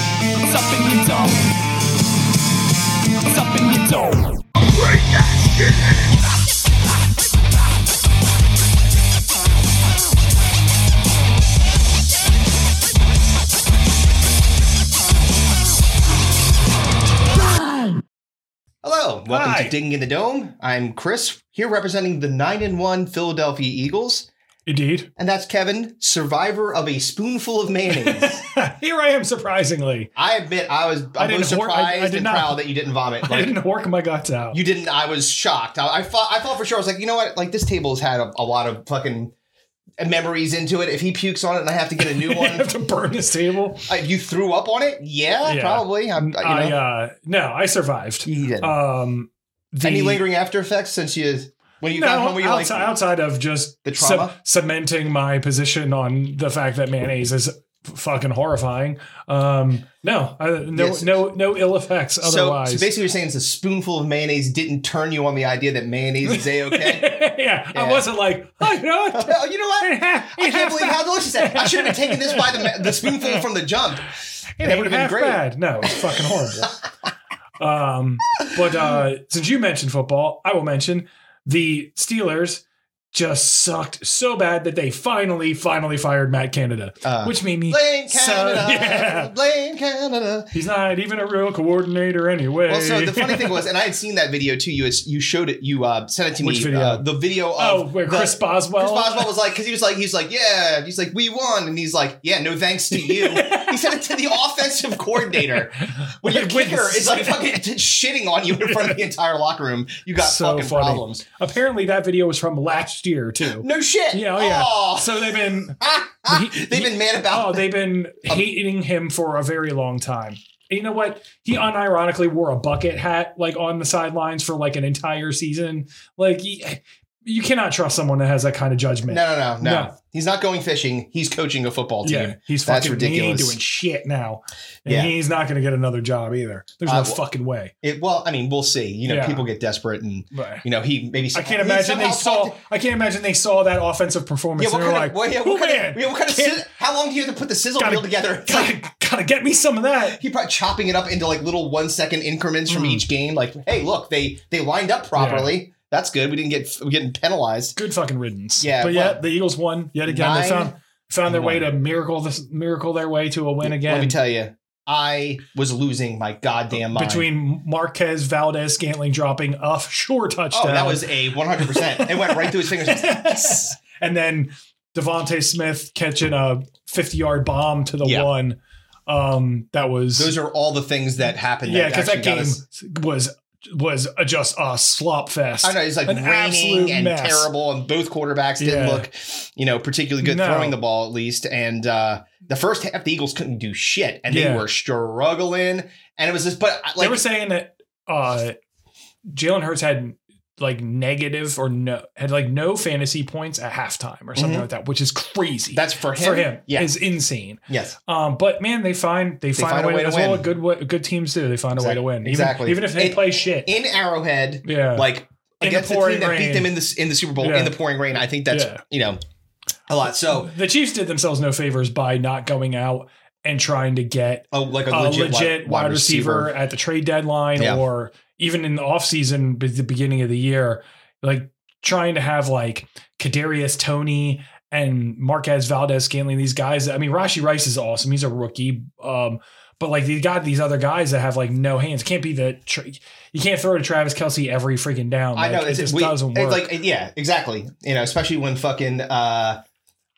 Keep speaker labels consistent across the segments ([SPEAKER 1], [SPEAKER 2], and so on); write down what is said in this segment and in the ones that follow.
[SPEAKER 1] up in your dome. What's up in your dome?
[SPEAKER 2] Hello, welcome
[SPEAKER 3] Hi.
[SPEAKER 2] to Digging in the Dome. I'm Chris, here representing the 9 and 1 Philadelphia Eagles,
[SPEAKER 3] Indeed.
[SPEAKER 2] and that's Kevin, survivor of a spoonful of mayonnaise.
[SPEAKER 3] Here I am, surprisingly.
[SPEAKER 2] I admit I was
[SPEAKER 3] I
[SPEAKER 2] I was
[SPEAKER 3] didn't hoard- I- I
[SPEAKER 2] surprised
[SPEAKER 3] did
[SPEAKER 2] and
[SPEAKER 3] not-
[SPEAKER 2] proud that you didn't vomit.
[SPEAKER 3] I
[SPEAKER 2] Like,
[SPEAKER 3] didn't work my guts out.
[SPEAKER 2] you didn't I was shocked. I, I thought I thought for sure I was like, you know what? Like this table's had a, a lot of fucking memories into it. If he pukes on it and I have to get a new
[SPEAKER 3] I
[SPEAKER 2] one,
[SPEAKER 3] have to burn this table.
[SPEAKER 2] Uh, if you threw up on it, yeah,
[SPEAKER 3] Yeah.
[SPEAKER 2] probably. I, I- you know,
[SPEAKER 3] I uh no, I survived.
[SPEAKER 2] you did.
[SPEAKER 3] Um the,
[SPEAKER 2] Any lingering after effects since you when you
[SPEAKER 3] no,
[SPEAKER 2] got home? Were you
[SPEAKER 3] outside,
[SPEAKER 2] like
[SPEAKER 3] outside of just
[SPEAKER 2] The trauma?
[SPEAKER 3] cementing my position on the fact that mayonnaise is fucking horrifying. Um, no, I, no,
[SPEAKER 2] Yes.
[SPEAKER 3] no, no ill effects
[SPEAKER 2] So,
[SPEAKER 3] otherwise.
[SPEAKER 2] so basically, you're saying it's a spoonful of mayonnaise didn't turn you on the idea that mayonnaise is a okay.
[SPEAKER 3] yeah,
[SPEAKER 2] Yeah.
[SPEAKER 3] I wasn't like, oh, you know what?
[SPEAKER 2] oh, you know what?
[SPEAKER 3] It ha-
[SPEAKER 2] I
[SPEAKER 3] it
[SPEAKER 2] can't
[SPEAKER 3] half
[SPEAKER 2] believe
[SPEAKER 3] bad.
[SPEAKER 2] how delicious that. I should have taken this by the, ma- the spoonful from the jump.
[SPEAKER 3] It
[SPEAKER 2] That
[SPEAKER 3] ain't
[SPEAKER 2] would've been
[SPEAKER 3] half
[SPEAKER 2] great.
[SPEAKER 3] bad. No, it's fucking horrible. um, but uh, since you mentioned football, I will mention the Steelers just sucked so bad that they finally, finally fired Matt Canada,
[SPEAKER 2] Uh,
[SPEAKER 3] which made me.
[SPEAKER 2] Blame
[SPEAKER 3] So,
[SPEAKER 2] Canada.
[SPEAKER 3] yeah.
[SPEAKER 2] Blame Canada.
[SPEAKER 3] He's not even a real coordinator anyway.
[SPEAKER 2] Well, so the funny thing was, and I had seen that video too. You you showed it. You uh, sent it to
[SPEAKER 3] Which
[SPEAKER 2] me.
[SPEAKER 3] video?
[SPEAKER 2] Uh, the video of
[SPEAKER 3] oh, where
[SPEAKER 2] the-
[SPEAKER 3] Chris Boswell?
[SPEAKER 2] Chris Boswell was like, because he was like, he's like, yeah, he's like, we won, and he's like, yeah, no thanks to you. he said it to the offensive coordinator. When your
[SPEAKER 3] Like, when-
[SPEAKER 2] kicker is like fucking shitting on you in front of the entire locker room, you got
[SPEAKER 3] So
[SPEAKER 2] fucking
[SPEAKER 3] funny.
[SPEAKER 2] problems.
[SPEAKER 3] Apparently, that video was from last year too.
[SPEAKER 2] No shit.
[SPEAKER 3] Yeah, oh, yeah.
[SPEAKER 2] Aw.
[SPEAKER 3] So they've been
[SPEAKER 2] Ah,
[SPEAKER 3] he-
[SPEAKER 2] they've been mad
[SPEAKER 3] oh,
[SPEAKER 2] about.
[SPEAKER 3] they've been
[SPEAKER 2] Um,
[SPEAKER 3] hating him for a very long time. And You know what? He unironically wore a bucket hat like on the sidelines for like an entire season. Like he- you cannot trust someone that has that kind of
[SPEAKER 2] no,
[SPEAKER 3] judgment.
[SPEAKER 2] no, no, no,
[SPEAKER 3] No.
[SPEAKER 2] He's not going fishing. He's coaching a football team.
[SPEAKER 3] yeah, he's
[SPEAKER 2] That's
[SPEAKER 3] fucking
[SPEAKER 2] ridiculous.
[SPEAKER 3] He ain't doing shit now, and
[SPEAKER 2] Yeah.
[SPEAKER 3] he's not going to get another job either. There's no
[SPEAKER 2] Uh, well-
[SPEAKER 3] fucking way.
[SPEAKER 2] It, well, I mean, we'll see. You know,
[SPEAKER 3] Yeah.
[SPEAKER 2] people get desperate, and
[SPEAKER 3] But
[SPEAKER 2] you know, he maybe.
[SPEAKER 3] I can't
[SPEAKER 2] he
[SPEAKER 3] imagine they
[SPEAKER 2] somehow
[SPEAKER 3] saw.
[SPEAKER 2] talked
[SPEAKER 3] I can't imagine they saw that offensive
[SPEAKER 2] to- Yeah,
[SPEAKER 3] performance.
[SPEAKER 2] what
[SPEAKER 3] and they
[SPEAKER 2] kind
[SPEAKER 3] were
[SPEAKER 2] of?
[SPEAKER 3] like,
[SPEAKER 2] well, yeah, what
[SPEAKER 3] "Oh,
[SPEAKER 2] kind
[SPEAKER 3] man,
[SPEAKER 2] of? Yeah, what kind of?
[SPEAKER 3] can't-
[SPEAKER 2] sizz- How long do you have to put the sizzle
[SPEAKER 3] Gotta-
[SPEAKER 2] reel together? It's like-
[SPEAKER 3] gotta, gotta get me some of that."
[SPEAKER 2] he probably chopping it up into like little one second increments from
[SPEAKER 3] Mm.
[SPEAKER 2] each game. Like, hey, look, they they lined up properly. That's good. We didn't get we getting penalized.
[SPEAKER 3] good fucking riddance.
[SPEAKER 2] Yeah,
[SPEAKER 3] but
[SPEAKER 2] well,
[SPEAKER 3] yeah, the Eagles won yet again.
[SPEAKER 2] nine
[SPEAKER 3] they found found their way
[SPEAKER 2] one.
[SPEAKER 3] to miracle this miracle their way to a win again.
[SPEAKER 2] Let me tell you, I was losing my goddamn mind.
[SPEAKER 3] between Marquez Valdez Scantling dropping a sure touchdown.
[SPEAKER 2] oh, that was a one hundred percent. It went right through his fingers. Yes.
[SPEAKER 3] and then Devonte Smith catching a fifty yard bomb to the
[SPEAKER 2] Yeah.
[SPEAKER 3] one. Um, that was
[SPEAKER 2] Those are all the things that happened.
[SPEAKER 3] yeah, because
[SPEAKER 2] actually
[SPEAKER 3] that
[SPEAKER 2] got
[SPEAKER 3] game
[SPEAKER 2] us-
[SPEAKER 3] was was a, just a slop fest.
[SPEAKER 2] I know it's like
[SPEAKER 3] an absolute
[SPEAKER 2] raining and
[SPEAKER 3] mess.
[SPEAKER 2] terrible, and both quarterbacks didn't
[SPEAKER 3] Yeah.
[SPEAKER 2] look, you know, particularly good
[SPEAKER 3] No.
[SPEAKER 2] throwing the ball at least. And uh, the first half, the Eagles couldn't do shit, and
[SPEAKER 3] Yeah.
[SPEAKER 2] they were struggling. And it was just, but like
[SPEAKER 3] they were saying that uh Jalen Hurts had like negative or no had like no fantasy points at halftime or something
[SPEAKER 2] Mhm.
[SPEAKER 3] like that, which is crazy.
[SPEAKER 2] That's for him.
[SPEAKER 3] for him
[SPEAKER 2] Yeah.
[SPEAKER 3] is insane.
[SPEAKER 2] yes.
[SPEAKER 3] Um, but man, they find they, find, a way, to That's
[SPEAKER 2] win.
[SPEAKER 3] all good wa- good teams do. They find a way to win. Even,
[SPEAKER 2] Exactly.
[SPEAKER 3] Even if they
[SPEAKER 2] It-
[SPEAKER 3] play shit.
[SPEAKER 2] In Arrowhead,
[SPEAKER 3] yeah.
[SPEAKER 2] like
[SPEAKER 3] In the
[SPEAKER 2] against the,
[SPEAKER 3] pouring
[SPEAKER 2] team that beat
[SPEAKER 3] rain.
[SPEAKER 2] them in the in the Super Bowl
[SPEAKER 3] Yeah.
[SPEAKER 2] in the pouring rain, I think that's
[SPEAKER 3] Yeah.
[SPEAKER 2] you know a lot. So
[SPEAKER 3] the Chiefs did themselves no favors by not going out and trying to get
[SPEAKER 2] oh, like a
[SPEAKER 3] a
[SPEAKER 2] legit,
[SPEAKER 3] legit, wide, receiver, at the trade deadline
[SPEAKER 2] Yeah.
[SPEAKER 3] or even in the offseason at the beginning of the year, like trying to have like Kadarius Tony and Marquez Valdez Scantling, these guys. I mean, Rashi Rice is awesome. He's a rookie. Um, but like you got these other guys that have like no hands. Can't be the tra- you can't throw to Travis Kelsey every freaking down.
[SPEAKER 2] I know
[SPEAKER 3] Like, Oh, it
[SPEAKER 2] it's,
[SPEAKER 3] just
[SPEAKER 2] we-
[SPEAKER 3] doesn't
[SPEAKER 2] it's
[SPEAKER 3] work.
[SPEAKER 2] like yeah, exactly. You know, especially when fucking uh,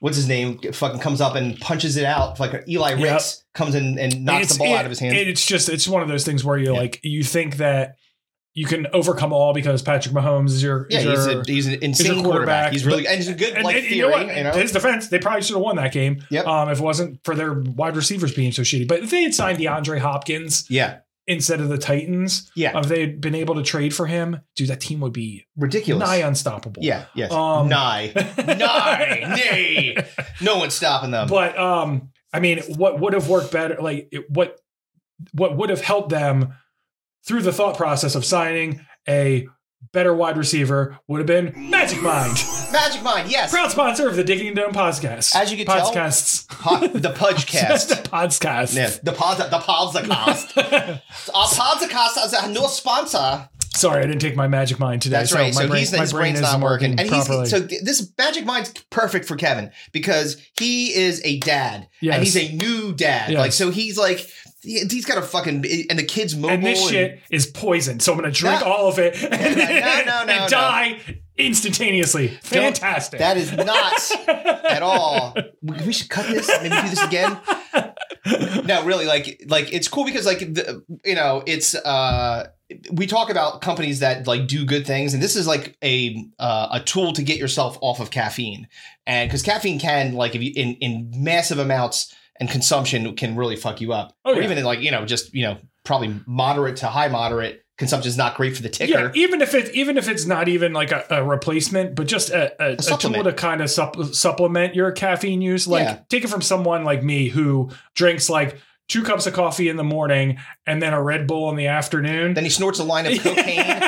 [SPEAKER 2] what's his name fucking comes up and punches it out. Like Eli
[SPEAKER 3] Yeah.
[SPEAKER 2] Ricks comes in and knocks
[SPEAKER 3] It's-
[SPEAKER 2] the ball
[SPEAKER 3] it-
[SPEAKER 2] out of his hand.
[SPEAKER 3] It's just it's one of those things where you're
[SPEAKER 2] Yeah.
[SPEAKER 3] like you think that you can overcome all because Patrick Mahomes is your
[SPEAKER 2] yeah,
[SPEAKER 3] is
[SPEAKER 2] he's,
[SPEAKER 3] your-
[SPEAKER 2] a, he's an insane quarterback.
[SPEAKER 3] quarterback,
[SPEAKER 2] He's really and he's a good
[SPEAKER 3] And,
[SPEAKER 2] like
[SPEAKER 3] and
[SPEAKER 2] theory.
[SPEAKER 3] you know what?
[SPEAKER 2] You know?
[SPEAKER 3] His defense, they probably should have won that game.
[SPEAKER 2] Yep.
[SPEAKER 3] Um, if it wasn't for their wide receivers being so shitty. But if they had signed DeAndre Hopkins
[SPEAKER 2] yeah,
[SPEAKER 3] instead of the Titans,
[SPEAKER 2] Yeah.
[SPEAKER 3] um, if they had been able to trade for him, dude, that team would be
[SPEAKER 2] ridiculous.
[SPEAKER 3] nigh unstoppable.
[SPEAKER 2] yeah, yes,
[SPEAKER 3] Um,
[SPEAKER 2] nigh, nigh, nay. No one's stopping them.
[SPEAKER 3] But um, I mean, what would have worked better? Like it- what what would have helped them through the thought process of signing a better wide receiver would have been Magic Mind.
[SPEAKER 2] Magic Mind, yes.
[SPEAKER 3] Proud sponsor of the Digging Dome podcast.
[SPEAKER 2] As you can tell-
[SPEAKER 3] podcasts.
[SPEAKER 2] Po- the Pudgecast.
[SPEAKER 3] podcasts.
[SPEAKER 2] yeah, the pod, the podcast. Our podcast has a new sponsor.
[SPEAKER 3] Sorry, I didn't take my magic mind today.
[SPEAKER 2] That's right.
[SPEAKER 3] my
[SPEAKER 2] So
[SPEAKER 3] brain-
[SPEAKER 2] he's,
[SPEAKER 3] my
[SPEAKER 2] his
[SPEAKER 3] brain
[SPEAKER 2] brain's not
[SPEAKER 3] isn't
[SPEAKER 2] working, and
[SPEAKER 3] properly.
[SPEAKER 2] he's so th- this Magic Mind's perfect for Kevin because he is a dad,
[SPEAKER 3] Yes.
[SPEAKER 2] and he's a new dad.
[SPEAKER 3] Yes.
[SPEAKER 2] Like so, he's like he- he's got a fucking and the kid's mobile.
[SPEAKER 3] and this shit is poison. So I'm gonna drink
[SPEAKER 2] No.
[SPEAKER 3] all of it and,
[SPEAKER 2] No, no, no,
[SPEAKER 3] and
[SPEAKER 2] no.
[SPEAKER 3] die instantaneously. Fantastic.
[SPEAKER 2] That is not at all. We we should cut this. Maybe do this again. No, really, like, like it's cool because, like, the, you know, it's uh, we talk about companies that like do good things, and this is like a uh, a tool to get yourself off of caffeine, and because caffeine can like if you in in massive amounts and consumption can really fuck you up,
[SPEAKER 3] Oh,
[SPEAKER 2] or
[SPEAKER 3] yeah.
[SPEAKER 2] even in, like you know just you know probably moderate to high moderate consumption is not great for the
[SPEAKER 3] yeah, e
[SPEAKER 2] ticker.
[SPEAKER 3] even if it even if it's not even like a, a replacement, but just a, a, a, tool
[SPEAKER 2] supplement.
[SPEAKER 3] to kind of sup- supplement your caffeine use. Like
[SPEAKER 2] Yeah.
[SPEAKER 3] take it from someone like me who drinks like two cups of coffee in the morning and then a Red Bull in the afternoon.
[SPEAKER 2] Then he snorts a line of cocaine.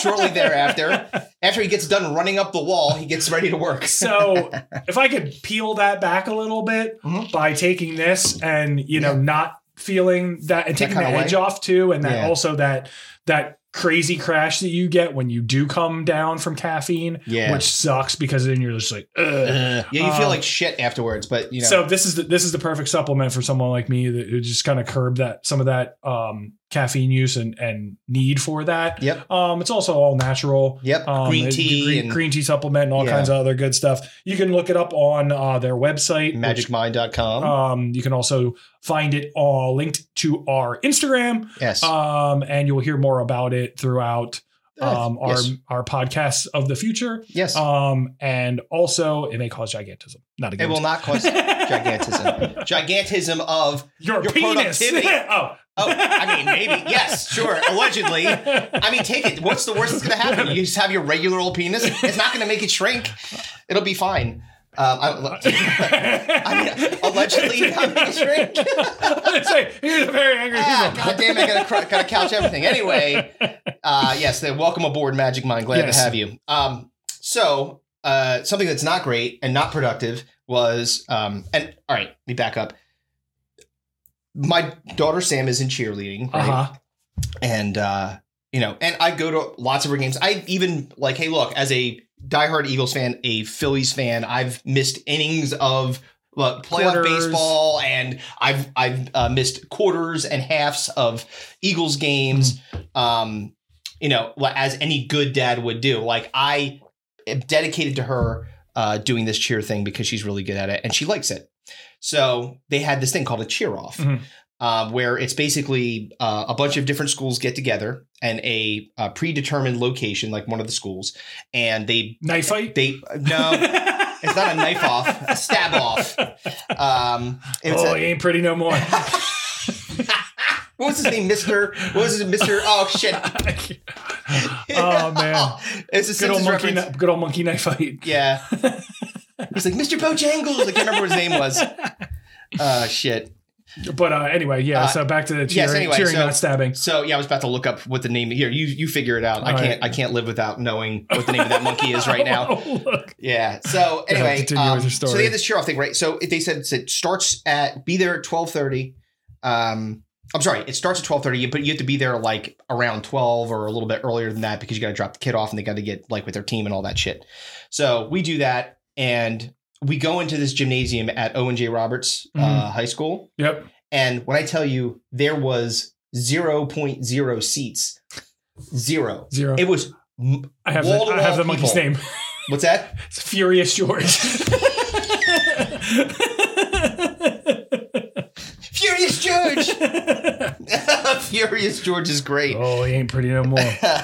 [SPEAKER 2] shortly thereafter. After he gets done running up the wall, he gets ready to work.
[SPEAKER 3] so if I could peel that back a little bit
[SPEAKER 2] Mhm.
[SPEAKER 3] by taking this and you know
[SPEAKER 2] Yeah.
[SPEAKER 3] not feeling that and taking the
[SPEAKER 2] kinda
[SPEAKER 3] edge
[SPEAKER 2] way.
[SPEAKER 3] off too, and that
[SPEAKER 2] Yeah.
[SPEAKER 3] also that that crazy crash that you get when you do come down from caffeine,
[SPEAKER 2] Yeah.
[SPEAKER 3] which sucks because then you're just like, Ugh.
[SPEAKER 2] uh, yeah, you feel
[SPEAKER 3] Um,
[SPEAKER 2] like shit afterwards, but you know.
[SPEAKER 3] So this is the, this is the perfect supplement for someone like me that who just kind of curb that some of that um, caffeine use and and need for that.
[SPEAKER 2] Yep.
[SPEAKER 3] Um, it's also all natural.
[SPEAKER 2] Yep,
[SPEAKER 3] Um,
[SPEAKER 2] green
[SPEAKER 3] it-
[SPEAKER 2] tea
[SPEAKER 3] green,
[SPEAKER 2] and
[SPEAKER 3] green tea supplement, and all
[SPEAKER 2] Yeah.
[SPEAKER 3] kinds of other good stuff. You can look it up on uh, their website. which,
[SPEAKER 2] magicmind.com.
[SPEAKER 3] um, you can also find it all linked to our Instagram,
[SPEAKER 2] yes.
[SPEAKER 3] um, and you'll hear more about it throughout um, our
[SPEAKER 2] Ah, Uh, yes.
[SPEAKER 3] our podcasts of the future.
[SPEAKER 2] yes.
[SPEAKER 3] Um, and also, it may cause gigantism. Not a
[SPEAKER 2] it
[SPEAKER 3] good
[SPEAKER 2] will not cause gigantism. Gigantism of
[SPEAKER 3] your,
[SPEAKER 2] Your
[SPEAKER 3] penis.
[SPEAKER 2] productivity.
[SPEAKER 3] oh,
[SPEAKER 2] oh, I mean maybe yes, sure, allegedly. I mean, take it. What's the worst that's going to happen? You just have your regular old penis. It's not going to make it shrink. It'll be fine. Um, I, I mean, allegedly not make it shrink.
[SPEAKER 3] Let's say here's a very angry
[SPEAKER 2] ah,
[SPEAKER 3] human.
[SPEAKER 2] God damn it, I gotta, cr- gotta couch everything. Anyway, uh, yes, then welcome aboard Magic Mind. Glad
[SPEAKER 3] Yes.
[SPEAKER 2] to have you. Um, so, uh, something that's not great and not productive was, um, and all right, let me back up. My daughter Sam is in cheerleading, right?
[SPEAKER 3] Uh-huh.
[SPEAKER 2] and uh, you know, and I go to lots of her games. I even like, hey, look, as a diehard Eagles fan, a Phillies fan, I've missed innings of look, playoff
[SPEAKER 3] Quarters.
[SPEAKER 2] baseball, and I've I've uh, missed quarters and halves of Eagles games. Um, you know, well, as any good dad would do. Like I am dedicated to her uh, doing this cheer thing because she's really good at it and she likes it. So they had this thing called a cheer off,
[SPEAKER 3] Mhm.
[SPEAKER 2] uh, where it's basically uh, a bunch of different schools get together and a, uh predetermined location, like one of the schools, and they
[SPEAKER 3] Knife fight.
[SPEAKER 2] they no, it's not a knife off, a stab off. Um, it was
[SPEAKER 3] oh,
[SPEAKER 2] a-
[SPEAKER 3] he ain't pretty no more.
[SPEAKER 2] what was his name, Mister? What was his Mister? Oh shit!
[SPEAKER 3] oh man,
[SPEAKER 2] it's a
[SPEAKER 3] good old
[SPEAKER 2] Simpsons
[SPEAKER 3] monkey.
[SPEAKER 2] reference.
[SPEAKER 3] Kni- good old monkey knife fight.
[SPEAKER 2] Yeah. He's like, Mr. Bojangles. I can't remember what his name was. Uh, shit.
[SPEAKER 3] But uh, anyway, yeah.
[SPEAKER 2] Uh,
[SPEAKER 3] so back to the cheering,
[SPEAKER 2] anyway,
[SPEAKER 3] cheering
[SPEAKER 2] so-
[SPEAKER 3] not stabbing.
[SPEAKER 2] So yeah, I was about to look up what the name here. You you figure it out. I
[SPEAKER 3] All
[SPEAKER 2] can't
[SPEAKER 3] right.
[SPEAKER 2] I can't live without knowing what the name of that monkey is right now.
[SPEAKER 3] Oh, look.
[SPEAKER 2] Yeah. So
[SPEAKER 3] Yeah,
[SPEAKER 2] anyway,
[SPEAKER 3] continue
[SPEAKER 2] um,
[SPEAKER 3] with your
[SPEAKER 2] so
[SPEAKER 3] story.
[SPEAKER 2] they had this cheer off thing, right? So it- they said it's- it starts at be there at twelve thirty. Um, I'm sorry, it starts at twelve thirty, but you have to be there like around twelve or a little bit earlier than that because you got to drop the kid off and they got to get like with their team and all that shit. So we do that, and we go into this gymnasium at Owen J. Roberts uh,
[SPEAKER 3] Mhm.
[SPEAKER 2] High School,
[SPEAKER 3] Yep.
[SPEAKER 2] and when I tell you there was 0.0 seats, zero.
[SPEAKER 3] Zero.
[SPEAKER 2] It was m-
[SPEAKER 3] I have the, I
[SPEAKER 2] wall-to-wall
[SPEAKER 3] have the monkey's
[SPEAKER 2] people.
[SPEAKER 3] name.
[SPEAKER 2] what's that?
[SPEAKER 3] It's Furious George.
[SPEAKER 2] Furious George. Furious George is great.
[SPEAKER 3] oh, he ain't pretty no more. Uh,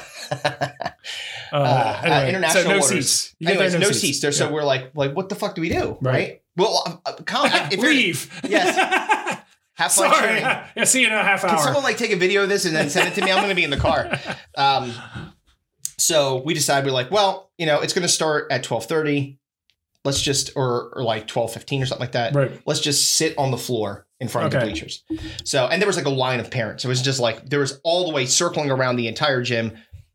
[SPEAKER 2] Uh,
[SPEAKER 3] anyway,
[SPEAKER 2] uh, international
[SPEAKER 3] so no
[SPEAKER 2] orders.
[SPEAKER 3] seats. You
[SPEAKER 2] Anyways,
[SPEAKER 3] get
[SPEAKER 2] no seats. There, so we're like, like, what the fuck do we do,
[SPEAKER 3] Right.
[SPEAKER 2] right? Well, uh, come,
[SPEAKER 3] Yeah.
[SPEAKER 2] if you're
[SPEAKER 3] leave.
[SPEAKER 2] Yes. have fun
[SPEAKER 3] Sorry.
[SPEAKER 2] cheering. Can
[SPEAKER 3] Yeah, see you in a half hour.
[SPEAKER 2] someone like take a video of this and then send it to me? I'm going to be in the car. Um, so we decide we're like, well, you know, it's going to start at 12:30. Let's just, or, or like 12:15 or something like that.
[SPEAKER 3] right.
[SPEAKER 2] let's just sit on the floor in front of
[SPEAKER 3] Okay.
[SPEAKER 2] the bleachers. So, and there was like a line of parents. It was just like there was all the way circling around the entire gym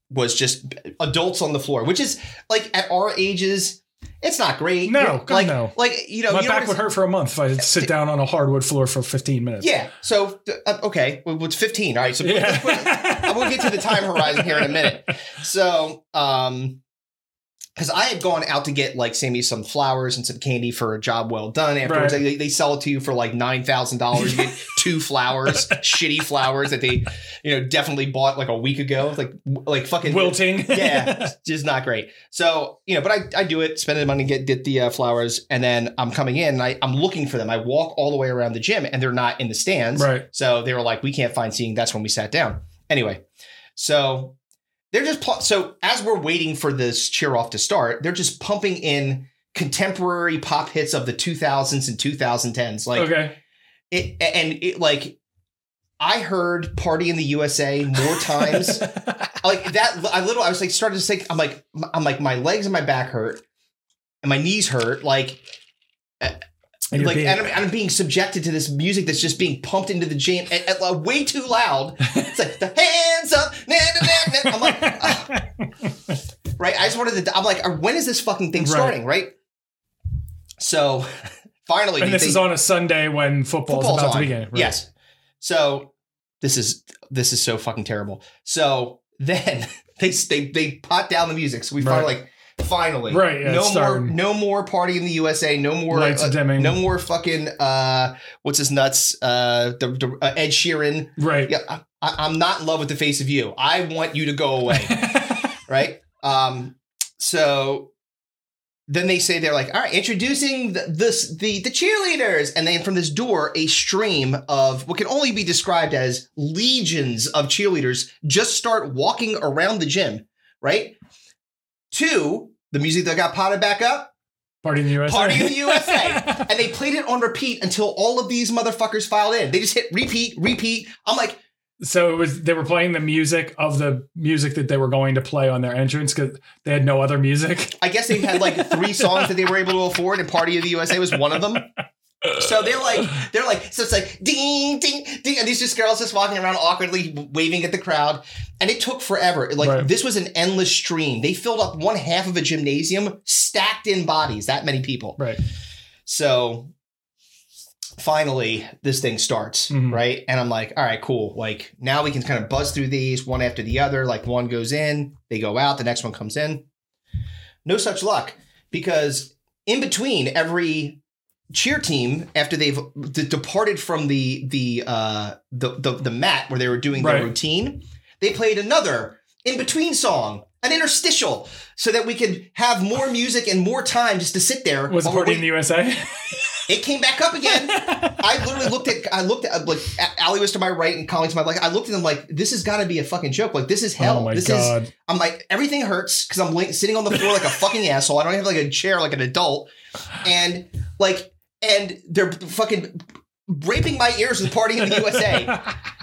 [SPEAKER 2] was just adults on the floor, which is like at our ages, It's not great.
[SPEAKER 3] No,
[SPEAKER 2] You're-
[SPEAKER 3] God,
[SPEAKER 2] like
[SPEAKER 3] no.
[SPEAKER 2] like you know
[SPEAKER 3] My
[SPEAKER 2] you don't
[SPEAKER 3] back would hurt for a month if I had to sit down on a hardwood floor for 15 minutes.
[SPEAKER 2] Yeah. So uh, okay, well, it's fifteen. All right. So
[SPEAKER 3] Yeah.
[SPEAKER 2] I will get to the time horizon here in a minute. So, um, because I had gone out to get like Sammy some flowers and some candy for a job well done. Afterwards,
[SPEAKER 3] Right.
[SPEAKER 2] they, they sell it to you for like nine thousand dollars. You get two flowers, shitty flowers that they, you know, definitely bought like a week ago. It's like like fucking
[SPEAKER 3] Wilting.
[SPEAKER 2] yeah, it's just not great. So you know, but I, I do it, spend the money, get get the uh, flowers, and then I'm coming in. And I I'm looking for them. I walk all the way around the gym, and they're not in the stands.
[SPEAKER 3] right.
[SPEAKER 2] So they were like, we can't find seating. That's when we sat down. Anyway, so they're just pl- so as we're waiting for this cheer off to start, they're just pumping in contemporary pop hits of the 2000s and 2010s. Like
[SPEAKER 3] okay.
[SPEAKER 2] it, and it like. I heard "Party in the USA" more times like that i little i was like started to think i'm like i'm like my legs and my back hurt and my knees hurt like
[SPEAKER 3] And you're
[SPEAKER 2] like
[SPEAKER 3] big.
[SPEAKER 2] and I'm, and I'm being subjected to this music that's just being pumped into the gym and, and, like, way too loud it's like the hands up na, na, na, na. i'm like ah, right i just wanted to i'm like "Uh, when is this fucking thing
[SPEAKER 3] Right.
[SPEAKER 2] starting right so finally
[SPEAKER 3] and
[SPEAKER 2] they-
[SPEAKER 3] this
[SPEAKER 2] they-
[SPEAKER 3] is on a Sunday when football's,
[SPEAKER 2] Football's
[SPEAKER 3] about to
[SPEAKER 2] on.
[SPEAKER 3] begin. Right.
[SPEAKER 2] Yes. So this is this is so fucking terrible. So then they they they pot down the music. So we
[SPEAKER 3] Right.
[SPEAKER 2] finally like finally
[SPEAKER 3] Right, yeah,
[SPEAKER 2] no
[SPEAKER 3] it's
[SPEAKER 2] more
[SPEAKER 3] starting.
[SPEAKER 2] no more party in the USA. No more
[SPEAKER 3] Lights
[SPEAKER 2] uh,
[SPEAKER 3] dimming.
[SPEAKER 2] No more fucking uh what's his nuts uh the, the uh, Ed Sheeran.
[SPEAKER 3] Right.
[SPEAKER 2] Yeah, I, I- I'm not in love with the face of you. I want you to go away. right? Um, so then they say they're like, all right, introducing the, this the the cheerleaders, and then from this door, a stream of what can only be described as legions of cheerleaders just start walking around the gym, right? Two, the music that got potted back up,
[SPEAKER 3] Party in the USA.
[SPEAKER 2] Party in the USA. and they played it on repeat until all of these motherfuckers filed in. They just hit repeat, repeat. I'm like,
[SPEAKER 3] so it was they were playing the music of the music that they were going to play on their entrance because they had no other music.
[SPEAKER 2] I guess they had like three songs that they were able to afford, and Party of the USA was one of them. So they're like, they're like, so it's like ding, ding, ding, and these just girls just walking around awkwardly waving at the crowd, and it took forever. Like
[SPEAKER 3] Right.
[SPEAKER 2] this was an endless stream. They filled up one half of a gymnasium, stacked in bodies, that many people.
[SPEAKER 3] Right.
[SPEAKER 2] So finally, this thing starts,
[SPEAKER 3] Mhm.
[SPEAKER 2] right? And I'm like, all right, cool. Like now we can kind of buzz through these one after the other. Like one goes in, they go out, the next one comes in. No such luck because in between every cheer team after they've d- departed from the the uh the the, the mat where they were doing
[SPEAKER 3] Right.
[SPEAKER 2] their routine they played another in between song an interstitial so that we could have more music and more time just to sit there
[SPEAKER 3] Was it
[SPEAKER 2] while we're
[SPEAKER 3] Party
[SPEAKER 2] waiting-
[SPEAKER 3] in the USA?
[SPEAKER 2] it came back up again. I literally looked at, I looked at, uh, like, A- Ali was to my right and Colleen to my left. I looked at them like, this has got to be a fucking joke. Like, this is hell.
[SPEAKER 3] oh my
[SPEAKER 2] this is,
[SPEAKER 3] god.
[SPEAKER 2] I'm like, everything hurts because I'm like, sitting on the floor like a fucking asshole. I don't have like a chair like an adult. And like, and they're fucking raping my ears with Party in the USA.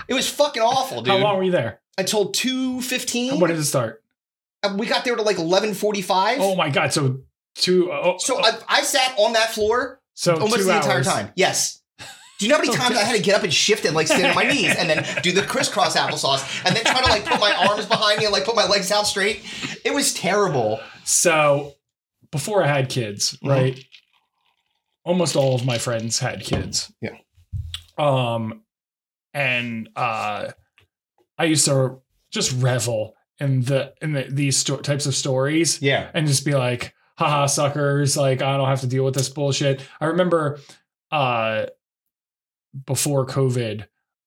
[SPEAKER 2] It was fucking awful,
[SPEAKER 3] How
[SPEAKER 2] dude.
[SPEAKER 3] long were you there?
[SPEAKER 2] Until 2.15.
[SPEAKER 3] When did it start?
[SPEAKER 2] Uh, We got there to like 11.45.
[SPEAKER 3] Oh my god. So two oh,
[SPEAKER 2] so I, I sat on that floor
[SPEAKER 3] so
[SPEAKER 2] almost
[SPEAKER 3] two
[SPEAKER 2] the
[SPEAKER 3] hours. Oh,
[SPEAKER 2] entire time. Yes. Do you know how many times I had to get up and shift and like stand on my knees and then do the crisscross applesauce and then try to like put my arms behind me and like put my legs out straight? It was terrible.
[SPEAKER 3] So before I had kids,
[SPEAKER 2] Mhm.
[SPEAKER 3] right? Almost all of my friends had kids.
[SPEAKER 2] Yeah.
[SPEAKER 3] Um and uh I used to just revel in the in the, these sto- types of stories
[SPEAKER 2] Yeah.
[SPEAKER 3] and just be like, haha, suckers. Like, I don't have to deal with this bullshit. I remember uh before COVID,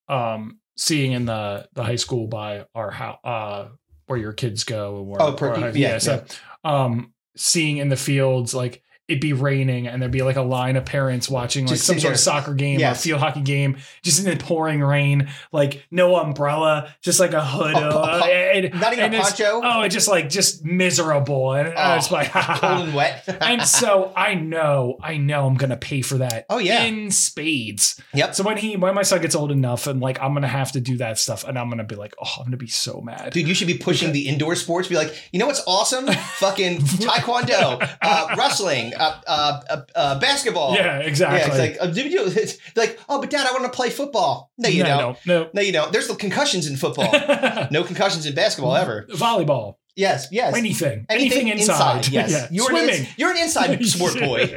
[SPEAKER 3] um, seeing in the the high school by our house uh where your kids go and where
[SPEAKER 2] Oh, per-
[SPEAKER 3] our high-
[SPEAKER 2] yeah,
[SPEAKER 3] So um seeing in the fields like it'd be raining and there'd be like a line of parents watching like
[SPEAKER 2] Just
[SPEAKER 3] some
[SPEAKER 2] sit
[SPEAKER 3] sort of
[SPEAKER 2] there.
[SPEAKER 3] soccer game or
[SPEAKER 2] Yes.
[SPEAKER 3] field hockey game just in the pouring rain like no umbrella just like a hood uh,
[SPEAKER 2] A pu- a pu-
[SPEAKER 3] and-
[SPEAKER 2] Not even
[SPEAKER 3] and
[SPEAKER 2] a
[SPEAKER 3] it's-
[SPEAKER 2] poncho.
[SPEAKER 3] oh, it's just like just miserable, and I was
[SPEAKER 2] Oh,
[SPEAKER 3] like, ha, ha,
[SPEAKER 2] Cold
[SPEAKER 3] ha.
[SPEAKER 2] and wet.
[SPEAKER 3] and so I know, I know, I'm gonna pay for that.
[SPEAKER 2] Oh, yeah.
[SPEAKER 3] in spades.
[SPEAKER 2] Yep.
[SPEAKER 3] So when he, when my son gets old enough, and like I'm gonna have to do that stuff, and I'm gonna be like, oh, I'm gonna be so mad.
[SPEAKER 2] Dude, you should be pushing the indoor sports. Be like, you know what's awesome? Fucking taekwondo, uh, wrestling, uh, uh, uh, uh, basketball.
[SPEAKER 3] yeah,
[SPEAKER 2] Yeah,
[SPEAKER 3] exactly.
[SPEAKER 2] it's like, uh, do you- it's like, oh, but dad, I want to play football. No, you
[SPEAKER 3] no,
[SPEAKER 2] don't.
[SPEAKER 3] no,
[SPEAKER 2] No, you don't. There's the concussions in football.
[SPEAKER 3] no.
[SPEAKER 2] No concussions in basketball ever.
[SPEAKER 3] Volleyball.
[SPEAKER 2] Yes, yes.
[SPEAKER 3] Anything. Anything, inside.
[SPEAKER 2] Yes.
[SPEAKER 3] Yeah.
[SPEAKER 2] You're An
[SPEAKER 3] Swimming.
[SPEAKER 2] ins- you're an inside sport boy.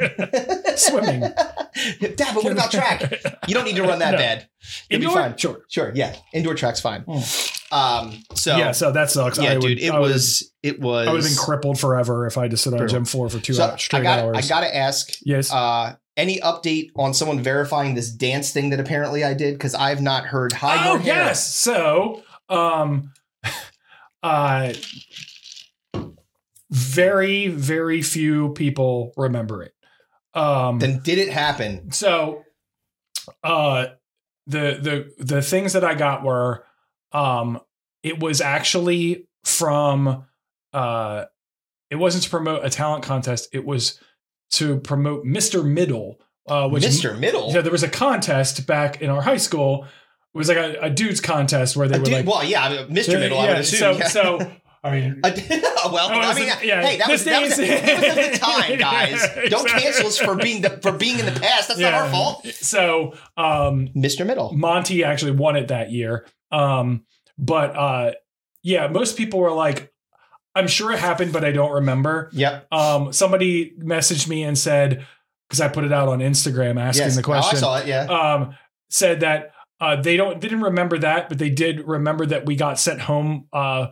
[SPEAKER 3] Swimming.
[SPEAKER 2] Dad, but what about track? You don't need to run that
[SPEAKER 3] No.
[SPEAKER 2] bad. You'll be
[SPEAKER 3] Indoor?
[SPEAKER 2] fine.
[SPEAKER 3] Sure.
[SPEAKER 2] Sure, yeah. Indoor track's fine. Um so
[SPEAKER 3] yeah, so that sucks.
[SPEAKER 2] yeah,
[SPEAKER 3] Hmm. I would,
[SPEAKER 2] dude, it
[SPEAKER 3] I would-
[SPEAKER 2] was it was
[SPEAKER 3] I would have been crippled forever if I had to sit on
[SPEAKER 2] True.
[SPEAKER 3] gym floor for two
[SPEAKER 2] So
[SPEAKER 3] hours, straight
[SPEAKER 2] I got
[SPEAKER 3] hours.
[SPEAKER 2] I gotta ask,
[SPEAKER 3] yes.
[SPEAKER 2] uh any update on someone verifying this dance thing that apparently I did? Because I've not heard hide
[SPEAKER 3] oh
[SPEAKER 2] nor hair.
[SPEAKER 3] yes. So, um, uh, very very few people remember it. Um,
[SPEAKER 2] Then did it happen?
[SPEAKER 3] so, uh, the the the things that I got were, um, it was actually from, uh, it wasn't to promote a talent contest. It was to promote Mr. Middle, uh, which
[SPEAKER 2] Mr. Middle.
[SPEAKER 3] Yeah, there was a contest back in our high school. It was like a, a dudes contest where they
[SPEAKER 2] A
[SPEAKER 3] were
[SPEAKER 2] Uh, dude-
[SPEAKER 3] like,
[SPEAKER 2] well, yeah, I mean, Mr.
[SPEAKER 3] Yeah,
[SPEAKER 2] Middle, I would
[SPEAKER 3] yeah,
[SPEAKER 2] assume.
[SPEAKER 3] So,
[SPEAKER 2] yeah.
[SPEAKER 3] so I mean,
[SPEAKER 2] I did- well,
[SPEAKER 3] Oh,
[SPEAKER 2] I
[SPEAKER 3] it's
[SPEAKER 2] mean,
[SPEAKER 3] a- yeah,
[SPEAKER 2] hey, that was,
[SPEAKER 3] this
[SPEAKER 2] that was,
[SPEAKER 3] thing is-
[SPEAKER 2] it was of the time, guys.
[SPEAKER 3] Yeah,
[SPEAKER 2] Don't
[SPEAKER 3] exactly.
[SPEAKER 2] cancel us for being the, for being in the past. That's not our
[SPEAKER 3] Yeah.
[SPEAKER 2] fault.
[SPEAKER 3] so um,
[SPEAKER 2] Mr. Middle.
[SPEAKER 3] Monty actually won it that year. Um, but uh, yeah, most people were like, I'm sure it happened, but I don't remember.
[SPEAKER 2] Yep.
[SPEAKER 3] Um, somebody messaged me and said, because I put it out on Instagram asking
[SPEAKER 2] yes.
[SPEAKER 3] the
[SPEAKER 2] Oh,
[SPEAKER 3] question.
[SPEAKER 2] I saw it. Yeah.
[SPEAKER 3] um, said that uh, they don't they didn't remember that, but they did remember that we got sent home uh,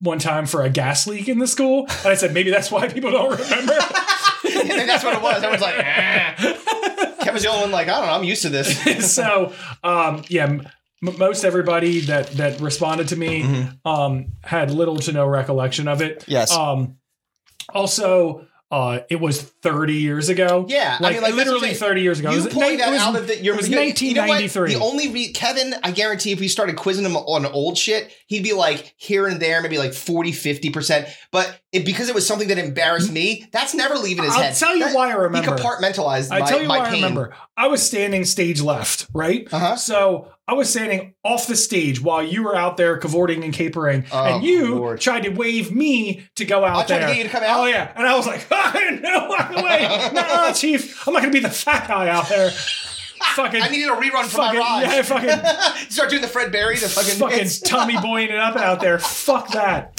[SPEAKER 3] one time for a gas leak in the school. And I said maybe that's why people don't remember.
[SPEAKER 2] and then that's what it was. Everyone's like, ah. Kevin's the only one like, I don't know. I'm used to this.
[SPEAKER 3] so um, yeah, m- most everybody that that responded to me
[SPEAKER 2] Mhm.
[SPEAKER 3] um, had little to no recollection of it.
[SPEAKER 2] Yes.
[SPEAKER 3] Um, also, uh, it was 30 years ago.
[SPEAKER 2] yeah.
[SPEAKER 3] Like,
[SPEAKER 2] I mean, like that's what I'm
[SPEAKER 3] literally
[SPEAKER 2] saying.
[SPEAKER 3] 30 years ago. It
[SPEAKER 2] You
[SPEAKER 3] was-
[SPEAKER 2] pointed
[SPEAKER 3] it
[SPEAKER 2] that
[SPEAKER 3] was-
[SPEAKER 2] out of the. You're,
[SPEAKER 3] it was
[SPEAKER 2] you know- you know what?
[SPEAKER 3] 1993.
[SPEAKER 2] the only re- Kevin, I guarantee, if we started quizzing him on old shit, he'd be like here and there, maybe like 40, 50 percent. But it, because it was something that embarrassed me, that's never leaving his
[SPEAKER 3] I'll
[SPEAKER 2] head.
[SPEAKER 3] tell you
[SPEAKER 2] That-
[SPEAKER 3] why I
[SPEAKER 2] He
[SPEAKER 3] remember.
[SPEAKER 2] compartmentalized.
[SPEAKER 3] I
[SPEAKER 2] my,
[SPEAKER 3] tell you
[SPEAKER 2] my
[SPEAKER 3] why I
[SPEAKER 2] pain.
[SPEAKER 3] remember. I was standing stage left, right?
[SPEAKER 2] Uh huh.
[SPEAKER 3] So I was standing off the stage while you were out there cavorting and capering,
[SPEAKER 2] Oh,
[SPEAKER 3] and you
[SPEAKER 2] Lord.
[SPEAKER 3] tried to wave me to go out
[SPEAKER 2] I tried
[SPEAKER 3] there.
[SPEAKER 2] to get you to come
[SPEAKER 3] Oh
[SPEAKER 2] out.
[SPEAKER 3] yeah, and I was like, "Ah, no way, no, chief, I'm not gonna be the fat guy out there. fucking,
[SPEAKER 2] I needed a rerun for my
[SPEAKER 3] fucking,
[SPEAKER 2] ride.
[SPEAKER 3] yeah, fucking,
[SPEAKER 2] Start doing the Fred Berry, the fucking,
[SPEAKER 3] fucking Tommy boying it up out there. Fuck that.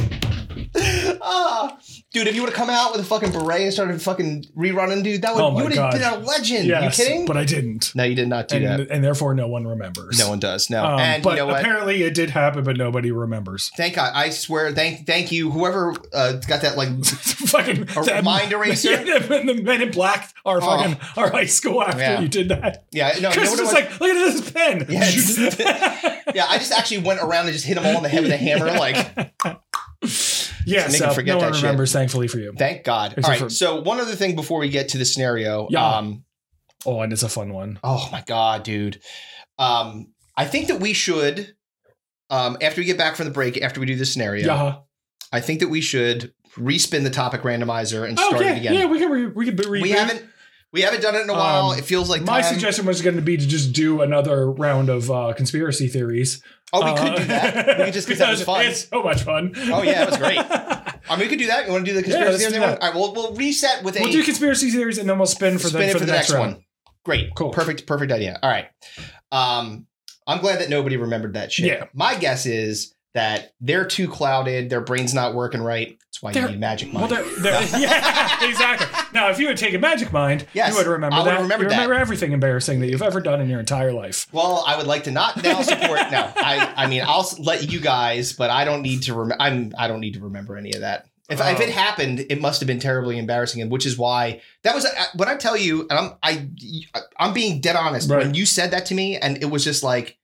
[SPEAKER 2] Ah. dude. If you would have come out with a fucking beret and started fucking rerunning, dude, that would
[SPEAKER 3] Oh my
[SPEAKER 2] you would have
[SPEAKER 3] God.
[SPEAKER 2] been a legend.
[SPEAKER 3] Yes,
[SPEAKER 2] you kidding?
[SPEAKER 3] But I didn't,
[SPEAKER 2] no, you did not do
[SPEAKER 3] and,
[SPEAKER 2] that.
[SPEAKER 3] and therefore no one remembers.
[SPEAKER 2] No one does. No,
[SPEAKER 3] Um,
[SPEAKER 2] Oh, and
[SPEAKER 3] but
[SPEAKER 2] you know what?
[SPEAKER 3] apparently it did happen, but nobody remembers.
[SPEAKER 2] Thank God, I swear. Thank, thank you. Whoever uh, got that, like,
[SPEAKER 3] fucking
[SPEAKER 2] A mind eraser?
[SPEAKER 3] Yeah, and the men in black are fucking our high school after
[SPEAKER 2] Oh. Yeah. Oh,
[SPEAKER 3] you did that.
[SPEAKER 2] yeah, no,
[SPEAKER 3] Chris
[SPEAKER 2] no,
[SPEAKER 3] was
[SPEAKER 2] no,
[SPEAKER 3] like, look at this pen.
[SPEAKER 2] Yeah, yeah. I just actually went around and just hit them all in the head with a hammer. Like,
[SPEAKER 3] yeah,
[SPEAKER 2] Make
[SPEAKER 3] so
[SPEAKER 2] him forget
[SPEAKER 3] no
[SPEAKER 2] that
[SPEAKER 3] one
[SPEAKER 2] shit.
[SPEAKER 3] remembers, thankfully for you.
[SPEAKER 2] thank God.
[SPEAKER 3] Except
[SPEAKER 2] all right.
[SPEAKER 3] for-
[SPEAKER 2] so one other thing before we get to the scenario.
[SPEAKER 3] Yeah.
[SPEAKER 2] Um,
[SPEAKER 3] Oh, and it's a fun one.
[SPEAKER 2] Oh my god, dude. Um, I think that we should, um, after we get back from the break, after we do this scenario,
[SPEAKER 3] Yeah.
[SPEAKER 2] I think that we should respin the topic randomizer and
[SPEAKER 3] Oh
[SPEAKER 2] start
[SPEAKER 3] yeah,
[SPEAKER 2] it again.
[SPEAKER 3] yeah. We can re- we can be
[SPEAKER 2] we
[SPEAKER 3] reboot.
[SPEAKER 2] haven't we haven't done it in a while.
[SPEAKER 3] Um,
[SPEAKER 2] it feels like
[SPEAKER 3] My
[SPEAKER 2] time.
[SPEAKER 3] suggestion was going to be to just do another round of uh, conspiracy theories.
[SPEAKER 2] Oh, we
[SPEAKER 3] Uh,
[SPEAKER 2] could do that. We could just because that was fun.
[SPEAKER 3] It's so much fun.
[SPEAKER 2] Oh, yeah, it was great.
[SPEAKER 3] we'll
[SPEAKER 2] I mean, we could do that. You want to do the
[SPEAKER 3] Yeah, let's
[SPEAKER 2] conspiracy
[SPEAKER 3] do
[SPEAKER 2] theory?
[SPEAKER 3] that.
[SPEAKER 2] one? All right, we'll we'll reset with a
[SPEAKER 3] do conspiracy theories and then we'll spin for
[SPEAKER 2] spin
[SPEAKER 3] the
[SPEAKER 2] it
[SPEAKER 3] for, the, next, round.
[SPEAKER 2] one. Great,
[SPEAKER 3] Cool.
[SPEAKER 2] perfect, perfect idea. All right. Um, I'm glad that nobody remembered that shit.
[SPEAKER 3] Yeah.
[SPEAKER 2] My guess is that they're too clouded. Their brain's not working right. That's why
[SPEAKER 3] They're-
[SPEAKER 2] you need magic mind.
[SPEAKER 3] Well, there, there, yeah, exactly. Now, if you had taken Magic Mind,
[SPEAKER 2] Yes,
[SPEAKER 3] you would remember
[SPEAKER 2] I would
[SPEAKER 3] that.
[SPEAKER 2] remember
[SPEAKER 3] you
[SPEAKER 2] that.
[SPEAKER 3] remember everything embarrassing that you've ever done in your entire life.
[SPEAKER 2] Well, I would like to not now support. no, I, I mean, I'll s- let you guys, but I don't need to. Rem- I'm. I don't need to remember any of that. If, if it
[SPEAKER 3] Oh.
[SPEAKER 2] happened, it must have been terribly embarrassing, and which is why that was uh, when I tell you, and I'm I, I'm being dead honest. When
[SPEAKER 3] Right.
[SPEAKER 2] you said that to me, and it was just like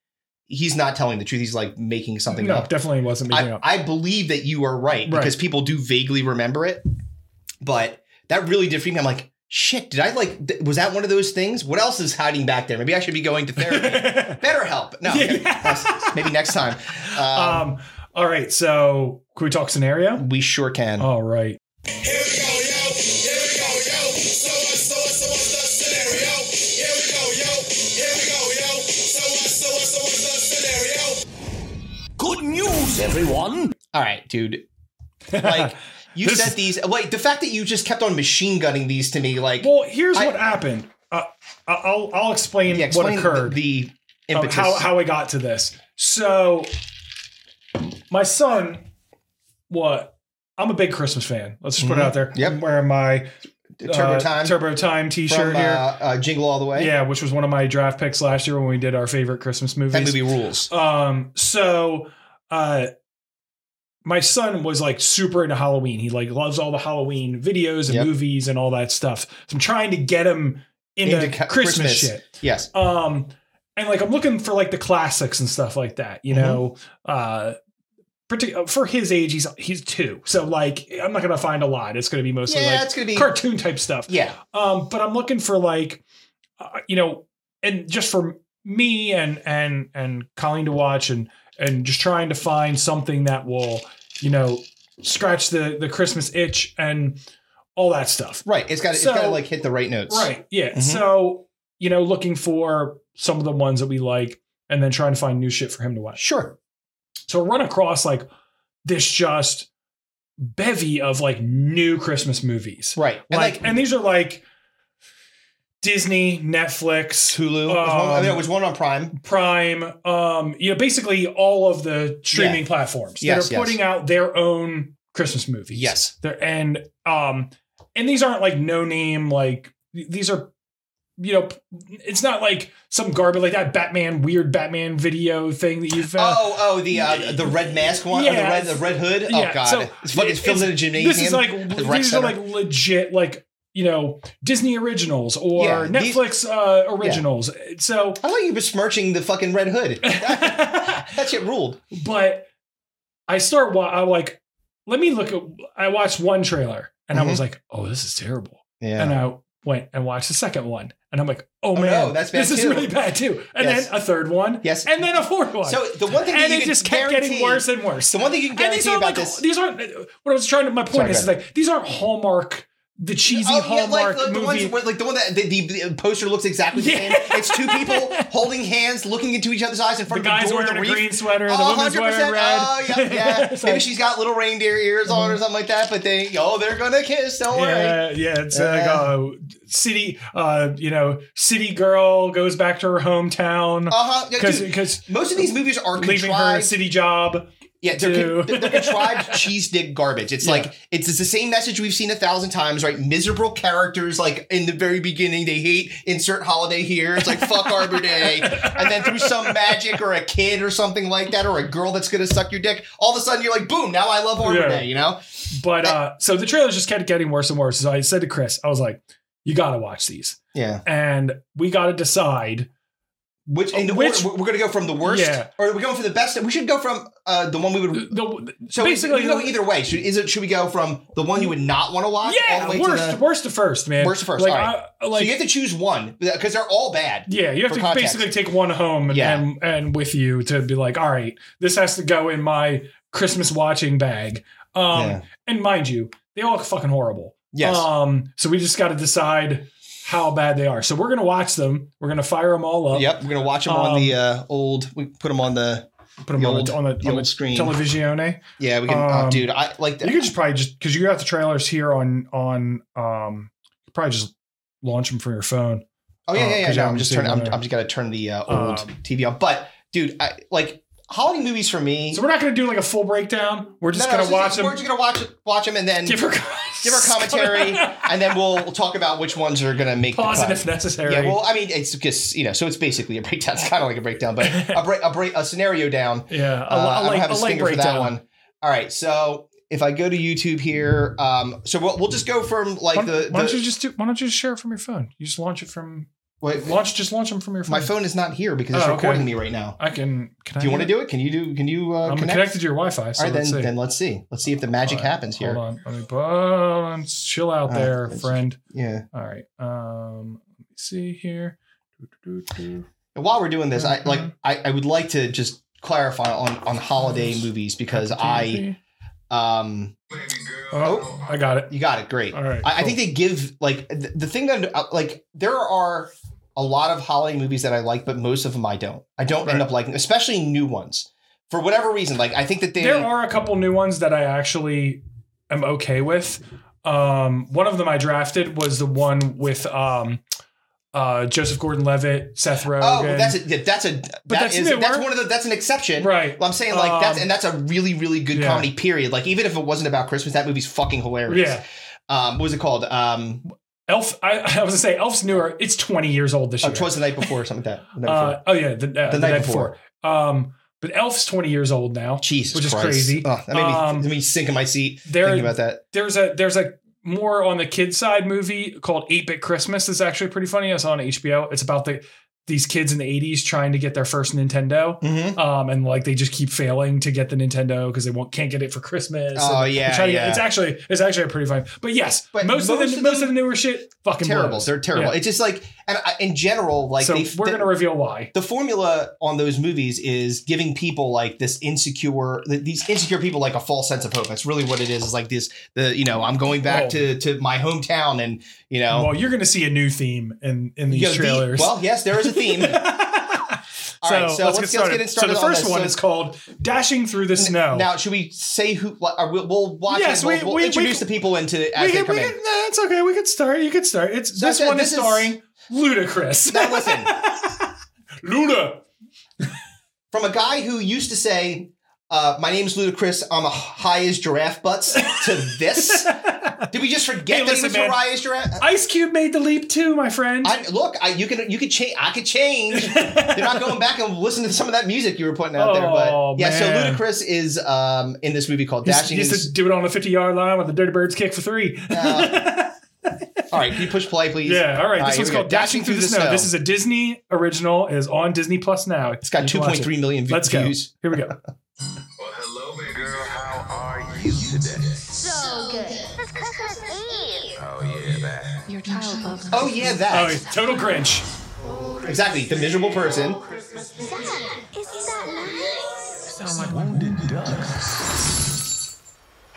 [SPEAKER 2] he's not telling the truth. He's like making something
[SPEAKER 3] no,
[SPEAKER 2] up.
[SPEAKER 3] definitely wasn't making
[SPEAKER 2] I,
[SPEAKER 3] up.
[SPEAKER 2] I believe that you are right,
[SPEAKER 3] Right.
[SPEAKER 2] because people do vaguely remember it, but that really did freak me. I'm like, shit, did I like? Th- was that one of those things? What else is hiding back there? Maybe I should be going to therapy. Better help. No, okay.
[SPEAKER 3] Yeah.
[SPEAKER 2] maybe next time. Um,
[SPEAKER 3] um, all right, so can we talk scenario?
[SPEAKER 2] we sure can.
[SPEAKER 3] All right.
[SPEAKER 1] Here we go, yo. Here we go, yo. So what, so what, so what's the scenario? Here we go, yo. Here we go, yo. So what, so what, so what's the scenario?
[SPEAKER 4] Good news, everyone!
[SPEAKER 2] All right, dude. Like you
[SPEAKER 3] This-
[SPEAKER 2] said these. Wait, the fact that you just kept on machine gunning these to me, like
[SPEAKER 3] Well, here's
[SPEAKER 2] I-
[SPEAKER 3] what happened. Uh, I- I'll I'll explain,
[SPEAKER 2] yeah, explain
[SPEAKER 3] what occurred.
[SPEAKER 2] The, the
[SPEAKER 3] of
[SPEAKER 2] impetus.
[SPEAKER 3] how how I got to this. So my son, what I'm a big Christmas fan. Let's just put it
[SPEAKER 2] Mhm.
[SPEAKER 3] out there.
[SPEAKER 2] Yep.
[SPEAKER 3] I'm wearing my
[SPEAKER 2] Turbo
[SPEAKER 3] uh,
[SPEAKER 2] Time
[SPEAKER 3] Turbo Time
[SPEAKER 2] from
[SPEAKER 3] T-shirt
[SPEAKER 2] uh,
[SPEAKER 3] here.
[SPEAKER 2] uh, Jingle All the Way.
[SPEAKER 3] Yeah, which was one of my draft picks last year when we did our favorite Christmas movies.
[SPEAKER 2] that movie rules.
[SPEAKER 3] Um, so uh my son was like super into Halloween. He like loves all the Halloween videos and
[SPEAKER 2] Yep.
[SPEAKER 3] movies and all that stuff. So I'm trying to get him into,
[SPEAKER 2] Into ca-
[SPEAKER 3] Christmas,
[SPEAKER 2] Christmas.
[SPEAKER 3] shit.
[SPEAKER 2] Yes,
[SPEAKER 3] Um and like I'm looking for like the classics and stuff like that, you
[SPEAKER 2] Mhm.
[SPEAKER 3] know. Uh partic- for his age, he's he's two. So like I'm not gonna find a lot. It's gonna be mostly
[SPEAKER 2] yeah,
[SPEAKER 3] like
[SPEAKER 2] it's gonna be
[SPEAKER 3] cartoon type stuff.
[SPEAKER 2] yeah.
[SPEAKER 3] Um, but I'm looking for like, uh, you know, and just for me and and and Colleen to watch and and just trying to find something that will, you know, scratch the the Christmas itch and all that stuff.
[SPEAKER 2] Right, it's got to
[SPEAKER 3] So-
[SPEAKER 2] it's got to like hit the right notes.
[SPEAKER 3] Right. Yeah.
[SPEAKER 2] Mhm.
[SPEAKER 3] So you know, looking for some of the ones that we like, and then trying to find new shit for him to watch.
[SPEAKER 2] Sure.
[SPEAKER 3] So I run across like this just bevy of like new Christmas movies.
[SPEAKER 2] Right. And
[SPEAKER 3] like,
[SPEAKER 2] like,
[SPEAKER 3] and these are like Disney, Netflix,
[SPEAKER 2] Hulu. There's one, I mean,
[SPEAKER 3] um,
[SPEAKER 2] there was one on Prime.
[SPEAKER 3] Prime, um, you know, basically all of the streaming platforms
[SPEAKER 2] Yes,
[SPEAKER 3] that are
[SPEAKER 2] yes.
[SPEAKER 3] putting out their own Christmas movies.
[SPEAKER 2] Yes.
[SPEAKER 3] They're, and um, and these aren't like no name, like th- these are you know, p- it's not like some garbage like that Batman weird Batman video thing that you found.
[SPEAKER 2] oh, oh, the uh, the red mask one, or the
[SPEAKER 3] Yeah.
[SPEAKER 2] red the red hood. Oh
[SPEAKER 3] Yeah,
[SPEAKER 2] god,
[SPEAKER 3] so
[SPEAKER 2] it's fucking
[SPEAKER 3] it-
[SPEAKER 2] filmed
[SPEAKER 3] it's-
[SPEAKER 2] in a gymnasium.
[SPEAKER 3] this is like
[SPEAKER 2] the rec
[SPEAKER 3] these
[SPEAKER 2] center.
[SPEAKER 3] are like legit like you know Disney originals or
[SPEAKER 2] Yeah, these-
[SPEAKER 3] Netflix uh, originals. So
[SPEAKER 2] I like you besmirching the fucking red hood. That, that shit ruled.
[SPEAKER 3] but I start wa- I like let me look at I watched one trailer and I was like, "Oh, this is terrible."
[SPEAKER 2] Mm-hmm. Yeah.
[SPEAKER 3] And I went and watched the second one and I'm like, "Oh,
[SPEAKER 2] Oh,
[SPEAKER 3] man,
[SPEAKER 2] no, that's bad
[SPEAKER 3] this is
[SPEAKER 2] too."
[SPEAKER 3] really bad too." And
[SPEAKER 2] Yes.
[SPEAKER 3] then a third one
[SPEAKER 2] yes.
[SPEAKER 3] and then a fourth one.
[SPEAKER 2] so the one thing that
[SPEAKER 3] and
[SPEAKER 2] you
[SPEAKER 3] it
[SPEAKER 2] can
[SPEAKER 3] just kept
[SPEAKER 2] guarantee,
[SPEAKER 3] getting worse and worse.
[SPEAKER 2] The one thing you can
[SPEAKER 3] And these
[SPEAKER 2] guarantee about
[SPEAKER 3] aren't like
[SPEAKER 2] this.
[SPEAKER 3] these aren't what I was trying to my
[SPEAKER 2] Sorry, go
[SPEAKER 3] point
[SPEAKER 2] Oh,
[SPEAKER 3] is, is like these aren't Hallmark the cheesy Hallmark
[SPEAKER 2] the, the
[SPEAKER 3] movie.
[SPEAKER 2] ones where, like the one that the, the, the poster looks exactly the same.
[SPEAKER 3] Yeah.
[SPEAKER 2] It's two people holding hands, looking into each other's eyes in
[SPEAKER 3] the
[SPEAKER 2] front of the
[SPEAKER 3] guy's
[SPEAKER 2] door.
[SPEAKER 3] wearing
[SPEAKER 2] the
[SPEAKER 3] a
[SPEAKER 2] wreath.
[SPEAKER 3] green sweater, the
[SPEAKER 2] Oh,
[SPEAKER 3] woman's
[SPEAKER 2] 100%.
[SPEAKER 3] wearing red.
[SPEAKER 2] Oh, yeah, yeah.
[SPEAKER 3] It's
[SPEAKER 2] Maybe
[SPEAKER 3] like-
[SPEAKER 2] she's got little reindeer ears on or something like that, but they, oh, they're gonna kiss. Don't worry.
[SPEAKER 3] Yeah, yeah. It's like
[SPEAKER 2] Yeah.
[SPEAKER 3] uh, city, uh, you know, city girl goes back to her hometown
[SPEAKER 2] Uh huh.
[SPEAKER 3] because because
[SPEAKER 2] most of these movies are
[SPEAKER 3] leaving her
[SPEAKER 2] contrived.
[SPEAKER 3] city job.
[SPEAKER 2] Yeah, they're,
[SPEAKER 3] to-
[SPEAKER 2] con- they're contrived cheese dick garbage. It's
[SPEAKER 3] Yeah.
[SPEAKER 2] like it's, it's the same message we've seen a thousand times, right? Miserable characters, like in the very beginning, they hate insert holiday here. It's like fuck Arbor Day, and then through some magic or a kid or something like that, or a girl that's gonna suck your dick. All of a sudden, you're like, boom! Now I love Arbor
[SPEAKER 3] Yeah.
[SPEAKER 2] Day. You know?
[SPEAKER 3] But uh, so the trailers just kept getting worse and worse. So I said to Chris, I was like, "You got to watch these,"
[SPEAKER 2] Yeah.
[SPEAKER 3] and we got to decide.
[SPEAKER 2] Which and
[SPEAKER 3] Which-
[SPEAKER 2] which we're, we're gonna go from the worst,
[SPEAKER 3] Yeah.
[SPEAKER 2] or are we going for the best? We should go from uh, the one we would.
[SPEAKER 3] The,
[SPEAKER 2] So
[SPEAKER 3] basically,
[SPEAKER 2] basically, we can go either way. Should is it? Should we go from the one you would not want to watch? all
[SPEAKER 3] yeah,
[SPEAKER 2] the way
[SPEAKER 3] worst,
[SPEAKER 2] To the,
[SPEAKER 3] worst to first, man.
[SPEAKER 2] Worst to first,
[SPEAKER 3] Like,
[SPEAKER 2] all right.
[SPEAKER 3] I, like
[SPEAKER 2] so you have to choose one because they're all bad.
[SPEAKER 3] yeah, you have
[SPEAKER 2] for
[SPEAKER 3] to
[SPEAKER 2] context.
[SPEAKER 3] basically take one home and,
[SPEAKER 2] Yeah.
[SPEAKER 3] and and with you to be like, all right, this has to go in my Christmas watching bag. Um,
[SPEAKER 2] Yeah.
[SPEAKER 3] and mind you, they all look fucking horrible.
[SPEAKER 2] Yes.
[SPEAKER 3] Um, so we just got to decide how bad they are. So we're gonna watch them. We're gonna fire them all up.
[SPEAKER 2] Yep, we're gonna watch them on
[SPEAKER 3] Um,
[SPEAKER 2] the uh, old. We put them on the
[SPEAKER 3] Put them
[SPEAKER 2] The
[SPEAKER 3] on,
[SPEAKER 2] old-
[SPEAKER 3] the, on the,
[SPEAKER 2] the
[SPEAKER 3] on
[SPEAKER 2] old
[SPEAKER 3] the
[SPEAKER 2] screen.
[SPEAKER 3] televisione.
[SPEAKER 2] Yeah, we can. oh,
[SPEAKER 3] Um,
[SPEAKER 2] dude, I like.
[SPEAKER 3] You could just probably just because you got the trailers here on on um, you probably just launch them from your phone.
[SPEAKER 2] oh yeah,
[SPEAKER 3] uh,
[SPEAKER 2] yeah, yeah.
[SPEAKER 3] 'cause
[SPEAKER 2] no,
[SPEAKER 3] you
[SPEAKER 2] I'm just
[SPEAKER 3] haven't
[SPEAKER 2] turning. I'm,
[SPEAKER 3] seen
[SPEAKER 2] I'm just gonna turn the uh, old
[SPEAKER 3] Um,
[SPEAKER 2] TV on. But dude, I like holiday movies for me.
[SPEAKER 3] So we're not gonna do like a full breakdown. We're just
[SPEAKER 2] No, no,
[SPEAKER 3] gonna watch
[SPEAKER 2] We're
[SPEAKER 3] them.
[SPEAKER 2] just gonna watch watch them and then
[SPEAKER 3] Give her
[SPEAKER 2] give our commentary, and then we'll, we'll talk about which ones are gonna make
[SPEAKER 3] pause it
[SPEAKER 2] the
[SPEAKER 3] if
[SPEAKER 2] cut.
[SPEAKER 3] necessary.
[SPEAKER 2] Yeah, well, I mean, it's just you know, so it's basically a breakdown. It's kind of like a breakdown, but a break, a break, a scenario down.
[SPEAKER 3] Yeah,
[SPEAKER 2] Uh, I
[SPEAKER 3] I
[SPEAKER 2] don't
[SPEAKER 3] like,
[SPEAKER 2] have
[SPEAKER 3] I
[SPEAKER 2] a
[SPEAKER 3] like
[SPEAKER 2] stinger for that
[SPEAKER 3] breakdown.
[SPEAKER 2] one. All right, so if I go to YouTube here, um, so we'll, we'll just go from like
[SPEAKER 3] Why,
[SPEAKER 2] the,
[SPEAKER 3] why
[SPEAKER 2] the
[SPEAKER 3] don't you just do? Why don't you just share it from your phone? You just launch it from
[SPEAKER 2] wait,
[SPEAKER 3] launch. Just launch them from your phone.
[SPEAKER 2] my phone is not here because it's
[SPEAKER 3] Oh, okay.
[SPEAKER 2] recording me right now.
[SPEAKER 3] I can. Can
[SPEAKER 2] Do you
[SPEAKER 3] I
[SPEAKER 2] want to do it? Can you do? Can you uh,
[SPEAKER 3] I'm
[SPEAKER 2] connect?
[SPEAKER 3] connected to your Wi-Fi. So
[SPEAKER 2] All right, then
[SPEAKER 3] let's see.
[SPEAKER 2] then let's see. Let's see if the magic
[SPEAKER 3] All right,
[SPEAKER 2] happens here.
[SPEAKER 3] Hold on. Let me balance. Chill out
[SPEAKER 2] Uh,
[SPEAKER 3] there,
[SPEAKER 2] let's-
[SPEAKER 3] friend.
[SPEAKER 2] Yeah.
[SPEAKER 3] All right. Um. Let me see here. Doo-doo-doo-doo.
[SPEAKER 2] And while we're doing this, I like
[SPEAKER 3] Mhm.
[SPEAKER 2] I, I would like to just clarify on on holiday movies because I um
[SPEAKER 3] Oh, I got it.
[SPEAKER 2] you got it great.
[SPEAKER 3] All right.
[SPEAKER 2] I, I think they give like the, the thing that uh, like there are a lot of holiday movies that I like, but most of them I don't. I don't end
[SPEAKER 3] Right.
[SPEAKER 2] up liking, especially new ones for whatever reason. Like I think that they
[SPEAKER 3] there are a couple new ones that I actually am okay with. Um, one of them I drafted was the one with um, uh, Joseph Gordon-Levitt, Seth Rogen.
[SPEAKER 2] Oh, that's a, yeah, that's a
[SPEAKER 3] But
[SPEAKER 2] that
[SPEAKER 3] that's
[SPEAKER 2] is
[SPEAKER 3] newer.
[SPEAKER 2] that's one of the that's an exception.
[SPEAKER 3] Right.
[SPEAKER 2] Well, I'm saying like that's
[SPEAKER 3] Um,
[SPEAKER 2] and that's a really really good
[SPEAKER 3] yeah.
[SPEAKER 2] comedy period. Like even if it wasn't about Christmas, that movie's fucking hilarious.
[SPEAKER 3] yeah.
[SPEAKER 2] Um, what was it called? Um,
[SPEAKER 3] Elf. I, I was gonna say Elf's newer. It's 20 years old this
[SPEAKER 2] oh,
[SPEAKER 3] year.
[SPEAKER 2] Twas the night before or something like that. The night
[SPEAKER 3] Uh,
[SPEAKER 2] before.
[SPEAKER 3] oh yeah, the, uh, the, night, before. Um, but Elf's 20 years old now.
[SPEAKER 2] Jesus,
[SPEAKER 3] which is
[SPEAKER 2] Christ.
[SPEAKER 3] crazy.
[SPEAKER 2] Oh, that made me,
[SPEAKER 3] Um,
[SPEAKER 2] made me sink in my seat thinking
[SPEAKER 3] There,
[SPEAKER 2] about that.
[SPEAKER 3] there's a there's a more on the kids side movie called Eight Bit Christmas. That's actually pretty funny. I saw on HBO. It's about the these kids in the 80s trying to get their first Nintendo.
[SPEAKER 2] Mm-hmm.
[SPEAKER 3] Um, and like they just keep failing to get the Nintendo because they won't, can't get it for Christmas.
[SPEAKER 2] Oh
[SPEAKER 3] And
[SPEAKER 2] yeah,
[SPEAKER 3] try to get-
[SPEAKER 2] yeah.
[SPEAKER 3] It's actually it's actually pretty funny. But yes,
[SPEAKER 2] But
[SPEAKER 3] most, of the
[SPEAKER 2] most of
[SPEAKER 3] most of
[SPEAKER 2] them-
[SPEAKER 3] the newer shit fucking
[SPEAKER 2] terrible.
[SPEAKER 3] blows.
[SPEAKER 2] They're terrible.
[SPEAKER 3] Yeah.
[SPEAKER 2] It's just like and I, in general, like
[SPEAKER 3] so
[SPEAKER 2] they,
[SPEAKER 3] we're
[SPEAKER 2] they-
[SPEAKER 3] gonna reveal why.
[SPEAKER 2] the formula on those movies is giving people like this insecure th- these insecure people like a false sense of hope that's really what it is is like this the you know i'm going back
[SPEAKER 3] Oh.
[SPEAKER 2] to to my hometown and you know
[SPEAKER 3] Well, you're gonna see a new theme in in
[SPEAKER 2] Oh. you
[SPEAKER 3] these
[SPEAKER 2] know, the-
[SPEAKER 3] trailers.
[SPEAKER 2] well yes there is a theme all right so let's, let's, get, it started
[SPEAKER 3] So the
[SPEAKER 2] on
[SPEAKER 3] first
[SPEAKER 2] this.
[SPEAKER 3] one
[SPEAKER 2] So
[SPEAKER 3] is called "Dashing Through the Snow."
[SPEAKER 2] now should we say who like, are we, we'll watch
[SPEAKER 3] Yes,
[SPEAKER 2] it we'll,
[SPEAKER 3] we-
[SPEAKER 2] we'll
[SPEAKER 3] we- we
[SPEAKER 2] introduce
[SPEAKER 3] can-
[SPEAKER 2] the people into
[SPEAKER 3] we
[SPEAKER 2] as
[SPEAKER 3] can,
[SPEAKER 2] they come
[SPEAKER 3] we
[SPEAKER 2] in
[SPEAKER 3] can, no, it's okay. We could start. You could start. It's
[SPEAKER 2] So
[SPEAKER 3] this
[SPEAKER 2] that-
[SPEAKER 3] one
[SPEAKER 2] this is-
[SPEAKER 3] is starring Ludacris.
[SPEAKER 2] now listen
[SPEAKER 3] Luda.
[SPEAKER 2] from a guy who used to say, uh, "My name's Ludacris. I'm a high as giraffe butts." to this, did we just forget
[SPEAKER 3] Hey,
[SPEAKER 2] that he
[SPEAKER 3] listen,
[SPEAKER 2] was
[SPEAKER 3] man.
[SPEAKER 2] high as giraffe?
[SPEAKER 3] Ice Cube made the leap too, my friend.
[SPEAKER 2] I, look, I, you can you could change. I could change. You're not going back and listen to some of that music you were putting out there,
[SPEAKER 3] Oh,
[SPEAKER 2] but yeah.
[SPEAKER 3] man.
[SPEAKER 2] So Ludacris is um, in this movie called
[SPEAKER 3] He's- he
[SPEAKER 2] Dashing.
[SPEAKER 3] used
[SPEAKER 2] Is-
[SPEAKER 3] to do it on the 50 yard line with the Dirty Birds kick for three.
[SPEAKER 2] all right, can you push play, please?
[SPEAKER 3] yeah, all right.
[SPEAKER 2] all right,
[SPEAKER 3] This
[SPEAKER 2] here
[SPEAKER 3] one's
[SPEAKER 2] we go.
[SPEAKER 3] called Dashing, Through the, snow. This is a Disney original. It is on Disney Plus now.
[SPEAKER 2] It's got 2.3 million vi-
[SPEAKER 3] Let's go.
[SPEAKER 2] views.
[SPEAKER 3] Here we go.
[SPEAKER 1] Well, hello, big girl. How are you today?
[SPEAKER 5] so good. It's Christmas Eve.
[SPEAKER 1] Oh, yeah, that.
[SPEAKER 6] Your child loves
[SPEAKER 2] Oh yeah,
[SPEAKER 3] Oh,
[SPEAKER 2] that
[SPEAKER 3] it's total Grinch.
[SPEAKER 2] exactly. The miserable person.
[SPEAKER 5] Dad, isn't that nice?
[SPEAKER 1] Wounded ducks.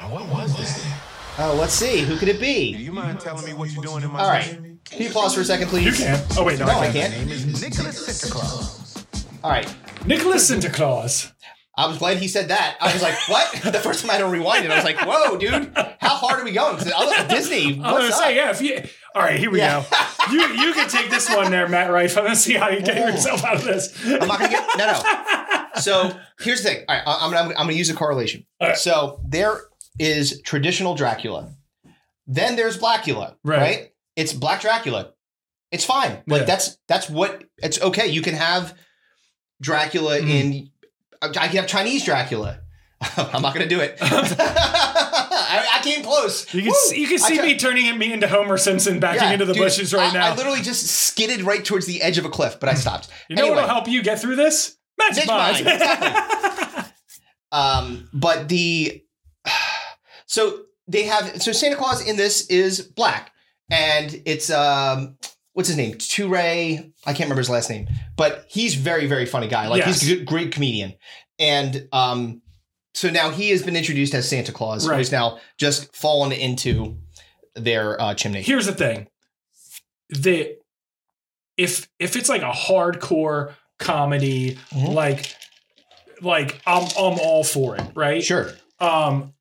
[SPEAKER 1] Now, what was that?
[SPEAKER 2] Oh, let's see. Who could it
[SPEAKER 1] Do
[SPEAKER 2] be?
[SPEAKER 1] you mind telling me what you're doing in my
[SPEAKER 2] All right.
[SPEAKER 1] room?
[SPEAKER 2] Can you pause for a second, please?
[SPEAKER 3] You can. Oh wait, no,
[SPEAKER 2] No,
[SPEAKER 3] I
[SPEAKER 2] I
[SPEAKER 3] can't.
[SPEAKER 2] can't.
[SPEAKER 1] name is Nicholas Santa Claus.
[SPEAKER 2] All right.
[SPEAKER 3] Nicholas Santa Claus.
[SPEAKER 2] I was glad he said that. I was like, what? the first time I had to rewind it, I was like, whoa, dude, how hard are we going? 'Cause other- Disney,
[SPEAKER 3] I was
[SPEAKER 2] what's
[SPEAKER 3] gonna
[SPEAKER 2] up?
[SPEAKER 3] say, yeah, if you all right, here we
[SPEAKER 2] Yeah.
[SPEAKER 3] go. You you can take this one there, Matt Rife. I'm gonna see how you get yourself out of this.
[SPEAKER 2] I'm not going to get, no, no. So here's the thing. All right, I- I'm, gonna- I'm, gonna- I'm going to use a correlation.
[SPEAKER 3] All right.
[SPEAKER 2] So there is traditional Dracula. Then there's Blackula,
[SPEAKER 3] Right.
[SPEAKER 2] right? It's Black Dracula. It's fine. Like
[SPEAKER 3] Yeah.
[SPEAKER 2] that's, that's what, it's okay. You can have Dracula
[SPEAKER 3] Mhm.
[SPEAKER 2] in, I I can have Chinese Dracula. I'm not going to do it. I, I came close.
[SPEAKER 3] You can
[SPEAKER 2] Woo!
[SPEAKER 3] see, you can
[SPEAKER 2] I
[SPEAKER 3] see
[SPEAKER 2] ca-
[SPEAKER 3] me turning me into Homer Simpson backing
[SPEAKER 2] Yeah,
[SPEAKER 3] into the
[SPEAKER 2] dude,
[SPEAKER 3] bushes right
[SPEAKER 2] I-
[SPEAKER 3] now. Mm.
[SPEAKER 2] I literally just skidded right towards the edge of a cliff, but I stopped.
[SPEAKER 3] you know what'll help you get through this? Magic
[SPEAKER 2] Ditch
[SPEAKER 3] Minds.
[SPEAKER 2] mine, exactly. um, but the so they have so Santa Claus in this is black, and it's um what's his name Toure. I can't remember his last name, but he's very very funny guy. Like he's a
[SPEAKER 3] Yes.
[SPEAKER 2] good, great comedian, and um so now he has been introduced as Santa Claus,
[SPEAKER 3] Right.
[SPEAKER 2] who's now just fallen into their uh, chimney.
[SPEAKER 3] Here's the thing. The if if it's like a hardcore comedy,
[SPEAKER 2] Mhm.
[SPEAKER 3] like like I'm I'm all for it, right?
[SPEAKER 2] Sure.
[SPEAKER 3] Um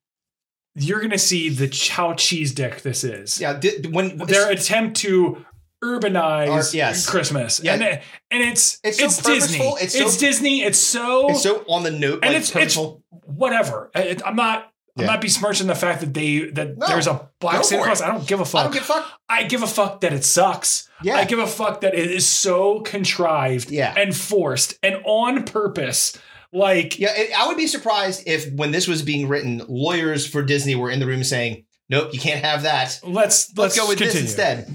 [SPEAKER 3] you're gonna see the ch- how cheese dick this is.
[SPEAKER 2] Yeah. Di- when
[SPEAKER 3] their attempt to urbanize
[SPEAKER 2] Or- yes.
[SPEAKER 3] Christmas.
[SPEAKER 2] Yeah.
[SPEAKER 3] And it- and it's
[SPEAKER 2] It's
[SPEAKER 3] it's,
[SPEAKER 2] so
[SPEAKER 3] Disney.
[SPEAKER 2] purposeful, it's
[SPEAKER 3] It's,
[SPEAKER 2] so-
[SPEAKER 3] Disney. It's so,
[SPEAKER 2] It's so on the note,
[SPEAKER 3] and
[SPEAKER 2] like,
[SPEAKER 3] it's it's
[SPEAKER 2] purposeful.
[SPEAKER 3] whatever. I, it- I'm not
[SPEAKER 2] Yeah.
[SPEAKER 3] I'm not besmirching the fact that they that
[SPEAKER 2] No.
[SPEAKER 3] there's a
[SPEAKER 2] Go
[SPEAKER 3] black Santa
[SPEAKER 2] for
[SPEAKER 3] Claus. I don't give a
[SPEAKER 2] I
[SPEAKER 3] fuck.
[SPEAKER 2] don't give a fuck.
[SPEAKER 3] I give a fuck that it sucks.
[SPEAKER 2] Yeah.
[SPEAKER 3] I give a fuck that it is so contrived
[SPEAKER 2] Yeah.
[SPEAKER 3] and forced and on purpose. Like
[SPEAKER 2] Yeah, it, I would be surprised if when this was being written, lawyers for Disney were in the room saying, "Nope, you can't have that.
[SPEAKER 3] let's
[SPEAKER 2] Let's,
[SPEAKER 3] let's,
[SPEAKER 2] go with
[SPEAKER 3] continue.
[SPEAKER 2] this instead."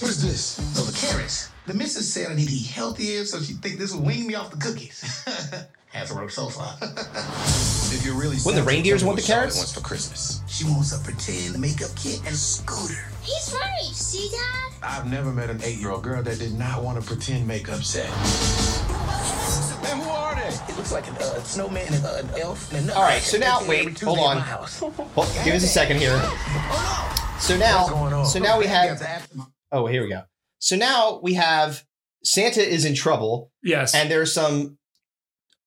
[SPEAKER 7] What is this? Oh, the carrots. The missus said I need to eat healthier, so she think this will wean me off the cookies. Hasn't worked so far.
[SPEAKER 1] If you're really
[SPEAKER 2] When the reindeers want the carrots?
[SPEAKER 1] wants for Christmas.
[SPEAKER 7] she wants a pretend makeup kit and scooter.
[SPEAKER 5] He's right. See, Dad?
[SPEAKER 1] I've never met an eight-year-old girl that did not want a pretend makeup set. And who are they?
[SPEAKER 7] It looks like an uh, snowman and uh, an elf. And
[SPEAKER 2] All right, so now- wait, hold on. Well, give us a second here. So now, so now we have. Oh, here we go. So now we have Santa is in trouble,
[SPEAKER 3] Yes.
[SPEAKER 2] and there's some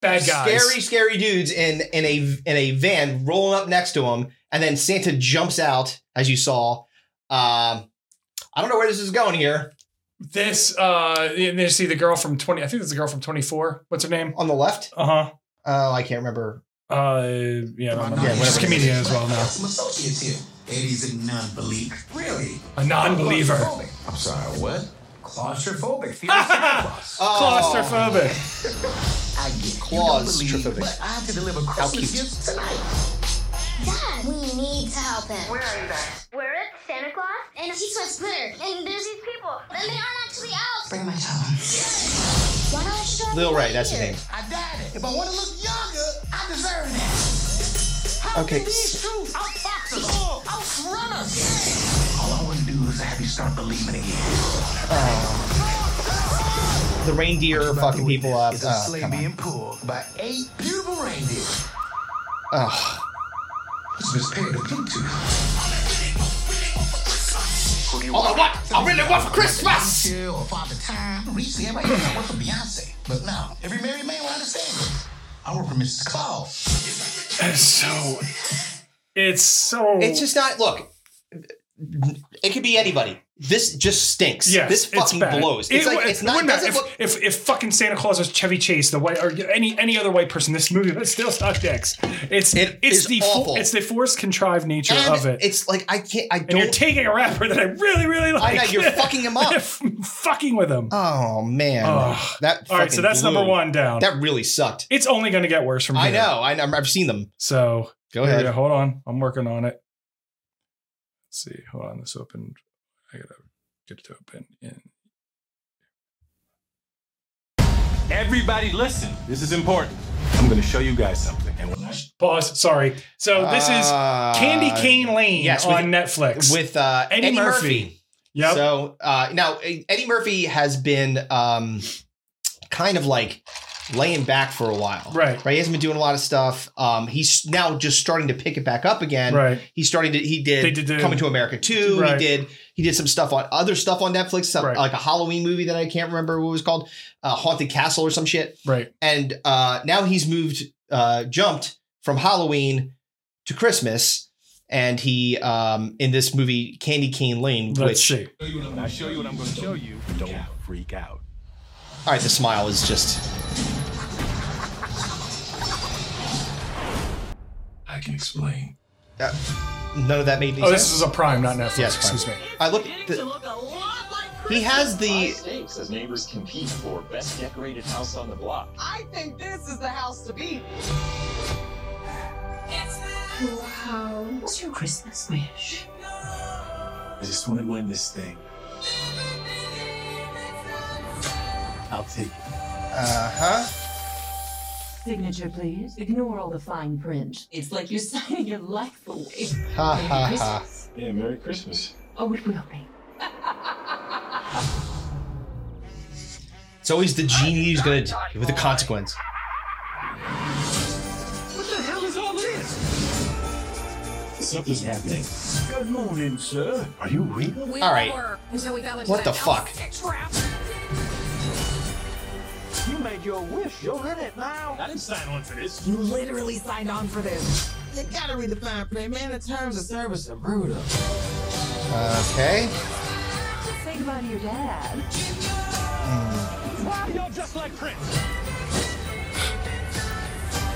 [SPEAKER 3] bad guys.
[SPEAKER 2] scary, scary dudes in in a in a van rolling up next to him, and then Santa jumps out, as you saw. Um, I don't know where this is going here.
[SPEAKER 3] this uh and you see the girl from 20 i think it's the girl from 24 what's her name
[SPEAKER 2] on the left.
[SPEAKER 3] uh-huh
[SPEAKER 2] Oh, I can't remember.
[SPEAKER 3] uh yeah, I don't know.
[SPEAKER 2] Yeah, whatever.
[SPEAKER 3] she's a comedian as well now
[SPEAKER 7] Some associates here. Eddie's a non-believer. Really?
[SPEAKER 3] a non-believer
[SPEAKER 7] I'm sorry, what?
[SPEAKER 6] Claustrophobic. Fear of Santa Claus.
[SPEAKER 2] Oh.
[SPEAKER 3] claustrophobic
[SPEAKER 7] I get it.
[SPEAKER 2] Claws
[SPEAKER 7] you don't believe,
[SPEAKER 2] trophobic.
[SPEAKER 7] but I have to deliver
[SPEAKER 2] cute.
[SPEAKER 7] Christmas gifts tonight.
[SPEAKER 5] Dad, we need to help him. Where are you guys? We're at Santa Claus, and he sweats glitter, and there's these people, and they aren't actually elves.
[SPEAKER 7] Bring my home.
[SPEAKER 5] Why not show them
[SPEAKER 2] Lil
[SPEAKER 5] we're
[SPEAKER 2] Ray, that's his
[SPEAKER 5] here?
[SPEAKER 2] name.
[SPEAKER 7] I died it. If I want to look younger, I deserve that. How
[SPEAKER 2] Okay,
[SPEAKER 7] can
[SPEAKER 2] s-
[SPEAKER 7] these two
[SPEAKER 5] Oh,
[SPEAKER 7] outfox us? Outrun us? All I want to do is have you start believing again.
[SPEAKER 2] The reindeer fucking people up.
[SPEAKER 7] It's a
[SPEAKER 2] Oh,
[SPEAKER 7] sleigh
[SPEAKER 2] come on.
[SPEAKER 7] being pulled by eight beautiful reindeer.
[SPEAKER 2] Ugh.
[SPEAKER 7] It's Miss Perry to speak to.
[SPEAKER 2] Oh, what? I really want for Christmas.
[SPEAKER 7] Chill or Father Time. Recently, everybody thought I worked for Beyonce. But now, every married man will understand it. I work for Mrs. Claus.
[SPEAKER 3] it's so it's so
[SPEAKER 2] It's just not. Look, it could be anybody. This just stinks.
[SPEAKER 3] Yes,
[SPEAKER 2] this
[SPEAKER 3] it's
[SPEAKER 2] fucking
[SPEAKER 3] bad.
[SPEAKER 2] blows. It's
[SPEAKER 3] It
[SPEAKER 2] like
[SPEAKER 3] wa-
[SPEAKER 2] it's not.
[SPEAKER 3] wouldn't matter
[SPEAKER 2] Doesn't
[SPEAKER 3] if,
[SPEAKER 2] look.
[SPEAKER 3] if if fucking Santa Claus was Chevy Chase, the white or any any other white person, this movie would still suck dicks. It's
[SPEAKER 2] It
[SPEAKER 3] it's
[SPEAKER 2] is
[SPEAKER 3] the fo-
[SPEAKER 2] awful.
[SPEAKER 3] it's the forced contrived nature
[SPEAKER 2] and
[SPEAKER 3] of it.
[SPEAKER 2] It's like I can't. I
[SPEAKER 3] and you're
[SPEAKER 2] don't.
[SPEAKER 3] taking a rapper that I really really
[SPEAKER 2] I
[SPEAKER 3] like.
[SPEAKER 2] know you're fucking him up.
[SPEAKER 3] fucking with him.
[SPEAKER 2] Oh man.
[SPEAKER 3] Ugh.
[SPEAKER 2] That.
[SPEAKER 3] All right, so
[SPEAKER 2] fucking
[SPEAKER 3] that's number
[SPEAKER 2] blew.
[SPEAKER 3] one down.
[SPEAKER 2] That really sucked.
[SPEAKER 3] it's only going to get worse from here.
[SPEAKER 2] I know. I know. I've seen them.
[SPEAKER 3] So
[SPEAKER 2] Go
[SPEAKER 3] here we
[SPEAKER 2] ahead.
[SPEAKER 3] go. hold on, I'm working on it. Let's see, hold on, this opened. I gotta get it to open. In.
[SPEAKER 6] Everybody listen. This is important. I'm going to show you guys something. And when I
[SPEAKER 3] Pause. Sorry. So this is
[SPEAKER 2] Uh,
[SPEAKER 3] Candy Cane Lane
[SPEAKER 2] yes, with-
[SPEAKER 3] on Netflix.
[SPEAKER 2] with uh,
[SPEAKER 3] Eddie
[SPEAKER 2] Eddie,
[SPEAKER 3] Murphy.
[SPEAKER 2] Murphy.
[SPEAKER 3] yep.
[SPEAKER 2] So uh, now Eddie Murphy has been um, kind of like laying back for a while,
[SPEAKER 3] Right.
[SPEAKER 2] Right. He hasn't been doing a lot of stuff. Um, he's now just starting to pick it back up again.
[SPEAKER 3] Right.
[SPEAKER 2] He's starting to. He did,
[SPEAKER 3] They did the-
[SPEAKER 2] Coming to America too.
[SPEAKER 3] Right.
[SPEAKER 2] He did. He did some stuff on other stuff on Netflix, some,
[SPEAKER 3] Right.
[SPEAKER 2] like a Halloween movie that I can't remember what it was called, uh, Haunted Castle or some shit.
[SPEAKER 3] Right.
[SPEAKER 2] And uh, now he's moved, uh, jumped from Halloween to Christmas. And he, um, in this movie, Candy Cane Lane,
[SPEAKER 3] Let's
[SPEAKER 2] which
[SPEAKER 3] see.
[SPEAKER 6] I show you what I'm going to show you, don't freak out.
[SPEAKER 2] All right, the smile is just.
[SPEAKER 6] I can explain.
[SPEAKER 2] Uh, none of that made any
[SPEAKER 3] Oh, this
[SPEAKER 2] sense.
[SPEAKER 3] is a Prime, not Netflix.
[SPEAKER 2] Yes, Prime.
[SPEAKER 3] excuse me.
[SPEAKER 2] I look. The, he has the.
[SPEAKER 8] stakes as neighbors compete for best decorated house on the block.
[SPEAKER 9] I think this is the house to be.
[SPEAKER 10] What's your Christmas wish?
[SPEAKER 6] I just want to win this thing. I'll take it.
[SPEAKER 2] Uh huh.
[SPEAKER 10] Signature, please. Ignore all the fine print. It's like you're signing your life away.
[SPEAKER 2] Ha
[SPEAKER 10] Merry
[SPEAKER 2] ha ha.
[SPEAKER 10] Christmas.
[SPEAKER 6] Yeah, Merry Christmas.
[SPEAKER 10] Oh, it will be.
[SPEAKER 2] It's always the genie who's gonna d- with the consequence.
[SPEAKER 6] What the hell is all this? Something's happening. Good morning, sir. Are you real?
[SPEAKER 2] All right. What the fuck?
[SPEAKER 6] You made your wish. You're in it now. I didn't sign on for this.
[SPEAKER 9] You literally signed on for this. You gotta read the fine print, man. The terms of service are brutal.
[SPEAKER 2] Okay.
[SPEAKER 10] Say goodbye to your dad.
[SPEAKER 6] Why are y'all just like Prince?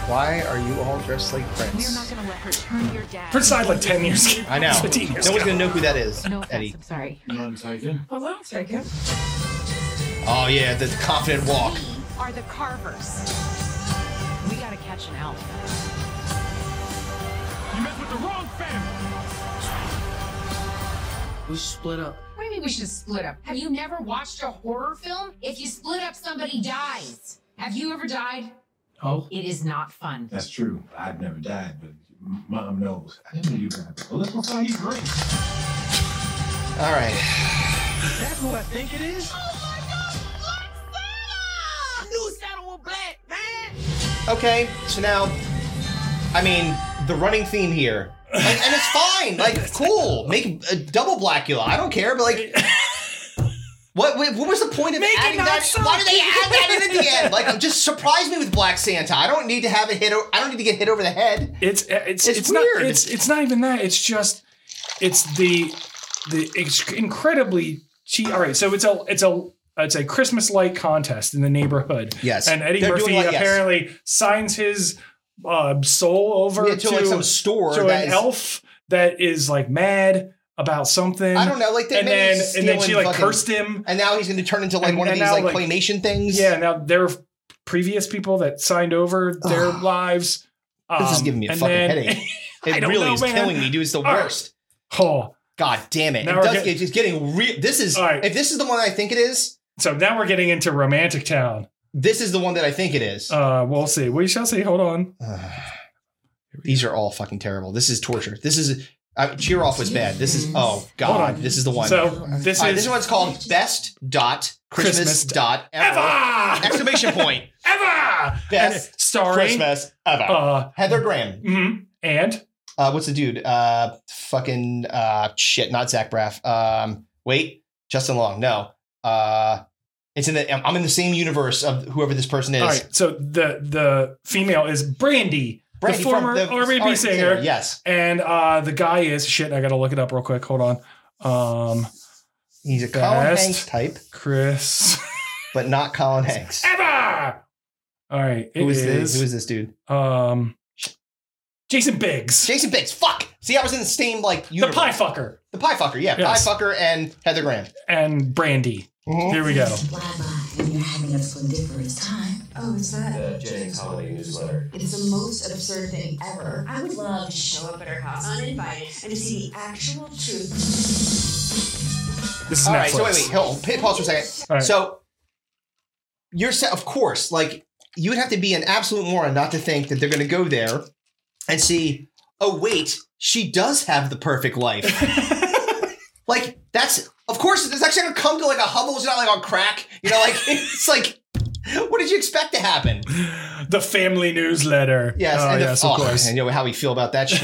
[SPEAKER 2] Why are you all dressed like
[SPEAKER 10] We're not
[SPEAKER 2] Prince?
[SPEAKER 10] gonna let her turn your dad.
[SPEAKER 3] Prince died like 10 years ago.
[SPEAKER 2] I know.
[SPEAKER 3] 15 years
[SPEAKER 2] No one's
[SPEAKER 3] ago.
[SPEAKER 2] gonna know who that is,
[SPEAKER 10] No offense,
[SPEAKER 2] Eddie.
[SPEAKER 10] I'm sorry.
[SPEAKER 6] None taken.
[SPEAKER 9] Well, I'll take it.
[SPEAKER 2] Oh yeah, the confident walk.
[SPEAKER 10] Are the carvers. We gotta catch an elf.
[SPEAKER 6] You messed with the wrong family.
[SPEAKER 9] We should split up.
[SPEAKER 11] What do you mean we should split up? Have you never watched a horror film? If you split up, somebody dies. Have you ever died?
[SPEAKER 6] Oh.
[SPEAKER 11] It is not fun.
[SPEAKER 6] That's true. I've never died, but m- mom knows. I knew you got it. Well, look what you bring.
[SPEAKER 2] All right.
[SPEAKER 6] That's who I think it is.
[SPEAKER 9] New saddle with black, man.
[SPEAKER 2] Okay. So now, I mean, the running theme here, and, and it's fine. Like, cool. Make a double Blackula. I don't care. But like. What, what what was the point of
[SPEAKER 3] Make it
[SPEAKER 2] adding
[SPEAKER 3] not
[SPEAKER 2] that? Why did they
[SPEAKER 3] sucky.
[SPEAKER 2] add that in at the end? Like, just surprise me with Black Santa. I don't need to have a hit. O- I don't need to get hit over the head.
[SPEAKER 3] It's uh, it's it's,
[SPEAKER 2] It's
[SPEAKER 3] not
[SPEAKER 2] weird.
[SPEAKER 3] it's it's not even that. It's just it's the the ex- incredibly she all right. So it's a it's a it's a Christmas light contest in the neighborhood.
[SPEAKER 2] Yes.
[SPEAKER 3] and Eddie
[SPEAKER 2] They're
[SPEAKER 3] Murphy
[SPEAKER 2] doing like- yes.
[SPEAKER 3] apparently signs his uh, soul over
[SPEAKER 2] Yeah,
[SPEAKER 3] to,
[SPEAKER 2] to, like, some store
[SPEAKER 3] to
[SPEAKER 2] that
[SPEAKER 3] an
[SPEAKER 2] is-
[SPEAKER 3] elf that is like mad about something.
[SPEAKER 2] I don't know, like they
[SPEAKER 3] and
[SPEAKER 2] maybe
[SPEAKER 3] then
[SPEAKER 2] he's
[SPEAKER 3] and then she
[SPEAKER 2] stealing
[SPEAKER 3] like
[SPEAKER 2] fucking-
[SPEAKER 3] cursed him,
[SPEAKER 2] and now he's going to turn into like
[SPEAKER 3] And-
[SPEAKER 2] one of
[SPEAKER 3] and
[SPEAKER 2] these
[SPEAKER 3] now,
[SPEAKER 2] like,
[SPEAKER 3] like-
[SPEAKER 2] claymation things.
[SPEAKER 3] Yeah, now their previous people that signed over their lives.
[SPEAKER 2] This is
[SPEAKER 3] um,
[SPEAKER 2] giving me a
[SPEAKER 3] and
[SPEAKER 2] fucking
[SPEAKER 3] then-
[SPEAKER 2] headache.
[SPEAKER 3] I
[SPEAKER 2] It
[SPEAKER 3] don't
[SPEAKER 2] really
[SPEAKER 3] know,
[SPEAKER 2] is
[SPEAKER 3] man.
[SPEAKER 2] killing me, dude. It's the
[SPEAKER 3] All right.
[SPEAKER 2] worst.
[SPEAKER 3] Oh,
[SPEAKER 2] God damn it!
[SPEAKER 3] Now
[SPEAKER 2] it
[SPEAKER 3] we're
[SPEAKER 2] does.
[SPEAKER 3] get-
[SPEAKER 2] it's just getting real. This is
[SPEAKER 3] All right.
[SPEAKER 2] if this is the one I think it is.
[SPEAKER 3] so now we're getting into romantic town.
[SPEAKER 2] This is the one that I think it is.
[SPEAKER 3] Uh, we'll see. We shall see. Hold on.
[SPEAKER 2] These are all fucking terrible. This is torture. This is I, cheer off was bad. This is oh
[SPEAKER 3] Hold
[SPEAKER 2] god.
[SPEAKER 3] on.
[SPEAKER 2] This is the one.
[SPEAKER 3] So this
[SPEAKER 2] All right,
[SPEAKER 3] is
[SPEAKER 2] this one's called best dot Christmas,
[SPEAKER 3] Christmas
[SPEAKER 2] dot ever,
[SPEAKER 3] Ever!
[SPEAKER 2] exclamation point
[SPEAKER 3] Eva
[SPEAKER 2] best
[SPEAKER 3] starring
[SPEAKER 2] Christmas ever.
[SPEAKER 3] uh
[SPEAKER 2] Heather Graham.
[SPEAKER 3] mhm. and
[SPEAKER 2] Uh, what's the dude? Uh, fucking uh, shit. Not Zach Braff. Um, wait, Justin Long. No. Uh, it's in the. I'm in the same universe of whoever this person is.
[SPEAKER 3] all right. So the the female is Brandy,
[SPEAKER 2] Brandy
[SPEAKER 3] the
[SPEAKER 2] from
[SPEAKER 3] former
[SPEAKER 2] the-
[SPEAKER 3] R&B
[SPEAKER 2] R&B
[SPEAKER 3] singer.
[SPEAKER 2] singer, yes.
[SPEAKER 3] and uh the guy is shit. I gotta look it up real quick. Hold on. Um,
[SPEAKER 2] he's a Colin
[SPEAKER 3] Best.
[SPEAKER 2] Hanks type,
[SPEAKER 3] Chris.
[SPEAKER 2] but not Colin Hanks.
[SPEAKER 3] Eva. All right. it
[SPEAKER 2] Who is,
[SPEAKER 3] is-
[SPEAKER 2] this? Who is this dude?
[SPEAKER 3] Um, Jason Biggs,
[SPEAKER 2] Jason Biggs. Fuck. See, I was in the same like
[SPEAKER 3] the
[SPEAKER 2] universe.
[SPEAKER 3] pie fucker,
[SPEAKER 2] The pie fucker. Yeah,
[SPEAKER 3] Yes.
[SPEAKER 2] pie fucker and Heather Graham.
[SPEAKER 3] and Brandy.
[SPEAKER 2] Mhm.
[SPEAKER 3] Here we go.
[SPEAKER 12] What I buy, and you're having a splendiferous time. Oh, is
[SPEAKER 13] The
[SPEAKER 12] that?
[SPEAKER 13] Jennings Holiday Newsletter.
[SPEAKER 12] It is the most absurd thing ever. I would love to show up at her house uninvited and to see the actual truth.
[SPEAKER 3] This is
[SPEAKER 2] All
[SPEAKER 3] Netflix.
[SPEAKER 2] right, so wait, wait, hold, pa- pause for a second.
[SPEAKER 3] All right.
[SPEAKER 2] So you're set, of course, like you would have to be an absolute moron not to think that they're going to go there and see. Oh wait, she does have the perfect life. like that's of course it's actually going to come to like a Hubble. It's not like on crack, you know. Like it's like what did you expect to happen?
[SPEAKER 3] The family newsletter.
[SPEAKER 2] Yes,
[SPEAKER 3] Oh,
[SPEAKER 2] and the-
[SPEAKER 3] yes,
[SPEAKER 2] oh,
[SPEAKER 3] of course.
[SPEAKER 2] And you know how we feel about that shit.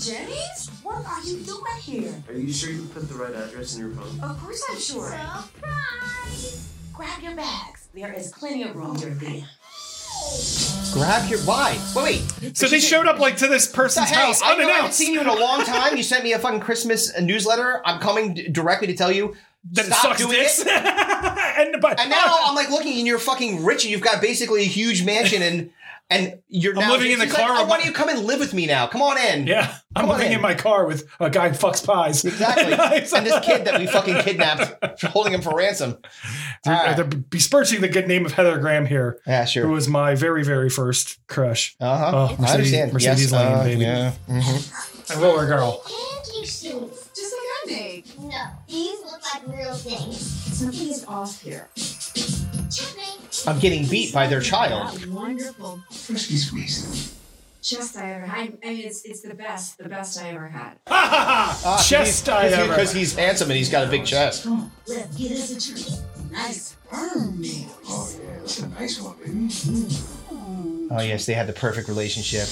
[SPEAKER 12] Jennings? What are you doing here?
[SPEAKER 13] Are you sure you put the right address in your phone?
[SPEAKER 12] Of course I'm sure. Surprise! Grab your bags. There is plenty of room, Dorothea.
[SPEAKER 2] Grab your why? Wait, wait.
[SPEAKER 3] So they showed up like to this person's
[SPEAKER 2] hey,
[SPEAKER 3] house
[SPEAKER 2] I, know I haven't
[SPEAKER 3] unannounced.
[SPEAKER 2] seen you in a long time. You sent me a fucking Christmas uh, newsletter. I'm coming d- directly to tell you
[SPEAKER 3] That it
[SPEAKER 2] stop
[SPEAKER 3] sucks
[SPEAKER 2] doing
[SPEAKER 3] dicks.
[SPEAKER 2] it.
[SPEAKER 3] and, but,
[SPEAKER 2] And now I'm like looking, and you're fucking rich, and you've got basically a huge mansion, and and you're
[SPEAKER 3] I'm
[SPEAKER 2] now,
[SPEAKER 3] living in the
[SPEAKER 2] She's
[SPEAKER 3] car
[SPEAKER 2] Like, oh,
[SPEAKER 3] of
[SPEAKER 2] why
[SPEAKER 3] my-
[SPEAKER 2] don't you come and live with me now? Come on in.
[SPEAKER 3] yeah, I'm
[SPEAKER 2] Come on
[SPEAKER 3] living in.
[SPEAKER 2] in.
[SPEAKER 3] my car with a guy who fucks pies.
[SPEAKER 2] Exactly. and this kid that we fucking kidnapped, holding him for ransom.
[SPEAKER 3] They're,
[SPEAKER 2] All right.
[SPEAKER 3] they're besmirching the good name of Heather Graham here.
[SPEAKER 2] Yeah, sure.
[SPEAKER 3] Who was my very, very first crush.
[SPEAKER 2] Uh-huh.
[SPEAKER 3] Oh,
[SPEAKER 2] I
[SPEAKER 3] Mercedes,
[SPEAKER 2] understand.
[SPEAKER 3] Mercedes
[SPEAKER 2] Yes,
[SPEAKER 3] Lane,
[SPEAKER 2] uh,
[SPEAKER 3] baby.
[SPEAKER 2] yeah.
[SPEAKER 3] And Roller Girl.
[SPEAKER 5] Thank you, shoes.
[SPEAKER 12] Just like I did.
[SPEAKER 5] No, these look like real things.
[SPEAKER 12] Something is off here.
[SPEAKER 5] Checkmate.
[SPEAKER 2] I'm getting beat by their child.
[SPEAKER 12] That wonderful.
[SPEAKER 7] Excuse me.
[SPEAKER 12] Chest I ever had. I mean, it's, it's the best, the best I ever had.
[SPEAKER 2] Ah,
[SPEAKER 3] Chest I ever-
[SPEAKER 2] Because he's handsome and he's got a big chest.
[SPEAKER 12] Look, it is a treat. Nice firm meal.
[SPEAKER 7] Oh, yeah, that's a nice one, baby.
[SPEAKER 2] Oh yes, they had the perfect relationship.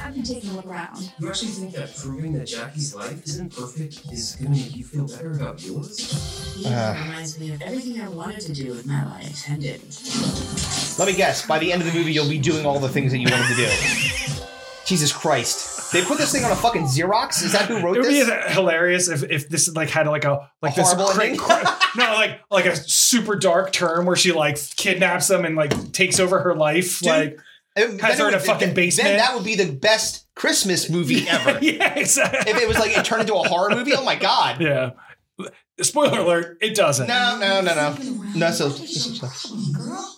[SPEAKER 12] I've been taking a look around.
[SPEAKER 13] You actually think that proving that Jackie's life isn't perfect is gonna make you feel better about yours?
[SPEAKER 12] He reminds me of everything I wanted to do with my life and didn't.
[SPEAKER 2] Let me guess, by the end of the movie, you'll be doing all the things that you wanted to do. Jesus Christ. They put this thing on a fucking Xerox? Is that who wrote
[SPEAKER 3] It would be
[SPEAKER 2] this?
[SPEAKER 3] hilarious if, if this like had like a like
[SPEAKER 2] A
[SPEAKER 3] this
[SPEAKER 2] horrible
[SPEAKER 3] cra-
[SPEAKER 2] ending?
[SPEAKER 3] cra- no like like a super dark term where she like kidnaps them and like takes over her life like
[SPEAKER 2] It-
[SPEAKER 3] has
[SPEAKER 2] then
[SPEAKER 3] her
[SPEAKER 2] it
[SPEAKER 3] in a
[SPEAKER 2] would-
[SPEAKER 3] fucking
[SPEAKER 2] then-
[SPEAKER 3] basement.
[SPEAKER 2] Then that would be the best Christmas movie ever.
[SPEAKER 3] yeah exactly
[SPEAKER 2] If it was like it turned into a horror movie, oh my god.
[SPEAKER 3] yeah spoiler alert it doesn't
[SPEAKER 2] No, no, no, no. No, so. so-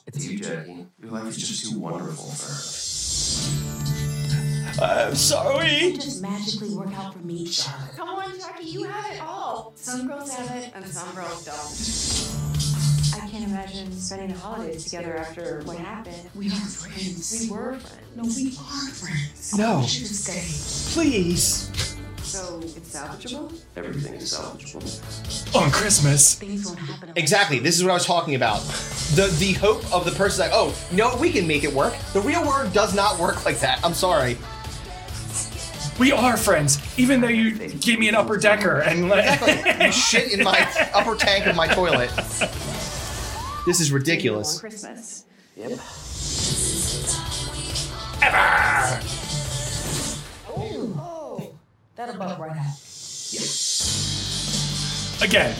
[SPEAKER 13] It's you, Jackie. Your life is just too wonderful for her.
[SPEAKER 2] I'm sorry.
[SPEAKER 12] Just magically work out for me, Charlotte.
[SPEAKER 5] Come on, Jackie, you have it all.
[SPEAKER 12] Some girls have it and some girls don't. I can't imagine spending the holidays together after what happened. We are friends. We were friends. No, we are friends.
[SPEAKER 2] No.
[SPEAKER 12] should stay.
[SPEAKER 2] Please.
[SPEAKER 12] So it's salvageable?
[SPEAKER 13] Everything is salvageable.
[SPEAKER 3] on Christmas
[SPEAKER 12] Things won't happen.
[SPEAKER 2] Exactly. This is what I was talking about. The the hope of the person like, oh, you know what? We can make it work. The real world does not work like that. I'm sorry.
[SPEAKER 3] we are friends even though you gave me an upper decker and like
[SPEAKER 2] Exactly. Shit in my upper tank of my toilet. This is ridiculous.
[SPEAKER 12] Christmas.
[SPEAKER 5] Oh, that'll bump right out.
[SPEAKER 3] again,